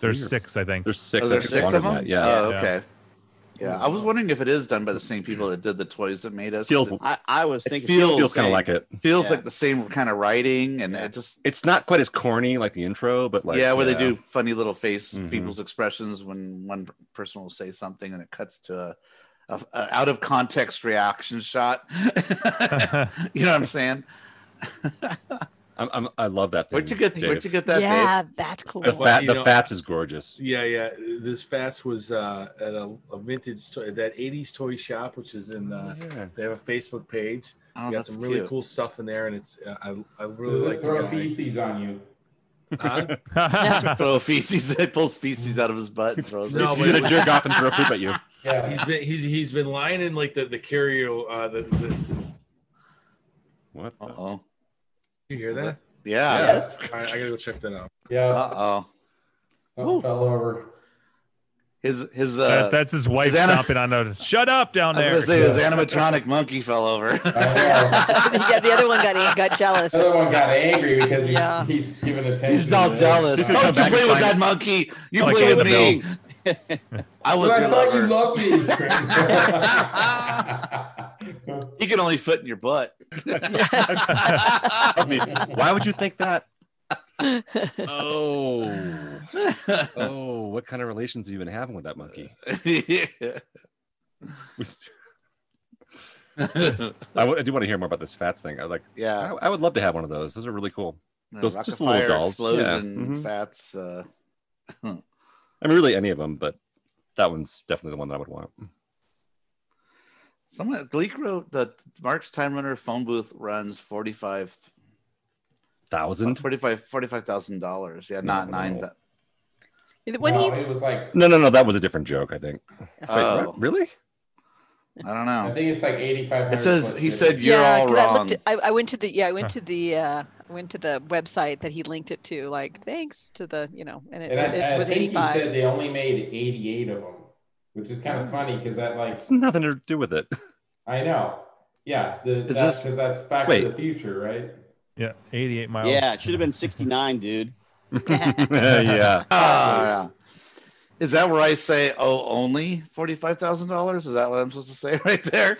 Three There's or- six, I think. There's Oh, six. I there's think, six longer of than them? that. Yeah. Oh, Yeah. okay. Yeah, I was wondering if it is done by the same people that did the toys that made us. Mm-hmm. Feels- It I, I was It thinking. feels- feels kind of same. like it. feels Yeah. like the same kind of writing, and it just It's not quite as corny like the intro, but like yeah, where they do funny little face Mhm. people's expressions when one person will say something, and it cuts to a, a, a out of context reaction shot. you know what I'm saying? I'm, I'm, I love that. Where'd you thing, get Dave. Where'd you get that? Dave? yeah, that's cool. the Well, fat? you the know- fats is gorgeous. Yeah, yeah. This Fats was uh, at a, a vintage toy, that '80s toy shop, which is in. Uh, Oh, Yeah. they have a Facebook page. Oh, you got that's some really cute. cool stuff in there, and it's uh, I I really Does like it the throw guy. feces on you? Huh? throw feces. He pulls feces out of his butt and throws No, it. You're wait, gonna wait. jerk off and throw poop at you. Yeah. He's been he's he's been lying in like the the curio. Uh, the, the What? the- Uh oh. you hear that? Yeah. Yes. All right, I gotta go check that out. Yeah. Uh oh. Something fell over. His his That- uh. that's his wife Susanna- stomping on a. Shut up down I was there. gonna say his animatronic monkey fell over. I know. yeah, the other one got got jealous. The other one got angry because he, Yeah. he's giving attention. He's to all this. jealous. Uh, Don't you back play and with find- that monkey? You Like play with me. Annabelle. I was I your thought you lover. loved me. He can only fit in your butt. I mean, why would you think that? oh, oh, what kind of relations have you been having with that monkey? I, w- I do want to hear more about this fats thing. I like, Yeah. I, I would love to have one of those. Those are really cool. Uh, Those Rocket just little Fire dolls. Explosion, Yeah. Mm-hmm. Mhm. Fats. Uh, I mean, really any of them, but that one's definitely the one that I would want. someone Gleek wrote that Mark's Time Runner phone booth runs forty five thousand. Forty five forty five thousand dollars. Yeah, not nine. thou- When no, he it was like No, no, no. That was a different joke, I think. Wait, Oh. what? really? I don't I know. think it's like eighty five. It says he said you're yeah, all 'cause I, wrong. looked at, I, I went to the yeah, I went to the uh, I went to the website that he linked it to. Like thanks to the you know, and it, And it I, I was think eighty he five. said they only made eighty eight of them, which is kind of funny because that like It's nothing to do with it. I know. Yeah, the, Is that's this- because that's Back Wait. to the Future, right? Yeah, 88 miles. Yeah, it should have been 69, dude. yeah. Oh, Ah, yeah. Is that where I say, oh, only $45,000? Is that what I'm supposed to say right there?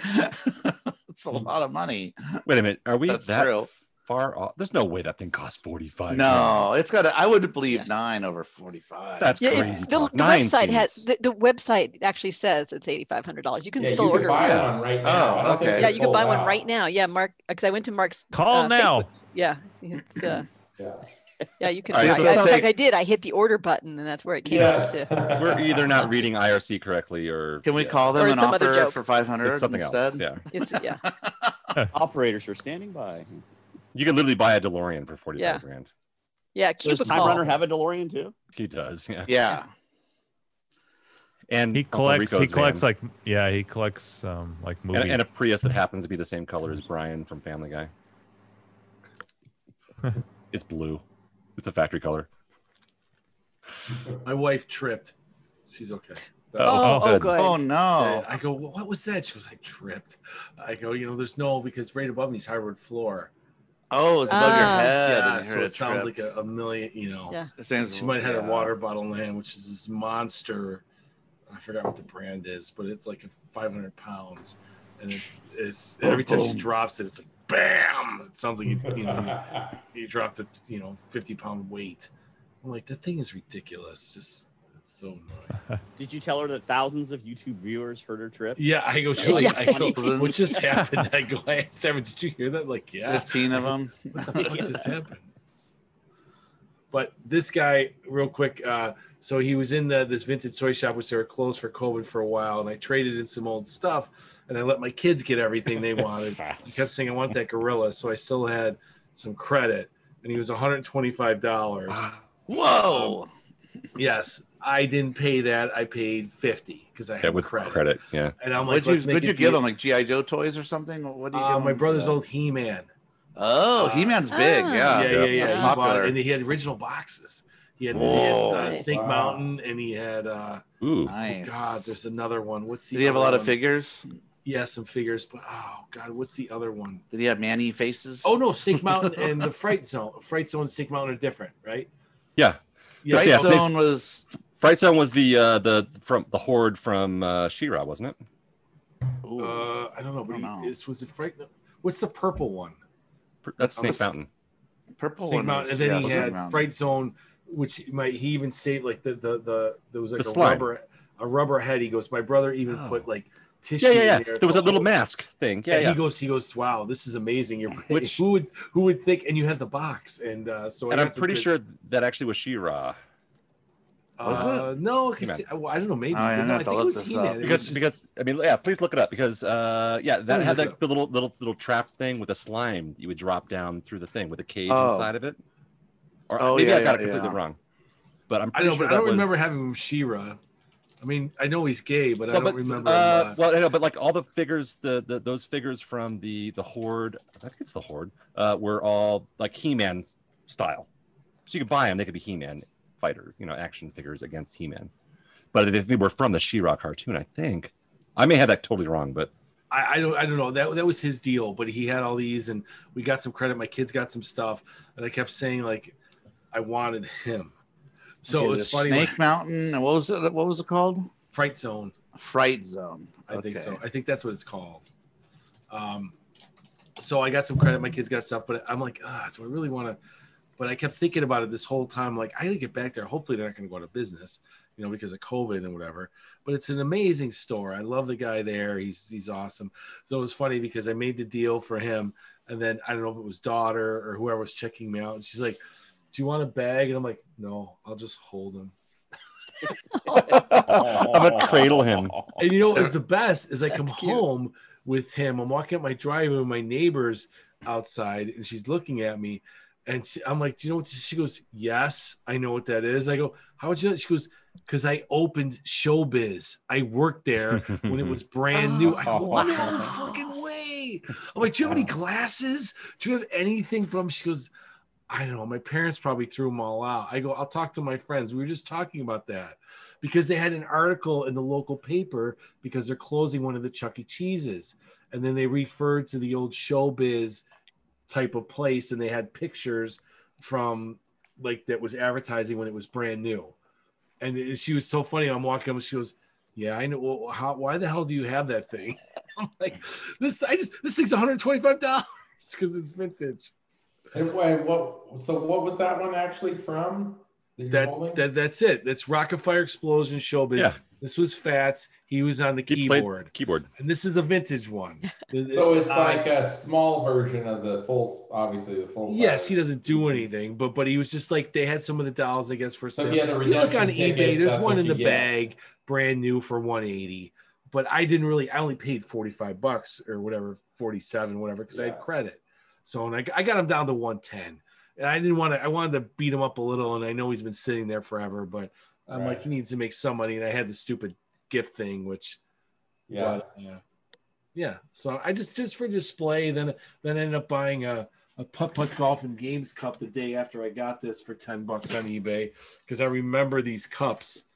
It's a lot of money. Wait a minute. Are we That's that true. far off? There's no way that thing costs 45. No, it's got to, I would believe nine over 45. That's Yeah, it- crazy. the, talk. the Nine website has seems- the, the website actually says it's eighty five hundred dollars. You can yeah, still you order. could buy it. Yeah. one right Oh, now. I don't okay. think Yeah, yeah, they're you could buy sold one out. right now. Yeah, Mark, because I went to Mark's. Oh, Call uh, now. Facebook. Yeah, it's, uh, Yeah. yeah, you can. All right, try. so Yeah, in sounds fact, like- I did. I hit the order button, and that's where it came Yes. up to. We're either not reading IRC correctly or. Can we yeah, call them Or and some other offer joke. for 500 It's something instead? else. Yeah. It's, yeah, Operators are standing by. You could literally buy a DeLorean for 45 Yeah. grand. yeah. So does Cubicle. Time Runner have a DeLorean too? He does. Yeah. Yeah. And He Uncle collects. He Rico's collects van. like yeah. He collects um like movie. and, and a Prius that happens to be the same color as Brian from Family Guy. it's blue. It's a factory color. My wife tripped. She's okay. Oh, oh, good. good. Oh, no. And I go, well, what was that? She was, I tripped. I go, you know, there's no because right above me is hardwood floor. Oh, it's above your Ah. head. and you so heard it sounds trip. like a, a million, you know. Yeah. It sounds- She might have had yeah. a water bottle in her hand, which is this monster. I forgot what the brand is, but it's like 500 pounds. And it, it's every time Oh. she drops it, it's like bam! It sounds like you, you, know, you dropped a you know 50 pound weight. I'm like, that thing is ridiculous. Just it's so annoying. Did you tell her that thousands of YouTube viewers heard her trip? Yeah, I go, Julie, I go, Yeah. what just happened? I go, I asked Evan, did you hear that? Like, yeah. 15 of them. What the fuck just happened? But this guy, real quick, uh, so he was in the, this vintage toy shop, which they were closed for COVID for a while, and I traded in some old stuff, and I let my kids get everything they wanted. I kept saying I want that gorilla, so I still had some credit, and he was one hundred twenty-five dollars. Um, Whoa. yes, I didn't pay that; I paid fifty because I had Yeah, with credit. credit. Yeah. And I'm like, What'd you, let's make what'd a you give deal. them? Like G.I. Joe toys or something? What do you Uh, give my 'em for brother's that? old He-Man. Oh, He Man's big. Yeah. Ah. yeah, yeah, yeah. That's He bought- popular. and he had original boxes. He had, he had, Whoa. uh, Snake Wow. Mountain, and he had. Uh, Ooh. oh nice. God, there's another one. What's the? Did he have a other lot of one? figures? Yeah, some figures, but oh God, what's the other one? Did he have Manny faces? Oh no, Snake Mountain and the Fright Zone. Fright Zone and Snake Mountain are different, right? Yeah. Yeah, Right yeah, so- so- Zone was Fright Zone was the uh the from the horde from uh Shira, wasn't it? ooh, uh, I don't know. But I don't know. he- This was a Fright. What's the purple one? That's Snake That's- Mountain. purple Snake one. Mountain, and was- yeah, then he Snake had Mountain. Fright Zone, which might he even saved like the the the there was like The a slime. rubber a rubber head. He goes, my brother even Oh. put like tissue. Yeah, yeah, in yeah. there There was a to little hold- mask thing. Yeah, and yeah. he goes, he goes, wow, this is amazing. You're Which- who would who would think? And you had the box, and uh, so I and I'm got some pretty good- sure that actually was She-Ra Was uh, no, because He-Man. I don't know, Oh, maybe All right, I'm No, gonna have to think it look was this He-Man. up. It was because just- because I mean yeah please look it up because uh yeah that Somebody had look it like up. the little little little trap thing with a slime you would drop down through the thing with a cage Oh. inside of it or Oh, maybe yeah, I got it yeah, completely yeah. wrong but I'm I pretty know, sure but that I don't was... remember having him Shira. I mean, I know he's gay, but I No, don't but remember. uh, him, uh, well, I know, but like all the figures, the, the those figures from the the horde, I think it's the horde, uh, were all like He-Man style. So you could buy them; they could be He-Man fighter, you know, action figures against He-Man. But if they were from the She-Ra cartoon, I think I may have that totally wrong, but I, I don't I don't know that that was his deal, but he had all these, and we got some credit. My kids got some stuff, and I kept saying like, I wanted him. So Okay, it there's was funny. Snake Mountain. And what was it? What was it called? Fright Zone. Fright Zone. I think Okay. so. I think that's what it's called. Um, so I got some credit. My kids got stuff, but I'm like, ah, do I really want to? But I kept thinking about it this whole time. Like, I gotta get back there. Hopefully, they're not gonna go out of business, you know, because of COVID and whatever. But it's an amazing store. I love the guy there. He's he's awesome. So it was funny because I made the deal for him, and then I don't know if it was daughter or whoever was checking me out. And she's like, "Do you want a bag?" And I'm like, "No, I'll just hold him." I'm gonna cradle him. And you know what was the best is I come home with him. I'm walking up my driveway with my neighbors outside, and she's looking at me, and she, I'm like, "Do you know what?" this is?" She goes, "Yes, I know what that is." I go, "How would you?" know?" She goes, "Because I opened Showbiz. I worked there when it was brand new." I go, "No fucking way!" I'm like, "Do you have any glasses? Do you have anything from?" She goes. I don't know. My parents probably threw them all out. I go, I'll talk to my friends. We were just talking about that because they had an article in the local paper because they're closing one of the Chuck E. Cheese's. And then they referred to the old showbiz type of place and they had pictures from like that was advertising when it was brand new. And it- she was so funny. I'm walking up, she goes, Yeah, I know. Well, how, why the hell do you have that thing? I'm like, This, I just, this thing's $125 because it's vintage. And wait, what? So what was that one actually from? that, that that's it. That's Rocket Fire Explosion Showbiz. This was Fats. He was on the keyboard. Keyboard. And this is a vintage one. So it's Uh, like a small version of the full, obviously the full. yes, he doesn't do anything, but but he was just like they had some of the dolls, I guess, for So sale. if you had the you look on redemption tickets, eBay, there's that's one what in you the get. bag, brand new for 180. But I didn't really. I only paid 45 bucks or whatever, 47, whatever, because I had credit. So and I, I got him down to 110. And I didn't want to. I wanted to beat him up a little, and I know he's been sitting there forever, but I'm like, Right. he needs to make some money. And I had the stupid gift thing, which Yeah. but, yeah. Yeah. So I just just for display, then then I ended up buying a a putt putt golf and games cup the day after I got this for ten bucks on eBay because I remember these cups,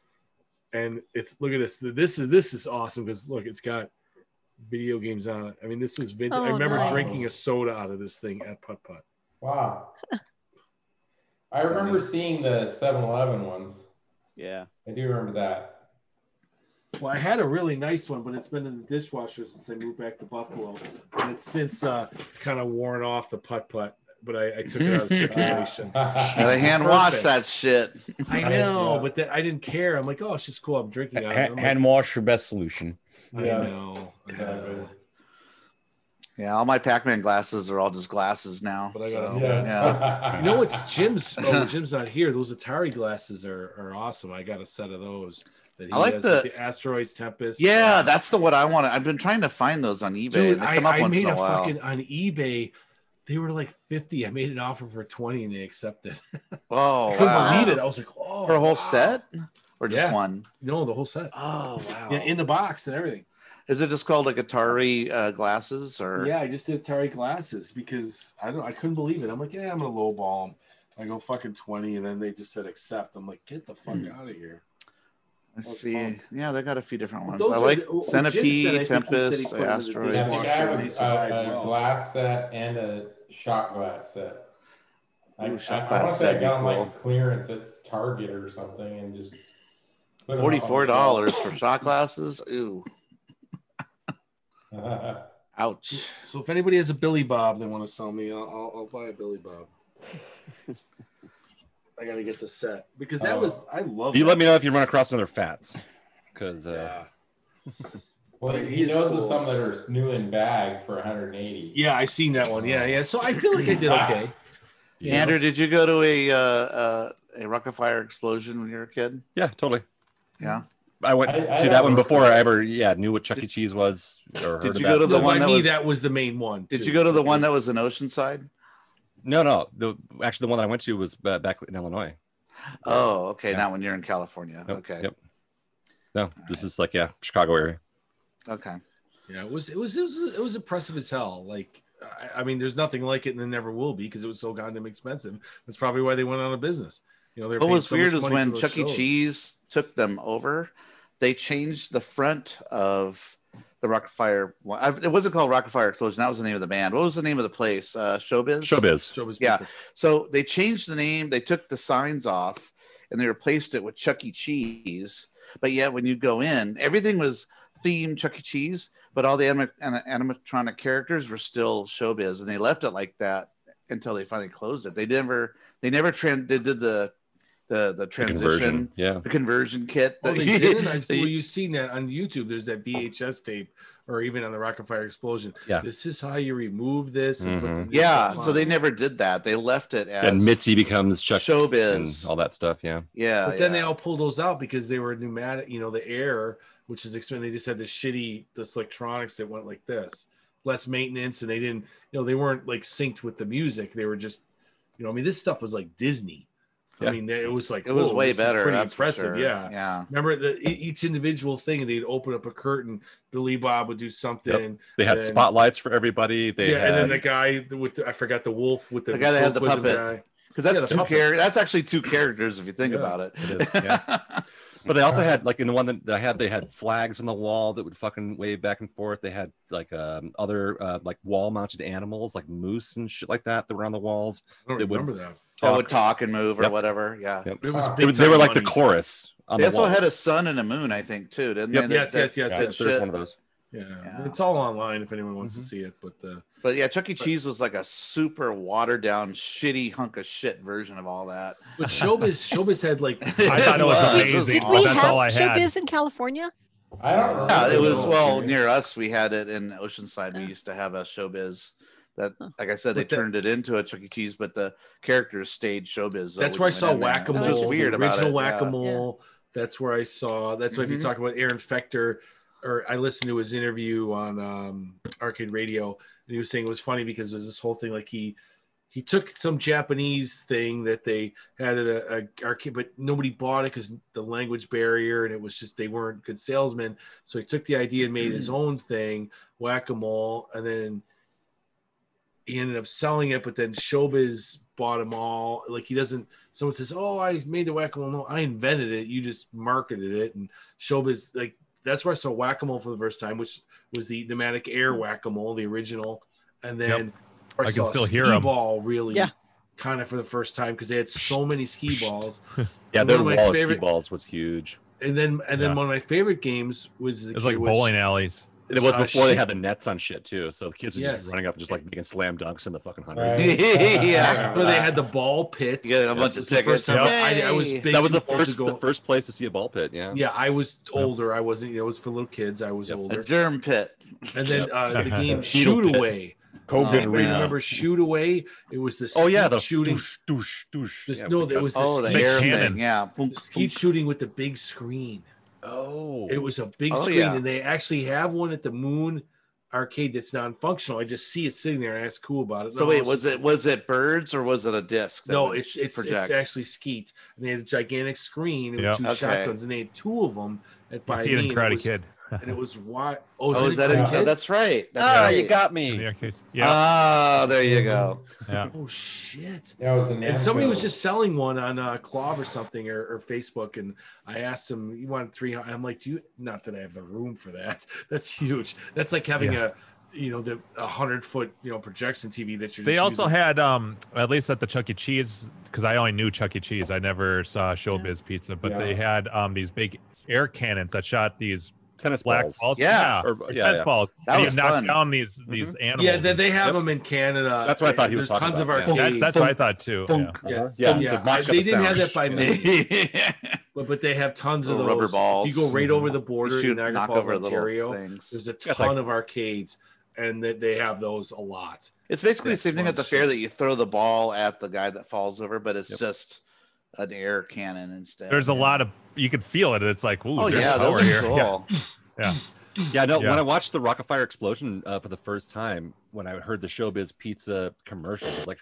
and it's look at this. This is this is awesome because look, it's got video games on it. I mean, this was vintage. I Oh, remember nice. drinking a soda out of this thing at putt putt. Wow. I remember seeing the 7-Eleven ones. Yeah. I do remember that. Well, I had a really nice one, but it's been in the dishwasher since I moved back to Buffalo, and it's since uh, kind of worn off the putt putt. But I, I took it out of circulation. Gotta hand wash that shit. I know, but that, I didn't care. I'm like, oh, it's just cool. I'm drinking. out of it. Ha- I'm hand wash your best solution. like, I know. I know. Yeah, all my Pac-Man glasses are all just glasses now. But I gotta- so, Yes. yeah. You know what's Jim's? Oh, Jim's not here. Those Atari glasses are, are awesome. I got a set of those. That he I like has the- with asteroids, tempest. Yeah, that's the one I want. to I've been trying to find those on eBay. Dude, they I, come up I once made in a, a while. fucking on eBay. They were like fifty. I made an offer for twenty, and they accepted. Oh, I couldn't wow. believe it. I was like, oh, For a whole wow. set or just Yeah. one? No, the whole set. Oh wow. Yeah, in the box and everything. Is it just called like Atari uh, glasses or? Yeah, I just did Atari glasses because I don't. I couldn't believe it. I'm like, yeah, I'm gonna lowball them. I go fucking twenty, and then they just said accept. I'm like, get the fuck Hmm. out of here. Let's see. Yeah, they got a few different ones. Those I are like the- oh, Jim said, I think he said he Centipede, put them in the Tempest, Asteroid. Yeah, I think I have They survived uh, a, a, well. glass set and a shot glass set. I, Ooh, shot I, I glass want to say set'd I be got them cool. like clearance at Target or something and just put 'em up on the Forty-four dollars for shot glasses. Ooh, wall. ouch. So if anybody has a Billy Bob they want to sell me, I'll, I'll, I'll buy a Billy Bob. I gotta get the set because that Oh. was I love. You that. let me know if you run across another fats, because uh, well, Like, he he's knows of cool. some that are new in bag for 180. Yeah, I've seen that one. Yeah, yeah. So I feel like I did okay. You know? Andrew, did you go to a uh, uh, a rocket fire explosion when you were a kid? yeah, totally. Yeah. I went I- I to that don't one before remember. I ever yeah knew what Chuck E. Cheese was or heard Did you about go to it. the No, one by that me, was? that was the main one. Did too. you go to the one that was in Oceanside? No, no. The actually the one that I went to was uh, back in Illinois. Oh, okay. Not when you're in California. Nope, Okay. Yep. No, this is like yeah, Chicago area. Okay. Yeah, it was it was it was it was impressive as hell. Like I, I mean, there's nothing like it, and there never will be because it was so goddamn expensive. That's probably why they went out of business. You know, they were What paying was so weird much is money for when those Chuck E. shows. Cheese took them over, they changed the front of the Rocket Fire. one- I- It wasn't called Rocket Fire Explosion. That was the name of the band. What was the name of the place? Uh, Showbiz. Showbiz. Showbiz Yeah. Pizza. So they changed the name. They took the signs off and they replaced it with Chuck E. Cheese. But yet, when you go in, everything was themed Chuck E. Cheese, but all the anima- an- animatronic characters were still Showbiz, and they left it like that until they finally closed it. They never they never tran- they did the the the transition conversion, yeah. the conversion kit. Oh, that they you- didn't. I've that seen, you- well, you've seen that on YouTube. There's that VHS tape, or even on the Rocket Fire Explosion. Yeah. This is how you remove this. And put Mhm. the- yeah, so they never did that. They left it as and Mitzi becomes Chuck E. Showbiz. and all that stuff. Yeah. yeah. But then yeah. they all pulled those out because they were pneumatic. You know, the air, which is expensive. They just had the shitty, this electronics that went like this, less maintenance, and they didn't. You know, they weren't like synced with the music. They were just, you know, I mean, this stuff was like Disney. Yeah. I mean, it was like it was whoa, way this is better. pretty That's for impressive, sure. yeah. yeah. Remember the e- each individual thing, they'd open up a curtain. Billy Bob would do something. They had then- spotlights for everybody. They yeah, had and then the guy with the, I forgot the wolf with the, The guy that had the silkwism puppet. guy. Because Yeah, that's the two puppet. char- That's actually two characters if you think Yeah. about it. It is, yeah. But they also had like in the one that I had, they had flags on the wall that would fucking wave back and forth. They had like um, other uh, like wall-mounted animals, like moose and shit like that, that were on the walls. I don't They would remember that. That Oh, would talk and move or Yep. whatever. Yeah. Yep. It was They They, big were- they were time like the money. chorus. On They the also walls. had a sun and a moon, I think, too, didn't Yep, they? yes, That- yes, that- yes, that yes. There's shit. one of those. Yeah. Yeah. it's all online if anyone Mm-hmm. wants to see it. But uh, But yeah, Chuck E. Cheese was like a super watered down, shitty hunk of shit version of all that. but Showbiz, Showbiz had like I thought it was Wow. amazing. Did but we that's have all I had. showbiz in California? I don't remember. Yeah, it was though. well near us. We had it in Oceanside. We Yeah. used to have a showbiz that, Huh. like I said, they But that- turned it into a Chuck E. Cheese, but the characters stayed showbiz. though, that's where I when you went saw in there. Whack a Which is Mole, weird the about it. original yeah. Whack a Mole. That's where I saw. That's why if Mm-hmm. Mhm. you talk about Aaron Fector, or I listened to his interview on um, Arcade Radio, and he was saying it was funny because there's this whole thing like he he took some Japanese thing that they had at a, a arcade, but nobody bought it because the language barrier, and it was just they weren't good salesmen. So he took the idea and made his own thing, Whack a Mole, and then he ended up selling it. But then Showbiz bought them all. Like he doesn't. Someone says, "Oh, I made the Whack a Mole." No, I invented it. You just marketed it, and Showbiz like. That's where I saw Whack a Mole for the first time, which was the pneumatic air Whack a Mole, the original, and then where I can saw still hear ski 'em. ball really Yeah. kind of for the first time because they had so many ski balls. Yeah, One their of my wall of ski favorite- balls was huge. And then and then Yeah. one of my favorite games was It's like bowling alleys. And it was uh, before they shit. had the nets on shit too, so the kids were Yes. just running up and just like making slam dunks in the fucking hundred. Right. yeah. I remember where they that. had the ball pit. You get a bunch This was of the first tickets. time I, I was Yay. big That was too the old to first go- the first place to see a ball pit. Yeah. Yeah, I was older. I wasn't. It was for little kids. I was Yep. a older. germ pit. And then uh, the game Needle Shoot pit. Away. COVID Oh, Anybody yeah. arena. remember Shoot Away? It was the Oh yeah, skeet the shooting. Douche, douche, douche. This- Yeah, no, we it got- was the Oh, the skeet- air cannon. thing. Yeah. the skeet shooting with the big screen. Oh. It was a big Oh, screen, yeah. and they actually have one at the Moon Arcade that's non-functional. I just see it sitting there, and that's cool about it. So No, wait, it's was just- it was it birds or was it a disc? that No, would it's it's, it's project? actually skeet, and they had a gigantic screen with Yeah. two Okay. shotguns, and they had two of them at You by see it in me, and Karate was- Kid. and it was why? Oh, Oh, is that in in, Karate oh, Kid? that's right. That's Ah, right. you got In the me. arcades. Yeah. Ah, there you go. yeah. Oh shit! That was the And somebody was Namco. just selling one on uh, Clove or something or, or Facebook, and I asked him, "You want three? hun-" I'm like, "Do you?" Not that I have the room for that. That's huge. That's like having a, you know, the a hundred foot you know projection TV that you're. They just also using. had, um, at least at the Chuck E. Cheese, because I only knew Chuck E. Cheese. I never saw Showbiz Pizza, but they had um, these big air cannons that shot these Tennis black balls. balls. Yeah. or, Or- yeah, tennis yeah. balls. That and was you knock fun. Mm-hmm. down these these animals. Yeah, they, and they shit. have Yep. them in Canada. That's what I thought he was There's talking tons about, of yeah. arcades. That's, that's what I thought too. Yeah. Funk. yeah. Yeah, Yeah. so Mike's got They the didn't have sound. that by me, but, but they have tons of Little those. rubber If balls. you go Mm-hmm. right over the border shoot, in Niagara knock Falls, over little Ontario. things. There's a Yeah, it's ton of arcades, and that they have those a lot. It's basically the That's same thing fun at the shit. fair that you throw the ball at the guy that falls over, but it's just an air cannon instead. There's a lot of you could feel it. It's like, ooh, Oh there's yeah, power those are here. Yeah. cool. Yeah, no. Yeah. When I watched the Rocket Fire Explosion uh, for the first time, when I heard the Showbiz Pizza commercial, I was like,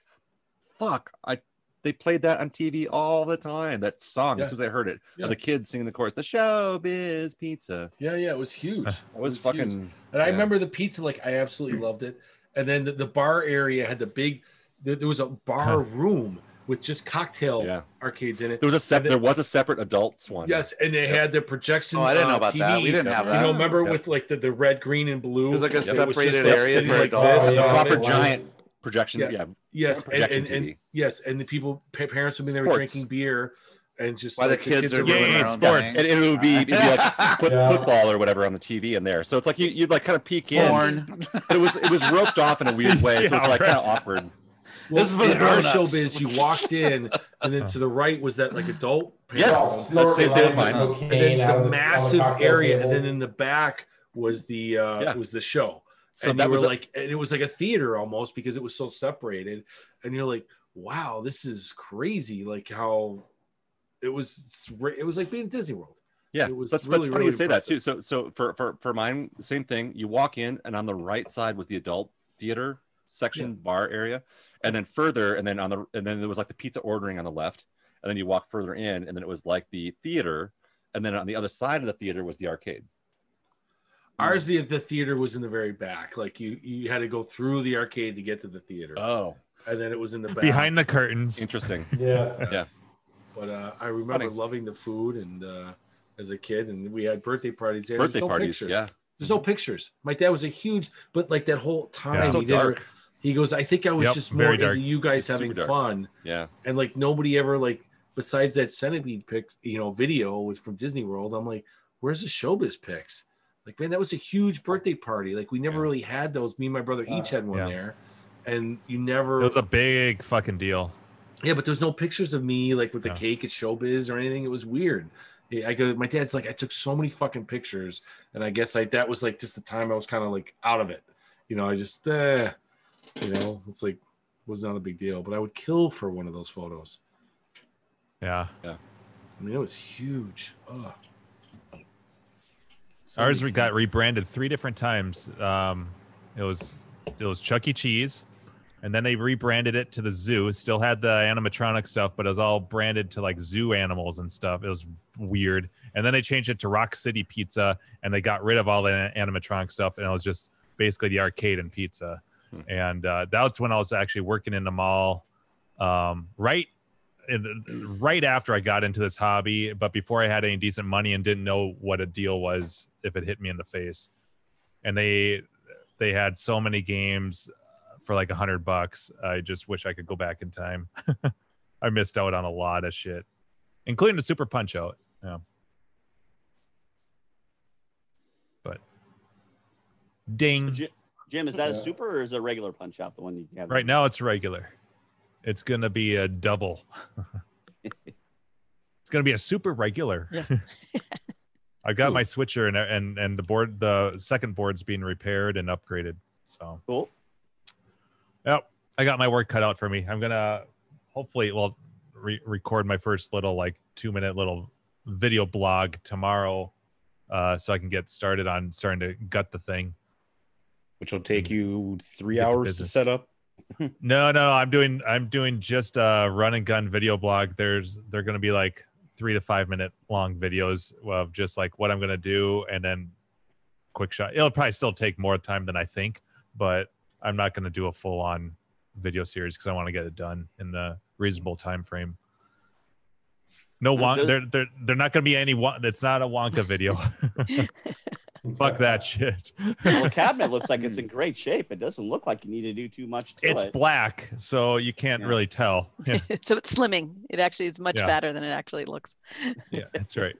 "Fuck!" I they played that on TV all the time. That song, Yeah. as soon as I heard it, Yeah. and the kids singing the chorus, "The Showbiz Pizza." Yeah, yeah, it was huge. It It was, huge. fucking. And I yeah. remember the pizza, like I absolutely loved it. And then the, the bar area had the big. There, there was a bar room with just cocktail Yeah. arcades in it. There was a sep- And then- There was a separate adults one. Yes, and they had the projection. Oh, I didn't uh, know about that. TV. We didn't have You know, that. remember Yeah. with like the, the red, green, and blue. It was like a It just, separated like, area sitting for like adults. this, The Yeah, proper it was. giant projection. Yeah. Yeah. Yes, and, Projection and, and TV. yes, and the people, pa- parents would be there Sports. drinking beer, and just Why the like, kids are Yeah, doing yeah, their own sports. thing. And it would be, it'd be like foot, Yeah. football or whatever on the TV in there. So it's like you, you'd like kind of peek in. Porn. But it was it was roped off in a weird way. so it was Yeah, like right. kind of awkward. Well, this is for in the our grown-ups. show biz. You walked in, and then to the right was that like adult. Yeah, panel. that's the same thing of mine. And Cocaine then out of the the- massive on the cocktail area, and tables. then in the back was the uh, Yeah. was the show. So and that you were was a- like, and it was like a theater almost because it was so separated. And you're like, wow, this is crazy. Like how it was. It was like being at Disney World. Yeah, It was that's, that's really, funny really you say that too. impressive. So so for for for mine, same thing. You walk in, and on the right side was the adult theater section, Yeah. bar area, and then further, and then on the and then there was like the pizza ordering on the left, and then you walk further in, and then it was like the theater, and then on the other side of the theater was the arcade. Mm. Ours, the, the theater was in the very back. Like you, you had to go through the arcade to get to the theater. Oh, and then it was in the back. behind the curtains. Interesting. Yes. Yeah. But uh, I remember loving the food and uh, as a kid, and we had birthday parties there. Birthday parties, yeah. There's no pictures. My dad was a huge, but like that whole time, So he, never- dark. he goes, I think I was Yep, just very more into dark. you guys It's super having dark. fun. Yeah. And like nobody ever like besides that centipede pic, you know, video was from Disney World. I'm like, where's the showbiz pics? Like, man, that was a huge birthday party. Like we never really had those. Me and my brother each had one yeah. there. And you It never was a big fucking deal. yeah, but there's no pictures of me like with the cake at Showbiz or anything. It was weird. Yeah, I go, my dad's like, I took so many fucking pictures, and I guess like that was like just the time I was kind of like out of it. You know, I just, uh, you know, it's like was not a big deal, but I would kill for one of those photos. Yeah. Yeah. I mean, it was huge. Ugh. So Ours many- re- got rebranded three different times. Um, it was it was Chuck E. Cheese, and then they rebranded it to the zoo. It still had the animatronic stuff, but it was all branded to like zoo animals and stuff. It was weird. And then they changed it to Rock City Pizza, and they got rid of all the a- animatronic stuff, and it was just basically the arcade and pizza. Hmm. And uh, that's when I was actually working in the mall, um, right and right after I got into this hobby, but before I had any decent money and didn't know what a deal was if it hit me in the face. And they they had so many games uh, for like a hundred bucks. I just wish I could go back in time. I missed out on a lot of shit, including the Super Punch Out. Yeah. But ding. Jim, Jim, is that a Yeah. super or is it a regular punch out the one you have? Right now it's regular. It's gonna be a double. it's gonna be a super regular. I got my switcher and and and the board the second board's being repaired and upgraded. So cool. Yep. I got my work cut out for me. I'm gonna hopefully well re- record my first little like two minute little video blog tomorrow. Uh, so I can get started on starting to gut the thing. which will take you three Hmm. Get to hours to business. set up. No, no, I'm doing I'm doing just a run and gun video blog. There's they're going to be like 3 to 5 minute long videos of just like what I'm going to do and then quick shot. It'll probably still take more time than I think, but I'm not going to do a full on video series cuz I want to get it done in the reasonable time frame. No Now, Wonka. does- They're, they're, they're not going to be any Wonka. It's not a Wonka video. Fuck that shit. Well, the cabinet looks like it's in great shape. It doesn't look like you need to do too much to It's it. black, so you can't Yeah. really tell. Yeah. so it's slimming. It actually is much Yeah. fatter than it actually looks. yeah that's right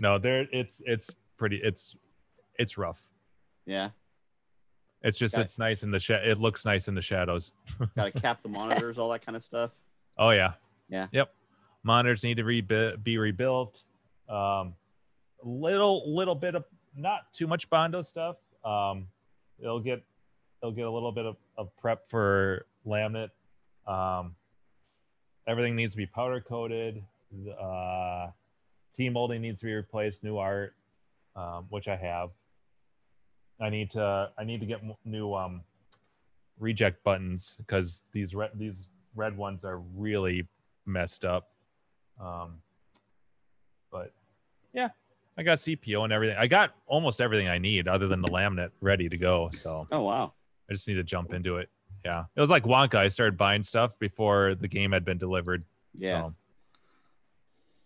no there it's it's pretty it's it's rough yeah, it's just Got it. it's nice in the sha- it looks nice in the shadows got to cap the monitors, all that kind of stuff. oh yeah Yeah. yep monitors need to rebu- be rebuilt um little little bit of not too much bondo stuff um it'll get it'll get a little bit of, of prep for laminate um everything needs to be powder coated The, uh team molding needs to be replaced new art um, which i have i need to i need to get m- new um reject buttons because these red these red ones are really messed up um but yeah i got cpo and everything i got almost everything i need other than the laminate ready to go so Oh wow. i just need to jump into it yeah it was like wonka i started buying stuff before the game had been delivered Yeah. so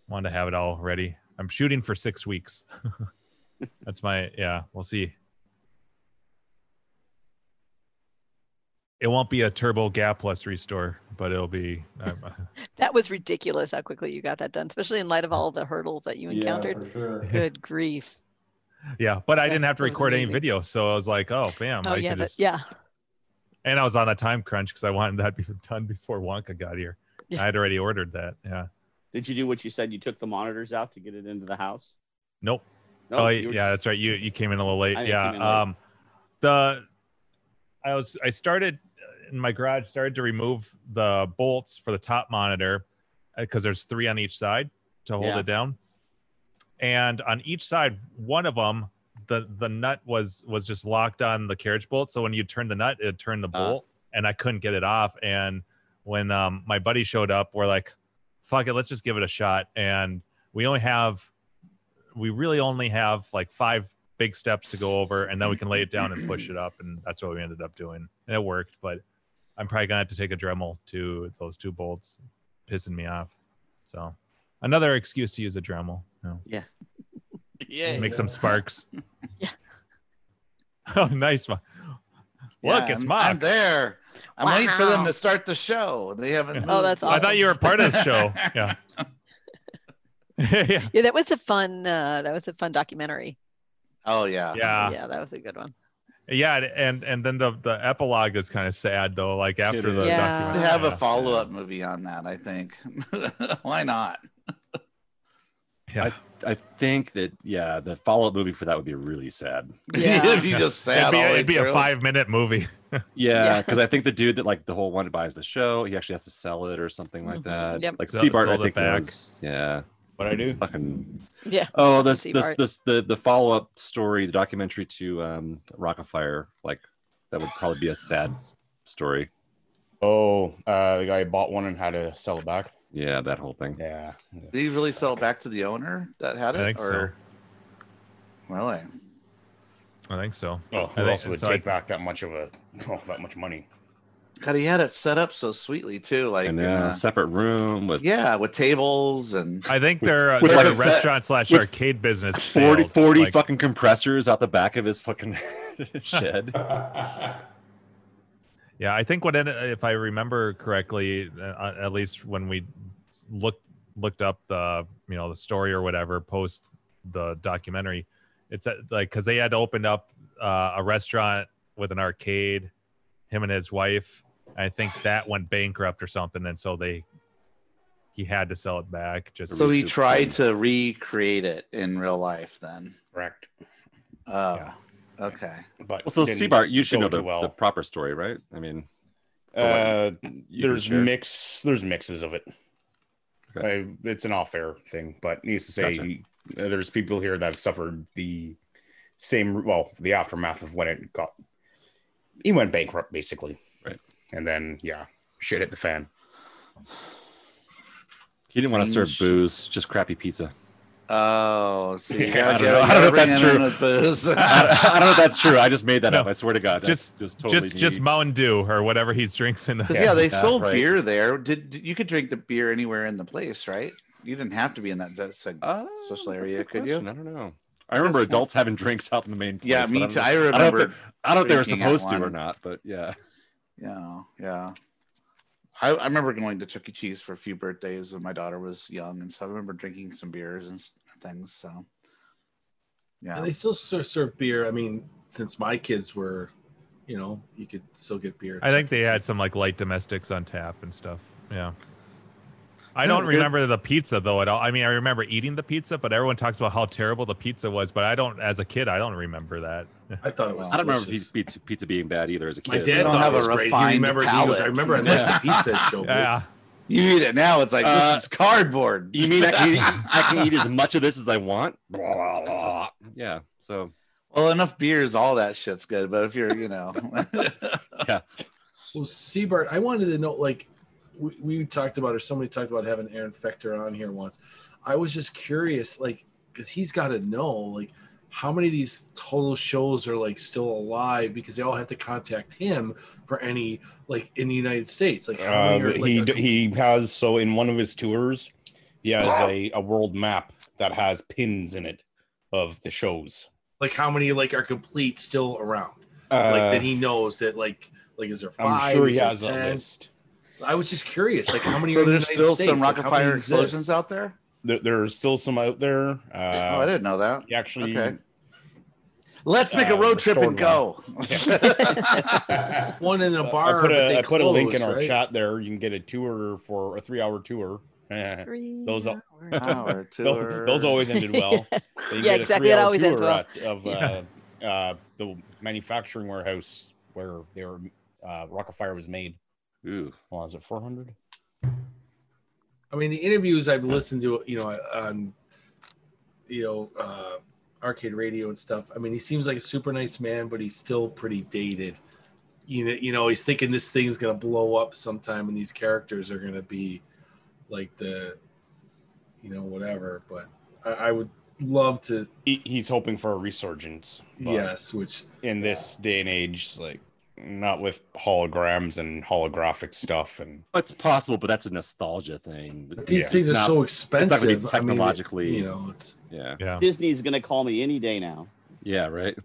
wanted to have it all ready. I'm shooting for six weeks. That's my yeah, we'll see. It won't be a turbo gap plus restore, but it'll be uh, I'm, That was ridiculous how quickly you got that done, especially in light of all the hurdles that you encountered. Yeah, for sure. Good grief. yeah, but I didn't have to That was record any amazing. video, so I was like, oh bam, oh I yeah, can that, just yeah. And I was on a time crunch because I wanted that to be done before Wonka got here. Yeah. I had already ordered that. Yeah. Did you do what you said? You took the monitors out to get it into the house. Nope. No, oh you were- yeah, that's right. You you came in a little late. I came yeah. in late. Um, the I was I started uh, in my garage started to remove the bolts for the top monitor because there's three on each side to hold Yeah. it down, and on each side one of them the the nut was was just locked on the carriage bolt. So when you turn the nut, it turned the bolt, and I couldn't get it off. And when um, my buddy showed up, we're like, "Fuck it, let's just give it a shot." And we only have we really only have like five big steps to go over and then we can lay it down and push it up and that's what we ended up doing and it worked but i'm probably gonna have to take a dremel to those two bolts pissing me off so another excuse to use a dremel no. yeah Yay. make some sparks oh nice one look Yeah, it's I'm- Mock. I'm there. I'm waiting for them Wow. to start the show. They haven't. Oh, that's moved. i thought you were part of the show yeah yeah. that was a fun. Uh, that was a fun documentary. Oh yeah. yeah yeah, that was a good one. yeah and- and and then the the epilogue is kind of sad though like after the They documentary have a yeah. follow up movie on that. I think. Why not? I, I think that yeah, the follow up movie for that would be really sad. Yeah. If you just sad it'd be, all the it'd way be a through. five minute movie Yeah, because I think the dude that like the whole one that buys the show, he actually has to sell it or something like that. Mm-hmm. Yep. Like So- Seabart, I sold it think back. knows. Yeah. What I do? Fucking. Yeah. Oh, this this Seabart. this the the follow up story, the documentary to um, Rock of Fire, like that would probably be a sad story. Oh, uh, the guy bought one and had to sell it back. Yeah, that whole thing. Yeah. Did he really sell it back to the owner that had it? I think so. or really? I think so. Oh, I who think- else would so I- take back that much of a oh, that much money? God, he had it set up so sweetly too. Like And Uh-huh. uh, a separate room with yeah, with tables and I think their uh, With their like a- restaurant slash with arcade business 40, failed. 40 Like, fucking compressors out the back of his fucking shed. yeah, I think what ended, if I remember correctly, uh, at least when we looked looked up the you know the story or whatever post the documentary, it's uh, like because they had opened up uh, a restaurant with an arcade, him and his wife. I think that went bankrupt or something, and so they he had to sell it back. Just so he tried to recreate it in real life. Then correct. Oh, okay. But Well, so didn't Seabart, you should go know the, too well. the proper story, right? I mean, for what Uh, you can there's share. mix. There's mixes of it. I- it's an off-air thing, but needs to say, Gotcha. uh, there's people here that have suffered the same, well, the aftermath of when it got. He went bankrupt, basically. Right. And then, yeah, shit hit the fan. he didn't want to Mm, serve sh- booze, just crappy pizza. Oh, see, you I gotta don't get- know. you I don't know if gotta bring that's true. it in with booze. I, don't, I don't know if that's true. I just made that up. I swear to God. That's just just, totally just just me. Mountain Dew or whatever he's drinks in the. 'Cause, yeah, they sold right. beer there. Did, did- you could drink the beer anywhere in the place, right? You didn't have to be in that de- se- Uh, special area, could you? I don't know. I remember Just- adults having drinks out in the main place. Yeah, but me don't too. know- I don't know if remember they- I don't know if they were drinking at supposed to or one. not, but yeah. Yeah, yeah. I, I remember going to Chuck E. Cheese for a few birthdays when my daughter was young, and so I remember drinking some beers and s- things. So, yeah, And they still ser- serve beer. I mean, since my kids were, you know, you could still get beer. I think they had some like light domestics on tap and stuff. Yeah. I No, don't good- remember the pizza though at all. I mean, I remember eating the pizza, but everyone talks about how terrible the pizza was. But I don't, as a kid, I don't remember that. I thought it was. I don't remember delicious. pizza, pizza being bad either as a kid. My dad You don't thought have it a was great. He refined remembered. He goes, I palate. remember I liked the pizza show. Yeah. you eat it now. It's like Uh, this is cardboard. You mean I can, eat, I can eat as much of this as I want? Blah, blah, blah. Yeah. So well, enough beers, all that shit's good. But if you're, you know, Well, Seabart, I wanted to know, like, we, we talked about, or somebody talked about having Aaron Fector on here once. I was just curious, like, because he's got to know, like, how many of these total shows are like still alive because they all have to contact him for any, like, in the United States, like, how Uh, many are, he like, d he has so in one of his tours, he has a, a world map that has pins in it of the shows. like how many like are complete still around, Uh, like that he knows that, like, like is there I'm five? sure he Is there has a 10? list. I was just curious, like, how many? so are in the there's United still States? some Like, rocket how many fire exist? explosions out there. There, there are still some out there. Uh, um, oh, I didn't know that. He actually Okay. Let's make a uh, road trip and go. restored one. One in a Uh, bar, I put but a, they I put a link in closed, our right? chat there. You can get a tour for a three hour tour. Eh, those al- Hour Those, tour. those always ended well. You can Yeah, get a exactly. That three-hour always ends tour well. at- Of uh, uh, the manufacturing warehouse where they were, uh, Rock of Fire was made. Ooh, well, is it 400? I mean, the interviews I've listened to, you know, on, you know, uh, arcade radio and stuff. I mean, he seems like a super nice man, but he's still pretty dated. You know, you know, he's thinking this thing's gonna blow up sometime, and these characters are gonna be like the, you know, whatever. But I, I would love to. He, he's hoping for a resurgence. but Yes, which in this day and age, like not with holograms and holographic stuff and It's possible, but that's a nostalgia thing. these It's things are so It's not gonna expensive. be I mean, it- technologically, you know, it's yeah, Disney's gonna call me any day now. yeah, right.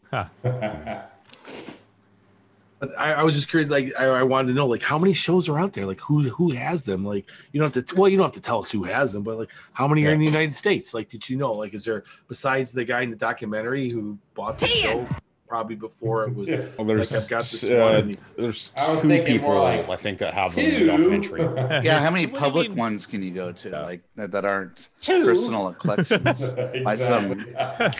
But I, I was just curious, like I, I wanted to know, like how many shows are out there? Like who who has them? Like you don't have to. Well, you don't have to tell us who has them, but like how many are in the United States? Like did you know? Like is there besides the guy in the documentary who bought the show probably before it was? Yeah. Well, there's like I've got this uh, one. and- there's I was two thinking people more like I think that have them in the two. documentary. yeah, how many public ones can you go to, like that, that aren't Two. personal collections by some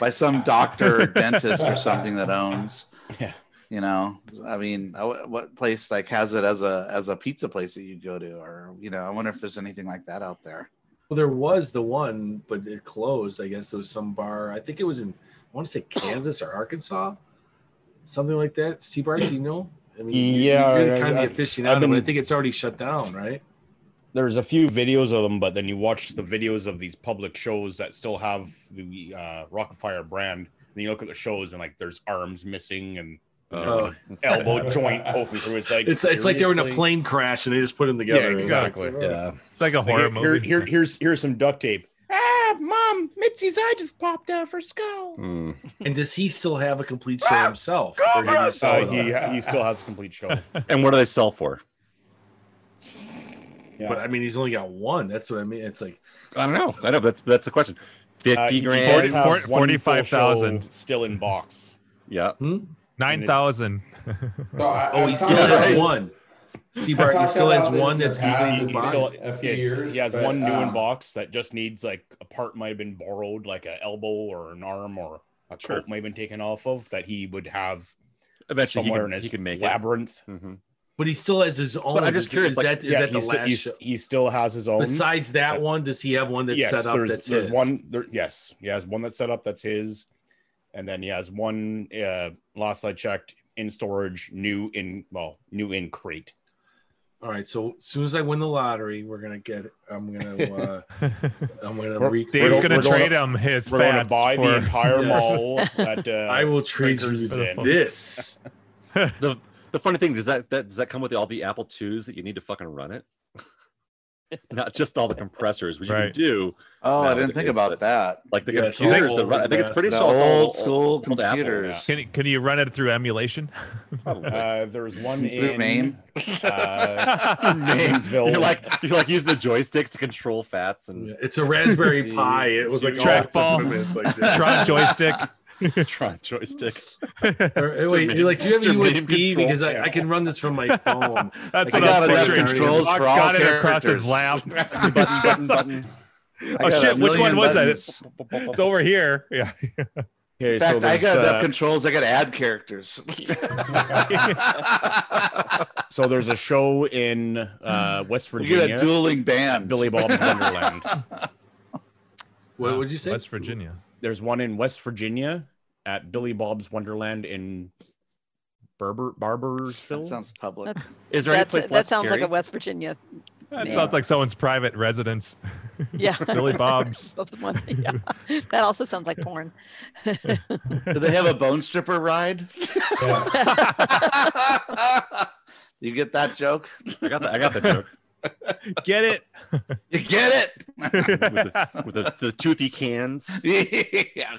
by some doctor or dentist or something that owns? Yeah. You know, I mean, I w- what place like has it as a as a pizza place that you go to, or you know, I wonder if there's anything like that out there. Well, there was the one, but it closed. I guess it was some bar. I think it was in I want to say Kansas or Arkansas, something like that. Seabart, do you know? I mean, Yeah, you're, you're I- kind I- of fishing I've out. But I been- think it's already shut down, right? There's a few videos of them, but then you watch the videos of these public shows that still have the uh, Rock of Fire brand. And you look at the shows and like there's arms missing and there's Oh, an that's elbow sad. joint poking through. It's like it's it's like they were in a seriously? plane crash and they just put them together. Yeah, It's exactly. like, uh, It's like a horror here- movie. Here, here, here's here's some duct tape. Ah, mom, Mitzi's eye just popped out of her skull. And does he still have a complete show Ah, himself? Cobra! Or did he sell Uh, it he all? he still has a complete show. And what do they sell for? But I mean, he's only got one. That's what I mean. It's like I don't know. I know that's that's the question. Uh, Fifty he grand, does have one full show still in box. Yeah, nine thousand. oh, he still has one. Seabart, he still has one that's he, completely he still, boxed. yeah, it's- he has but, one new um, in box that just needs like a part might have been borrowed, like an elbow or an arm or a Sure. coat might have been taken off of that he would have Eventually he somewhere can- in his he can make it. labyrinth. But he still has his own. I'm just Is- curious, Is like- that, is yeah, that the he's still- last he's- show? He still has his own. Besides that one, does he have one that's yes, set up? there's, that's there's his? one. There, yes, he has one that's set up. That's his, and then he has one. Uh, last I checked, in storage, new in well, new in crate. All right. So as soon as I win the lottery, we're gonna get. I'm gonna. Uh, I'm gonna. We're- Re- Dave's we're gonna trade him his We're going to fats buy the for- entire Yes. mall. At, uh, I will trade you Quaker's the- Inn. this. the the funny thing is that that does that come with all the Apple twos that you need to fucking run it, not just all the compressors, which you Right. can do. Oh, I nowadays, didn't think about but, that. Like the Yeah, it's all computers, that old run, I think it's mess. pretty The solid. It's all old school Apples. computers. Can can you run it through emulation? Uh, there's one Through in Maine? Uh, Manesville. You're like you're like using the joysticks to control fats and It's a Raspberry Pi. It was like all this equipment. It's like this. Tron joystick. Tron joystick. Or, hey, wait, Your you're like, do you have a main- your main USB? control Because I, I panel. can run this from my phone. That's I what I got was it. picturing. Controls Fox for all got it across his characters. lap. Button, button, button. oh I got a shit! Which one million was that? buttons. It's, it's over here. Yeah. Okay, In fact, I got enough uh, controls. I got to add characters. so there's a show in uh, West We Virginia. get a dueling band. Billy Bob's Wonderland. What would you say? West Virginia. There's one in West Virginia at Billy Bob's Wonderland in Barber Barbersville. That sounds public. That- Is there any that's- place that less sounds scary? like a West Virginia. That name. sounds like someone's private residence. yeah. Billy Bob's. Bob's one. Yeah. That also sounds like porn. Do they have a bone stripper ride? you get that joke? I got the I got the joke. Get it? You get with the, with the, the toothy cans. it? yeah.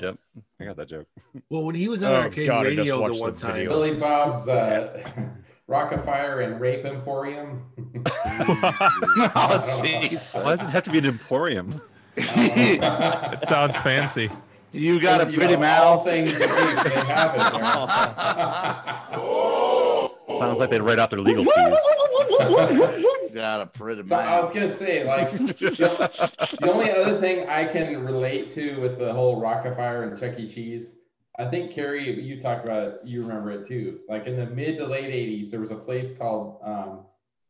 Yep, I got that joke. Well, when he was on Oh, arcade God, I just radio the watched one the time, video. Billy Bob's uh, Rock of Fire and Rape Emporium. oh, Jesus. Why does it have to be an emporium? It sounds fancy. You got a You pretty know, All mouth. things that they- they happen. Sounds like they write out their legal fees. got a pretty So I was mouth. gonna say, like, the, the only other thing I can relate to with the whole Rockafire and Chuck E. Cheese, I think Carrie, you talked about it, you remember it too. Like in the mid to late '80s, there was a place called um,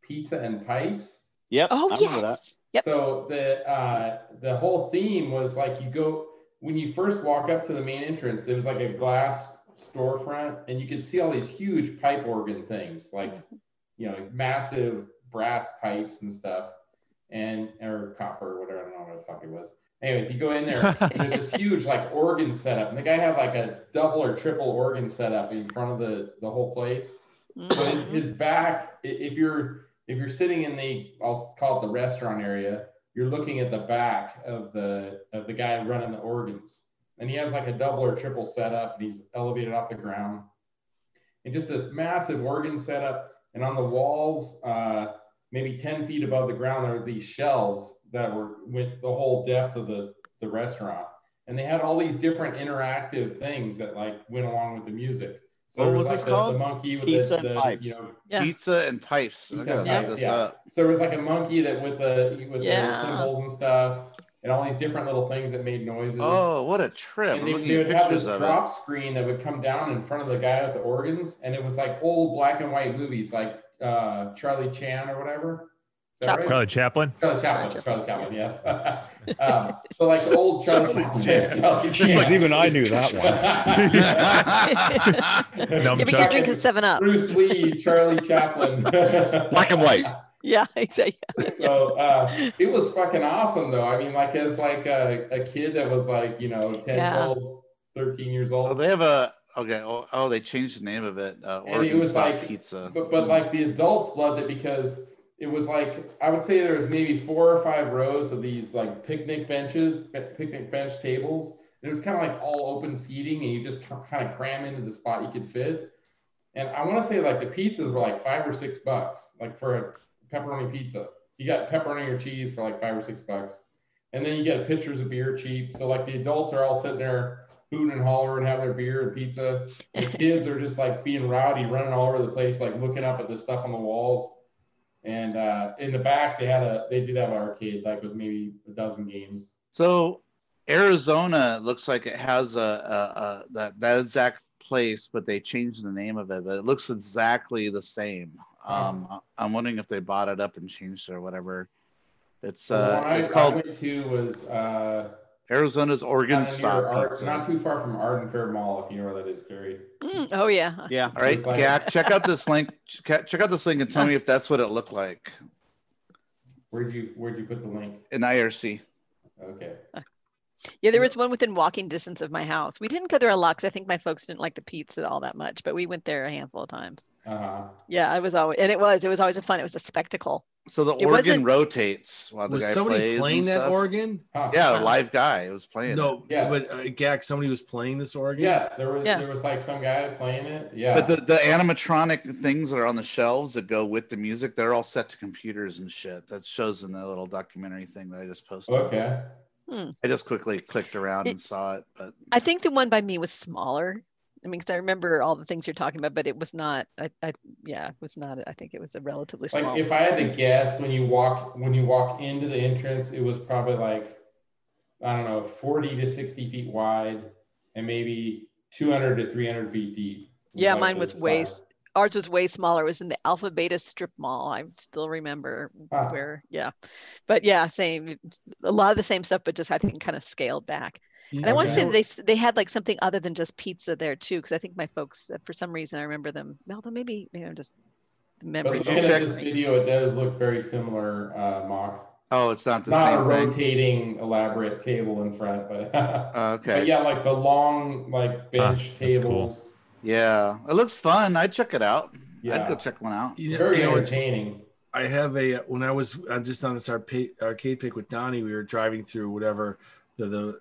Pizza and Pipes. Yep. Oh, I remember that. yes. Yep. So the uh, the whole theme was like you go when you first walk up to the main entrance. There was like a glass storefront, and you could see all these huge pipe organ things, like you know, massive brass pipes and stuff, and or copper, whatever. I don't know what the fuck it was. Anyways, you go in there, and there's this huge like organ setup, and the guy had like a double or triple organ setup in front of the the whole place. But his, his back, i- if you're if you're sitting in the I'll call it the restaurant area, you're looking at the back of the of the guy running the organs. And he has like a double or triple setup and he's elevated off the ground. And just this massive organ setup. And on the walls, uh, maybe 10 feet above the ground, there were these shelves that were went the whole depth of the, the restaurant. And they had all these different interactive things that like went along with the music. So What there was like this the, called? the monkey with Pizza the, and the pipes. you know Yeah. Pizza and pipes. I Pizza gotta and look pipes, this yeah. up. So there was like a monkey that with the with Yeah. the symbols and stuff, and all these different little things that made noises. Oh, what a trip! and I'm they, looking they at would have this pictures of it. drop screen that would come down in front of the guy with the organs, and it was like old black and white movies, like uh, Charlie Chan or whatever. Is that Chaplin. right? Charlie Chaplin. Charlie Chaplin. Charlie Chaplin. Yes. um, so like the old Charlie, Charlie Chaplin. Chan. Charlie It's like Chan. even I knew that one. Num yeah, but you're Chuck. drinking Seven Up. Bruce Lee, Charlie Chaplin. Black and white. Yeah, exactly. so uh, it was fucking awesome though i mean like as like a, a kid that was like you know 10 Yeah. 12 13 years Oh, old they have a okay. Oh, oh, they changed the name of it. Uh, it Oregon was Style like- pizza. but, but like the adults loved it because it was like i would say there was maybe four or five rows of these like picnic benches p- picnic bench tables and it was kind of like all open seating and you just kind of cram into the spot you could fit and i want to say like the pizzas were like five or six bucks like for a pepperoni pizza you got pepperoni or cheese for like five or six bucks and then you get pitchers of beer cheap so like the adults are all sitting there hooting and hollering having their beer and pizza the kids are just like being rowdy, running all over the place, like looking up at the stuff on the walls. And uh, in the back, they had a they did have an arcade, like with maybe a dozen games. So Arizona looks like it has a, a, a that that exact place, but they changed the name of it. But it looks exactly the same. Um, I'm wondering if they bought it up and changed it or whatever. It's the uh, one I, it's I called went to was uh, Arizona's down Oregon near Style Ar- Pizza. not too far from Arden Fair Mall, if you know where that is, Gary. Mm, oh yeah. Yeah. All right, Gak, check out this link. Ch- Check out this link and tell me if that's what it looked like Where'd you Where'd you put the link? in IRC. Okay. Yeah, there was one within walking distance of my house. We didn't go there a lot because I think my folks didn't like the pizza all that much, but we went there a handful of times. Uh huh. Yeah, I was always, and it was, it was always a fun, it was a spectacle. So the It organ wasn't- rotates while the was guy somebody plays. playing and that stuff. organ? Huh. Yeah, a live guy. It was playing. it. No, Yes. but uh, Gak, somebody was playing this organ. Yes, there was Yeah. there was like some guy playing it. Yeah. But the, the animatronic things that are on the shelves that go with the music, they're all set to computers and shit. That shows in the little documentary thing that I just posted. okay. I just quickly clicked around and It- saw it, but Hmm. I think the one by me was smaller. I mean, because I remember all the things you're talking about, but it was not, I, I, yeah, it was not, I think it was a relatively small. Like if I had to guess, when you walk when you walk into the entrance, it was probably like I don't know, forty to sixty feet wide, and maybe two hundred to three hundred feet deep. Yeah, Like mine the was size. way s- ours was way smaller. It was in the Alpha Beta strip mall. I still remember Ah. where, yeah. But yeah, same, a lot of the same stuff, but just I think kind of scaled back. And I want to Okay. say that they s- they had like something other than just pizza there too, because I think my folks, uh, for some reason, I remember them. Although maybe maybe I'm just the But memories. looking you at don't check- work this for me. video, it does look very similar, uh, mock. oh, it's not the Not a same thing. rotating elaborate table in front, but Uh, but okay. yeah, like the long Ah, like bench Ah, that's cool. tables. Yeah. It looks fun. I'd check it out. I'd Yeah, go check one out. You know- very you know, it's entertaining. I have a when I was uh, just on this arcade, arcade pick with Donnie, we were driving through whatever the the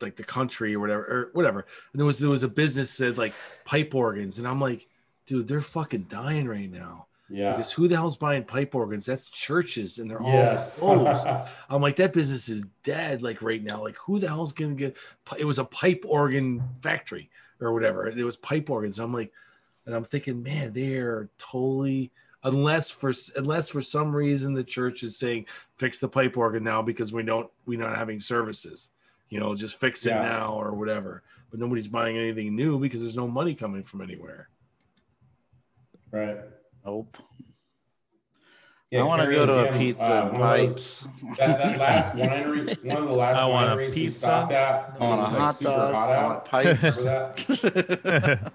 like the country or whatever or whatever, and there was there was a business that said like pipe organs, and I'm like, dude, they're fucking dying right now. Yeah. Because who the hell's buying pipe organs? That's churches and they're Yes. all closed. I'm like, that business is dead, like right now. Like, who the hell's gonna get pi- it was a pipe organ factory or whatever. It was pipe organs. I'm like, and I'm thinking, man, they are totally unless for s- unless for some reason the church is saying fix the pipe organ now because we don't we're not having services. You know, just fix it Yeah. now or whatever. But nobody's buying anything new because there's no money coming from anywhere. Right. Nope. Yeah, I want to Carrie go to a Jim, pizza uh, and one of pipes. those- That, that last winery, one of the last I want a wineries we pizza. stopped at. I want it was, a like, hot super dog. hot I out. want pipes. Remember that?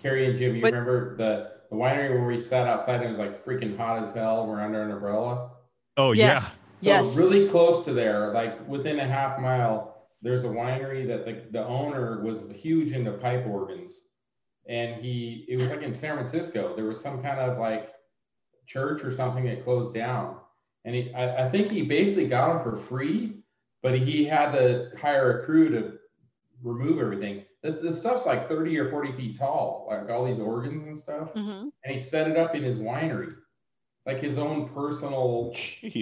Carrie and Jim, you But- remember the, the winery where we sat outside and it was like freaking hot as hell. We're under an umbrella. Oh yes. So Yes. really close to there, like within a half mile, there's a winery that the, the owner was huge into pipe organs. And he it was like in San Francisco. There was some kind of like church or something that closed down. And he I, I think he basically got them for free, but he had to hire a crew to remove everything. This, this stuff's like 30 or 40 feet tall, like all these organs and stuff. hmm And he set it up in his winery. Like his own personal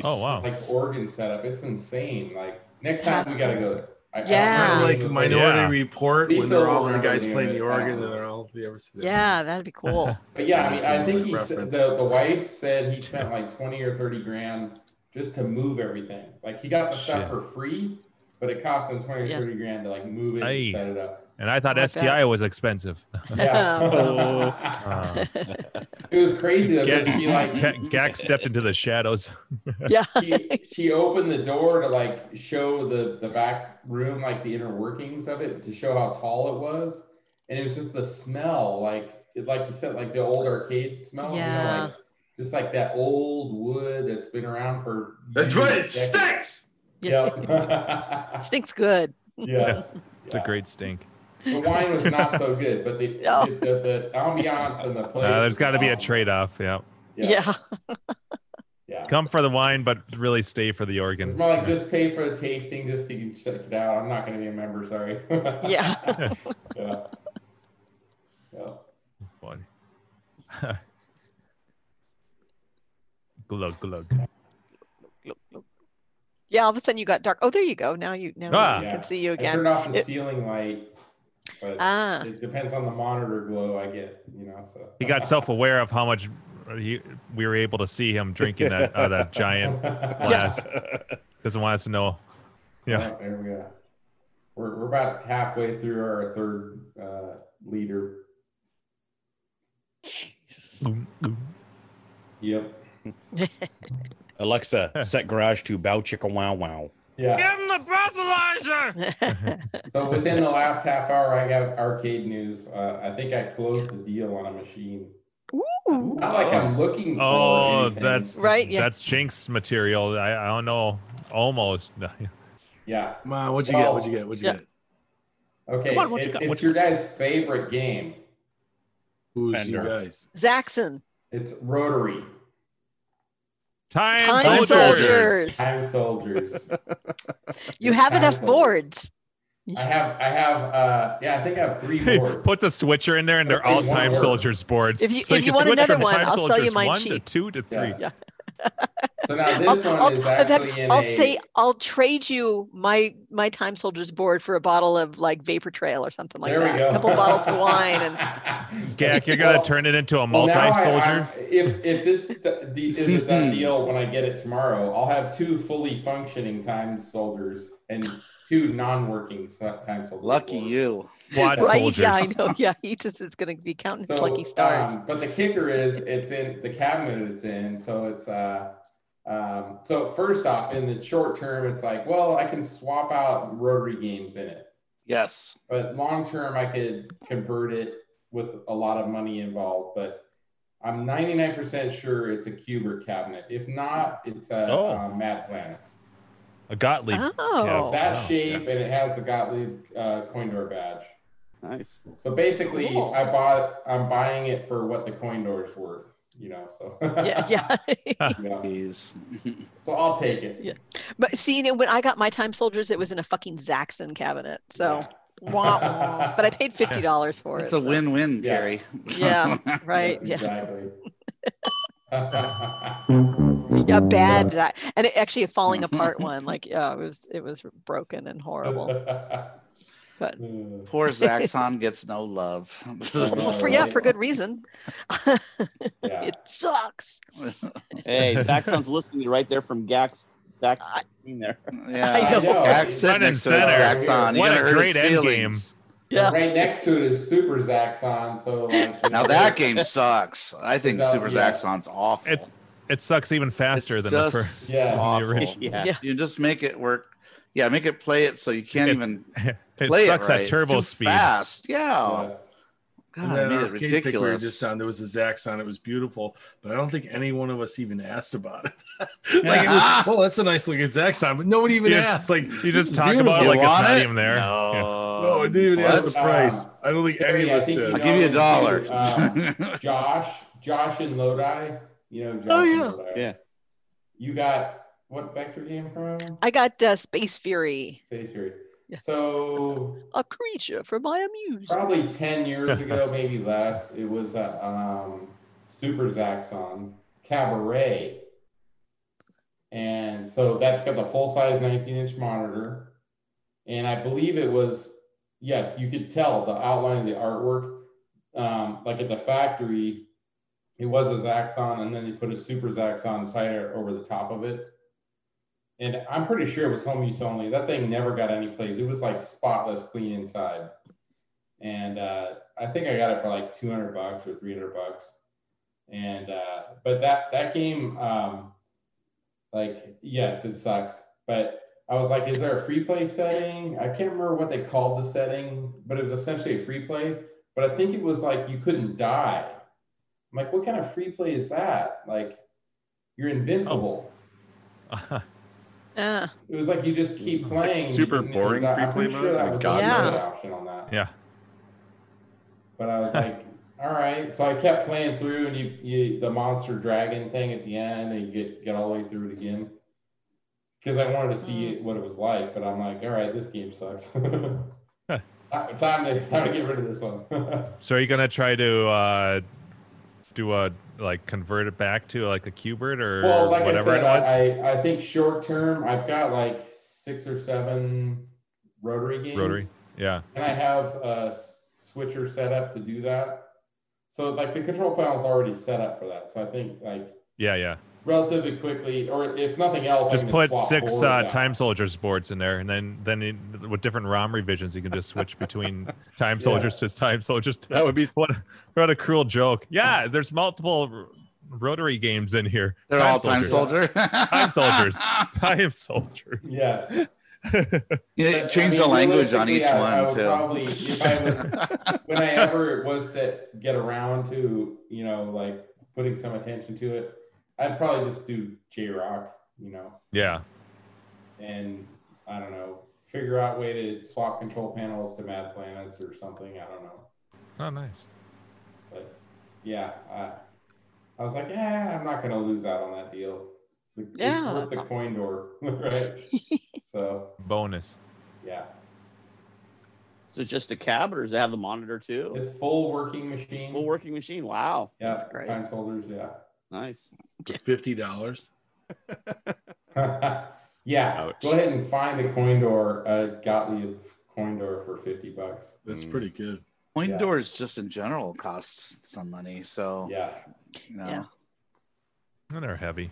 Oh wow. like organ setup. It's insane. Like next time we gotta go there. I, I Yeah. Kind don't of know like the- Minority Yeah. Report Lisa when they're all will the guys remember playing the the name of it. organ and they're all. If you ever see that? Yeah, that'd be cool. But yeah, I mean, I think he said Reference. the, the wife said he spent like twenty or thirty grand just to move everything. Like he got the Shit. stuff for free, but it cost him twenty or Yeah. thirty grand to like move it Aye. and set it up. And I thought I bet. STI was expensive. Oh. Yeah. Uh, it was crazy though, Gak, because she like Gak stepped into the shadows. yeah. she, she opened the door to like show the the back room like the inner workings of it to show how tall it was and it was just the smell like it, like you said like the old arcade smell you know, Yeah. like, just like that old wood that's been around for That's right, it decades. stinks! yeah. yep Stinks good. yes It's a great stink. the wine was not so good but the No. the, the, the ambiance and the place Uh, there's was got to be a awesome. trade off. Yeah. Yeah. yeah Come for the wine, but really stay for the it's organ. more like just pay for the tasting just to get- check it out. I'm not going to be a member, sorry. Yeah. yeah. Yeah. Funny. glug, glug. Yeah, all of a sudden you got dark. Oh, there you go. Now you now Ah. I can see you I again. turned off the It- ceiling light, but ah, it depends on the monitor glow I get, you know. So He got self aware of how much he, we were able to see him drinking that, uh, that giant glass. Doesn't want us to know. Yeah. Yeah, Oh, there we go. We're, we're about halfway through our third uh, leader. Yep. Alexa, set garage to bow chicka wow wow. Yeah. him the breathalyzer. So within the last half hour, I got arcade news. Uh, I think I closed the deal on a machine. Ooh. Not like I'm looking for Oh, anything. that's Right, yeah. That's Jinx material. I, I don't know. Almost. yeah. Ma, what'd you get? What'd you get? What'd you Yeah. get? Okay, Come on, what you it- got, it's what you your guys' favorite game. Who's you Fender. guys? Zaxxon. It's Rotary. Time, Time soldiers. soldiers. Time Soldiers. You have Time enough Soldiers. boards. I have, I have, uh, yeah, I think I have three He boards. puts a switcher in there, and they're That's all one time word. soldiers boards. If you- so if you you can want switch another from one, time I'll sell you soldiers mine one to cheap. two to three. Yes. So now this I'll, one I'll, is in fact, actually in I'll a- say I'll trade you my my time soldiers board for a bottle of like vapor trail or something like there that. we go. A couple bottles of wine and and Gak, you're gonna turn it into a multi soldier. if if this d- d- is a done deal when I get it tomorrow, I'll have two fully functioning time soldiers and two non-working so- time soldiers. Lucky boards. you. Quad right. soldiers. Yeah, I know. Yeah, he just is going to be counting his lucky stars. um, but the kicker is it's in the cabinet it's in. So it's uh um, so first off, in the short term, it's like, well, I can swap out rotary games in it. Yes. But long term I could convert it with a lot of money involved. But I'm 99% sure it's a Cuber cabinet. If not, it's a Oh. uh, Mad Planets. A Gottlieb. It's Oh, that wow, shape and it has the Gottlieb uh, coin door badge. Nice. So basically, Cool. I bought. I'm buying it for what the coin door is worth. You know, so yeah, yeah. Yeah. Jeez. So I'll take it. Yeah. But see, you know, when I got my time soldiers, it was in a fucking Zaxxon cabinet. So, Yeah. wah, wah. but I paid fifty dollars for It's it. a so- win-win, Yeah. Gary. Yeah, right. Yes, Yeah. Exactly. yeah, bad. That, and it actually a falling apart one. Like, yeah, it was it was broken and horrible. But Mm. Poor Zaxxon gets no love. Oh, Well, for, yeah, for good reason. it sucks. Hey, Zaxxon's listening right there from Gax. Gax in there. Yeah, I know. Gax sitting Front and next to center. Zaxxon. You What gotta a hurt his great end game. feelings. Yeah. Right next to it is Super Zaxxon. So like, Now that game sucks. I think Yeah. Super Zaxxon's awful. It it sucks even faster It's than just the first. Yeah. than the awful. original. Yeah. Yeah. You just make it work. Yeah, make it play it so you can't It's- even It play sucks it right. at turbo it's too speed. Fast, yeah. Yeah. And God, then I made our it cake pick we were ridiculous. just on, there was a Zaxxon. It was beautiful, but I don't think any one of us even asked about it. like, it was, well, that's a nice looking Zaxxon, but nobody even You just- asked. Like, You this just is talk about it You like it's want not it? even there. Yeah. No, I didn't even ask the What? Uh, price. I don't think any Harry, of I us think you did. I'll give you a dollar. Um, Josh, Josh in Lodi, you know, Josh Oh, in yeah. Lodi. Yeah. You got what vector game from? I got uh, Space Fury, Space Fury. Yeah. So a creature for my amusement. probably 10 years ago, maybe less, it was a um, Super Zaxxon Cabaret. And so that's got the full size 19 inch monitor. And I believe it was, yes, you could tell the outline of the artwork. Um, like at the factory, it was a Zaxxon, and then they put a Super Zaxxon tire over the top of it. And I'm pretty sure it was home use only. That thing never got any plays. It was like spotless clean inside and uh, I think I got it for like 200 bucks or 300 bucks. And uh, but that that game, um, like yes, it sucks. But I was like, is there a free play setting? I can't remember what they called the setting, but it was essentially a free play. But I think it was like you couldn't die. I'm like, what kind of free play is that? Like, you're invincible. Uh, It was like you just keep Like playing. super and it was boring that- free I'm play pretty mode, Sure that like was God the mode. only option on that. yeah. but I was like, all right. So I kept playing through, and you, you the monster dragon thing at the end, and you get get all the way through it again because I wanted to see what it was like. But I'm like, all right, this game sucks. Ti- Time to time to get rid of this one. So are you gonna try to uh, do a like convert it back to like a cubert or well, like whatever I it was? said, I, I I think short term, I've got like six or seven rotary games. Rotary. yeah. and I have a s- switcher set up to do that. So like the control panel is already set up for that. So I think like Yeah. Yeah. relatively quickly, or if nothing else, I Just can put swap six boards uh, out. time soldiers boards in there, and then then in, with different ROM revisions, you can just switch between time soldiers to time soldiers. To, That would be- what what a cruel joke. Yeah, there's multiple r- rotary games in here. They're all time soldier. Time soldiers. time soldiers. Yes. Yeah, But, change I the mean, language on each realistically, I- I one would Probably, too. if I was, when I ever was to get around to, you know, like putting some attention to it, I'd probably just do J Rock, you know, Yeah. and I don't know, figure out way to swap control panels to Mad Planets or something. I don't know, Oh, nice. but yeah, I, I was like, yeah, I'm not gonna lose out on that deal. It's Yeah, worth that's the awesome. coin door, right? so Bonus. yeah. Is it just a cab or does it have the monitor too? It's full working machine. Full working machine. Wow. Yeah, That's great. time soldiers. Nice. Fifty dollars. Yeah. yeah. Ouch. Go ahead and find a coin door, a Gottlieb coin door for fifty bucks. That's Mm. pretty good. Coin Yeah. doors just in general costs some money, so Yeah. you know, Yeah. And they're heavy.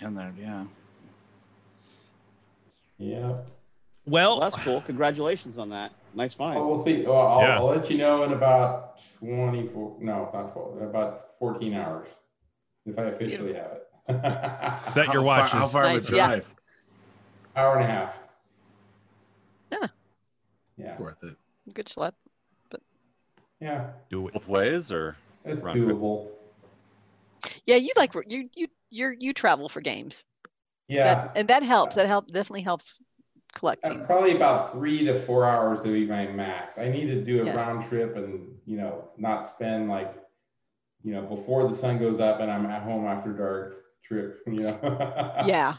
and they're yeah. Yeah. Well, Well, that's cool. Congratulations on that. Nice Well, find. Oh, we'll see. Well, I'll, Yeah. I'll let you know in about twenty-four. No, not twelve. About fourteen hours, if I officially have it. How set your far- watches. How far of a Nice, yeah. drive? Hour and a half. Yeah. Yeah. Worth it. good schlep. Yeah. Do it. Both ways, or It's Round trip. doable. Yeah, you like you you you you travel for games. Yeah. That, and that helps. That help definitely helps Uh, collecting. probably about three to four hours would be my max. I need to do a Yeah. round trip and you know not spend like you know before the sun goes up and I'm at home after dark trip. You know. Yeah.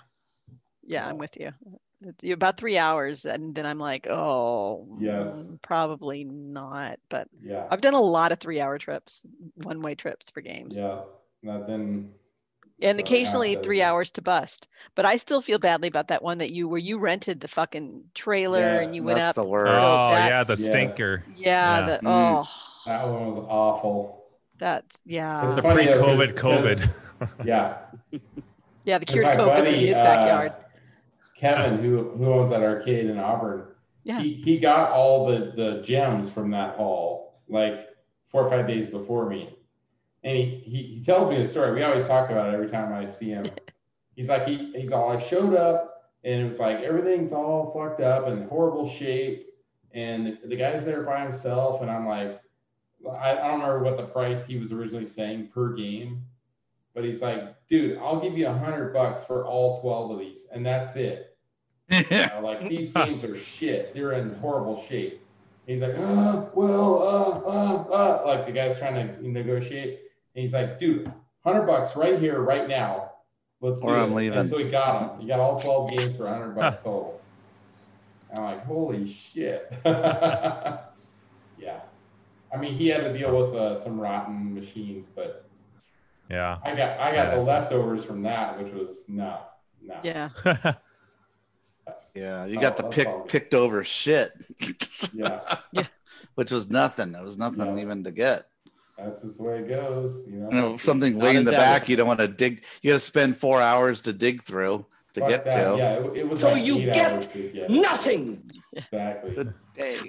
Yeah, I'm with you. It's you- about three hours, and then I'm like, oh, Yes. mm, probably not. But Yeah. I've done a lot of three-hour trips, one-way trips for games. Yeah. Not then. and occasionally three hours to bust. But I still feel badly about that one that you where you rented the fucking trailer and you went up. Oh yeah, the that's- stinker. Yeah, Mm. the- oh. That one was awful. That's yeah. It's a pre-COVID COVID. Yeah. Yeah, the Because cured my COVID's in buddy, his uh, backyard. Kevin, who who owns that arcade in Auburn, Yeah. he, he got all the the gems from that haul like four or five days before me, and he he, he tells me the story. We always talk about it every time I see him. He's like he, he's all I showed up and it was like everything's all fucked up and horrible shape, and the, the guy's there by himself, and I'm like. I, I don't remember what the price he was originally saying per game, but he's like, dude, I'll give you a hundred bucks for all 12 of these. And that's it. You know, like these games are shit. They're in horrible shape. He's like, uh, well, uh, uh, uh, like the guy's trying to negotiate. And he's like, dude, hundred bucks right here, right now. Let's do Or it. I'm leaving. And so he got them. He got all 12 games for hundred bucks total. And I'm like, holy shit. yeah. I mean, he had to deal with uh, some rotten machines, but Yeah. I got I got the leftovers from that, which was no, no. Yeah. Yeah, you got Oh, the that's pick all picked over shit. yeah. Which was nothing. It was nothing even to get. That's just the way it goes, you know. You know, something way in the back you don't want to dig. You got to spend four hours to dig through to Fuck get that. to. Yeah, it, it was like eight hours to nothing. Exactly.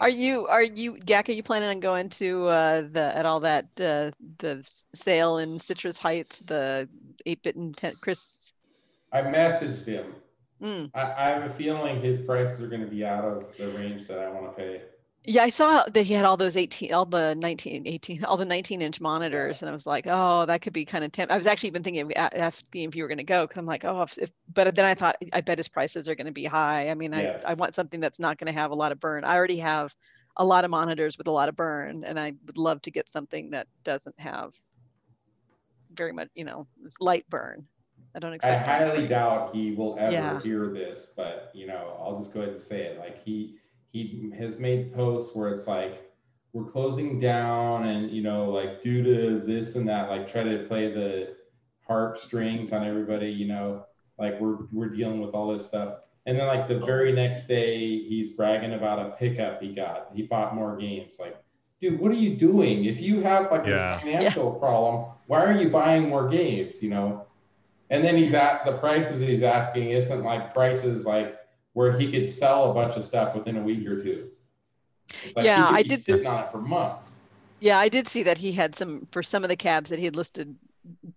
Are you are you Jack? Are you planning on going to uh, the at all that uh, the s- sale in Citrus Heights, the eight bit and ten, Chris? I messaged him. Mm. I, I have a feeling his prices are going to be out of the range that I want to pay. Yeah, I saw that he had all those 18, all the 19, 18, all the 19 inch monitors. And I was like, oh, that could be kind of tempting. I was actually even thinking of a- asking if you were going to go because I'm like, oh, if, if, but then I thought, I bet his prices are going to be high. I mean, Yes. I, I want something that's not going to have a lot of burn. I already have a lot of monitors with a lot of burn, and I would love to get something that doesn't have very much, you know, it's light burn. I don't I expect. highly doubt he will ever Yeah. hear this, but you know, I'll just go ahead and say it. Like he he has made posts where it's like we're closing down, and you know, like due to this and that, like try to play the harp strings on everybody. You know, like we're we're dealing with all this stuff. And then like the very next day, he's bragging about a pickup he got. He bought more games. Like, dude, what are you doing? If you have like Yeah. this financial problem, why are you buying more games? You know. And then he's at the prices that he's asking isn't like prices like where he could sell a bunch of stuff within a week or two. It's like Yeah, he could I be did- sitting on it for months. Yeah, I did see that he had some for some of the cabs that he had listed.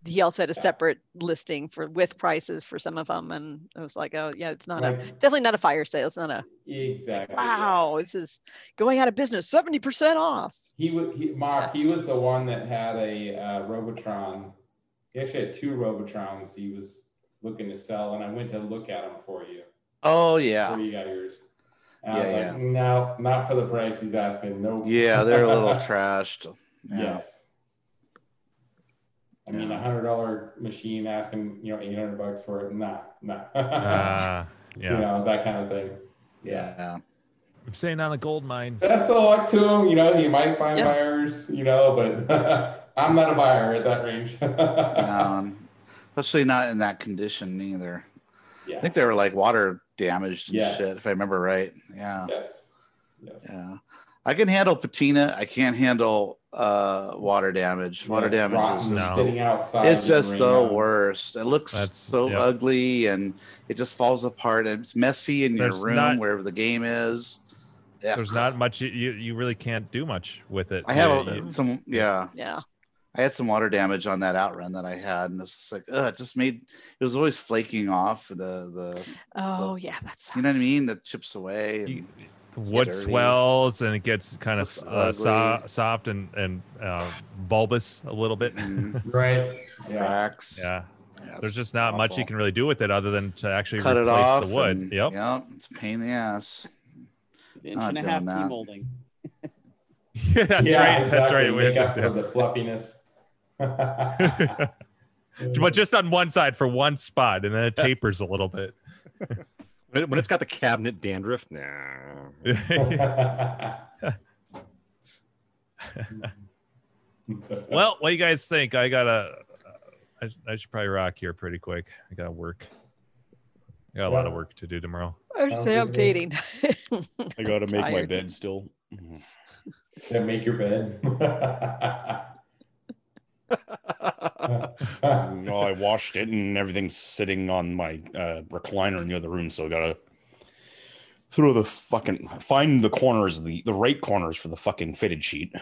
He also had a separate listing for with prices for some of them, and I was like, oh yeah, it's not a Right. definitely not a fire sale. It's not a Exactly. wow. This is going out of business, seventy percent off. He was he, Mark. He was the one that had a uh, Robotron. He actually had two Robotrons. He was looking to sell, and I went to look at them for you. Oh yeah. Before you got yours. And I was Yeah, like, no, not for the price he's asking. No. Yeah, they're a little trashed. Yeah. Yes. I mean, a hundred dollar machine asking you know eight hundred bucks for it. Nah, nah. Ah, You yeah. know that kind of thing. Yeah. I'm saying on a gold mine. Best of luck to him. You know, he might find Yeah. buyers. You know, but I'm not a buyer at that range. Um, especially not in that condition either. I yeah. think they were like water damaged and Yes. shit, if I remember right. Yeah. Yes. Yes. Yeah. I can handle patina. I can't handle uh water damage. Water Yeah, damage is rotten, just sitting outside it's in the just rain the out. worst. It looks That's- so yeah. ugly and it just falls apart and it's messy in There's your room not- wherever the game is. Yeah. There's not much you, you you really can't do much with it. I have You- a, you- some yeah. Yeah, I had some water damage on that outrun that I had, and it's just like, ugh, it just made it was always flaking off the the oh yeah, that's you know what I mean? The chips away. And, You- the wood dirty. swells and it gets kind of Looks uh, so, ugly. soft and and uh, bulbous a little bit. Mhm. Right. Yeah. cracks. yeah, Yeah, there's it's just not much you awful. can really do with it other than to actually cut replace it off. the wood. and- yep. Yep. It's a pain in the ass. An inch Not and a doing half that. molding. Yeah, that's right. That's exactly. right. We Make up have for to- the fluffiness. but just on one side for one spot, and then it tapers a little bit. When, when it's got the cabinet dandruff, nah. well, what do you guys think? I gotta. I, I should probably rock here pretty quick. I got to work. I got a lot of work to do tomorrow. I would say I'm fading. I gotta make my Tired. bed still. Yeah, make your bed. no, Mm-hmm. I washed it and everything's sitting on my uh, recliner in the other room, so I gotta throw the fucking find the corners, the the right corners for the fucking fitted sheet.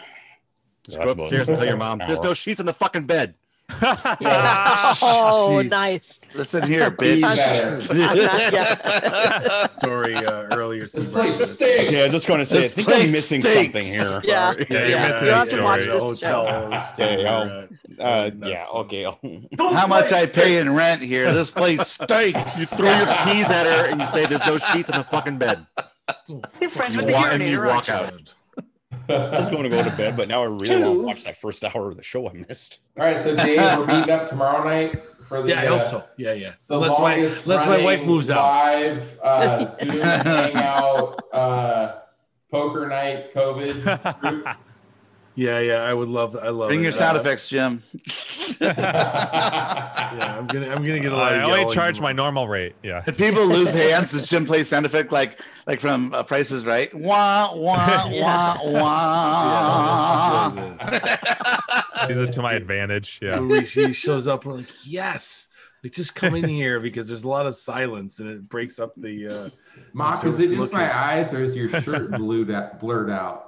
Just go upstairs and tell your mom, "There's no sheets in the fucking bed." Oh, nice. Listen here, bitch. Sorry, uh, earlier. Yeah, I was just going to say, This I think I'm place missing stinks. something here. Yeah. Yeah, you're Yeah, missing yeah, a story. yeah. The hotel stay Yeah, I'll- uh, yeah, okay. How much I pay in rent here? This place stinks. You throw your keys at her and you say, "There's no sheets in the fucking bed." You're friends You with the walk- and you urinator. walk aren't out. I was going to go to bed, but now I really want to watch that first hour of the show I missed. All right, so Dave, we're meeting up tomorrow night for the. Yeah, I uh, hope so. Yeah, yeah. The Unless my- longest unless my wife running moves out. Live uh, Zoom hangout, uh, poker night, COVID group. Yeah, yeah. I would love. I love. Bring it. your sound Uh, effects, Jim. Yeah, I'm gonna. I'm gonna get a lot. I of only yelling. charge my normal rate. Yeah. Did people lose hands? Does Jim play sound effect like like from uh, Prices Right? Wah wah wah wah. Use it to my advantage. Yeah. Louis, she shows up. We're like, yes, like just come in here because there's a lot of silence and it breaks up the. Uh, Mock, so is it it's just looking- my eyes or is your shirt blued out, blurred out?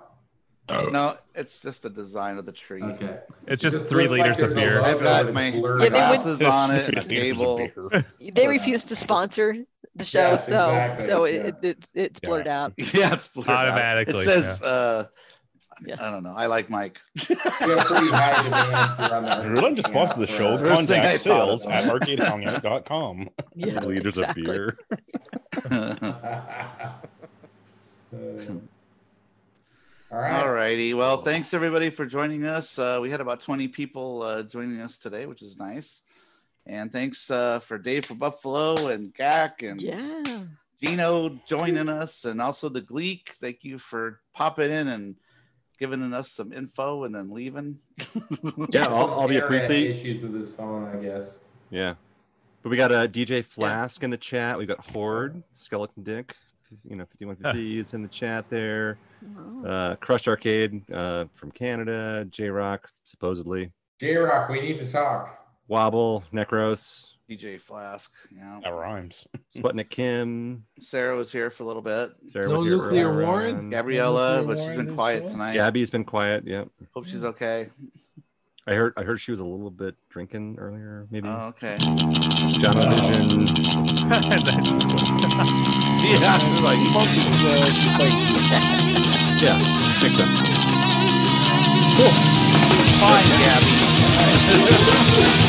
No, it's just the design of the tree. Okay. It's It just just three looks like liters of there's a lot beer. I've got my Yeah, they would- glasses on it, Three a liters of table. beer. They refuse to sponsor the show, Yes, so exactly, so yeah. it, it, it's it's blurred out. Yeah, it's blurred out. Automatically, It says, yeah. uh, Yeah. I don't know. I like Mike. We have pretty high demand around If the you're willing to sponsor the show, That's the first thing I contact thought sales of. at arcadehangout.com. Yeah, Liters exactly. of beer. All right. All righty. Well, thanks everybody for joining us. Uh, we had about 20 people uh, joining us today, which is nice. And thanks uh, for Dave from Buffalo and Gak and Yeah. Gino joining us, and also the Gleek. Thank you for popping in and giving us some info and then leaving. Yeah, I'll, I'll be a Internet prefect. Issues with his phone, I guess. Yeah, but we got a uh, DJ Flask in the chat. We got Horde Skeleton Dick. You know, 5150 is in the chat there. Oh. Uh, Crush Arcade uh, from Canada. J Rock supposedly. J Rock, we need to talk. Wobble Necros. DJ Flask. Yeah. That rhymes. Sputnik Kim. Sarah was here for a little bit. Sarah No was here nuclear earlier warrant? on. Gabriella, but she's Warren been is quiet cool. tonight. Gabby's been quiet. Yep. Hope she's okay. I heard. I heard she was a little bit drinking earlier. Maybe. Oh, okay. Jono Vision. Yeah, she's like, Yeah, makes sense. fine, Gabby.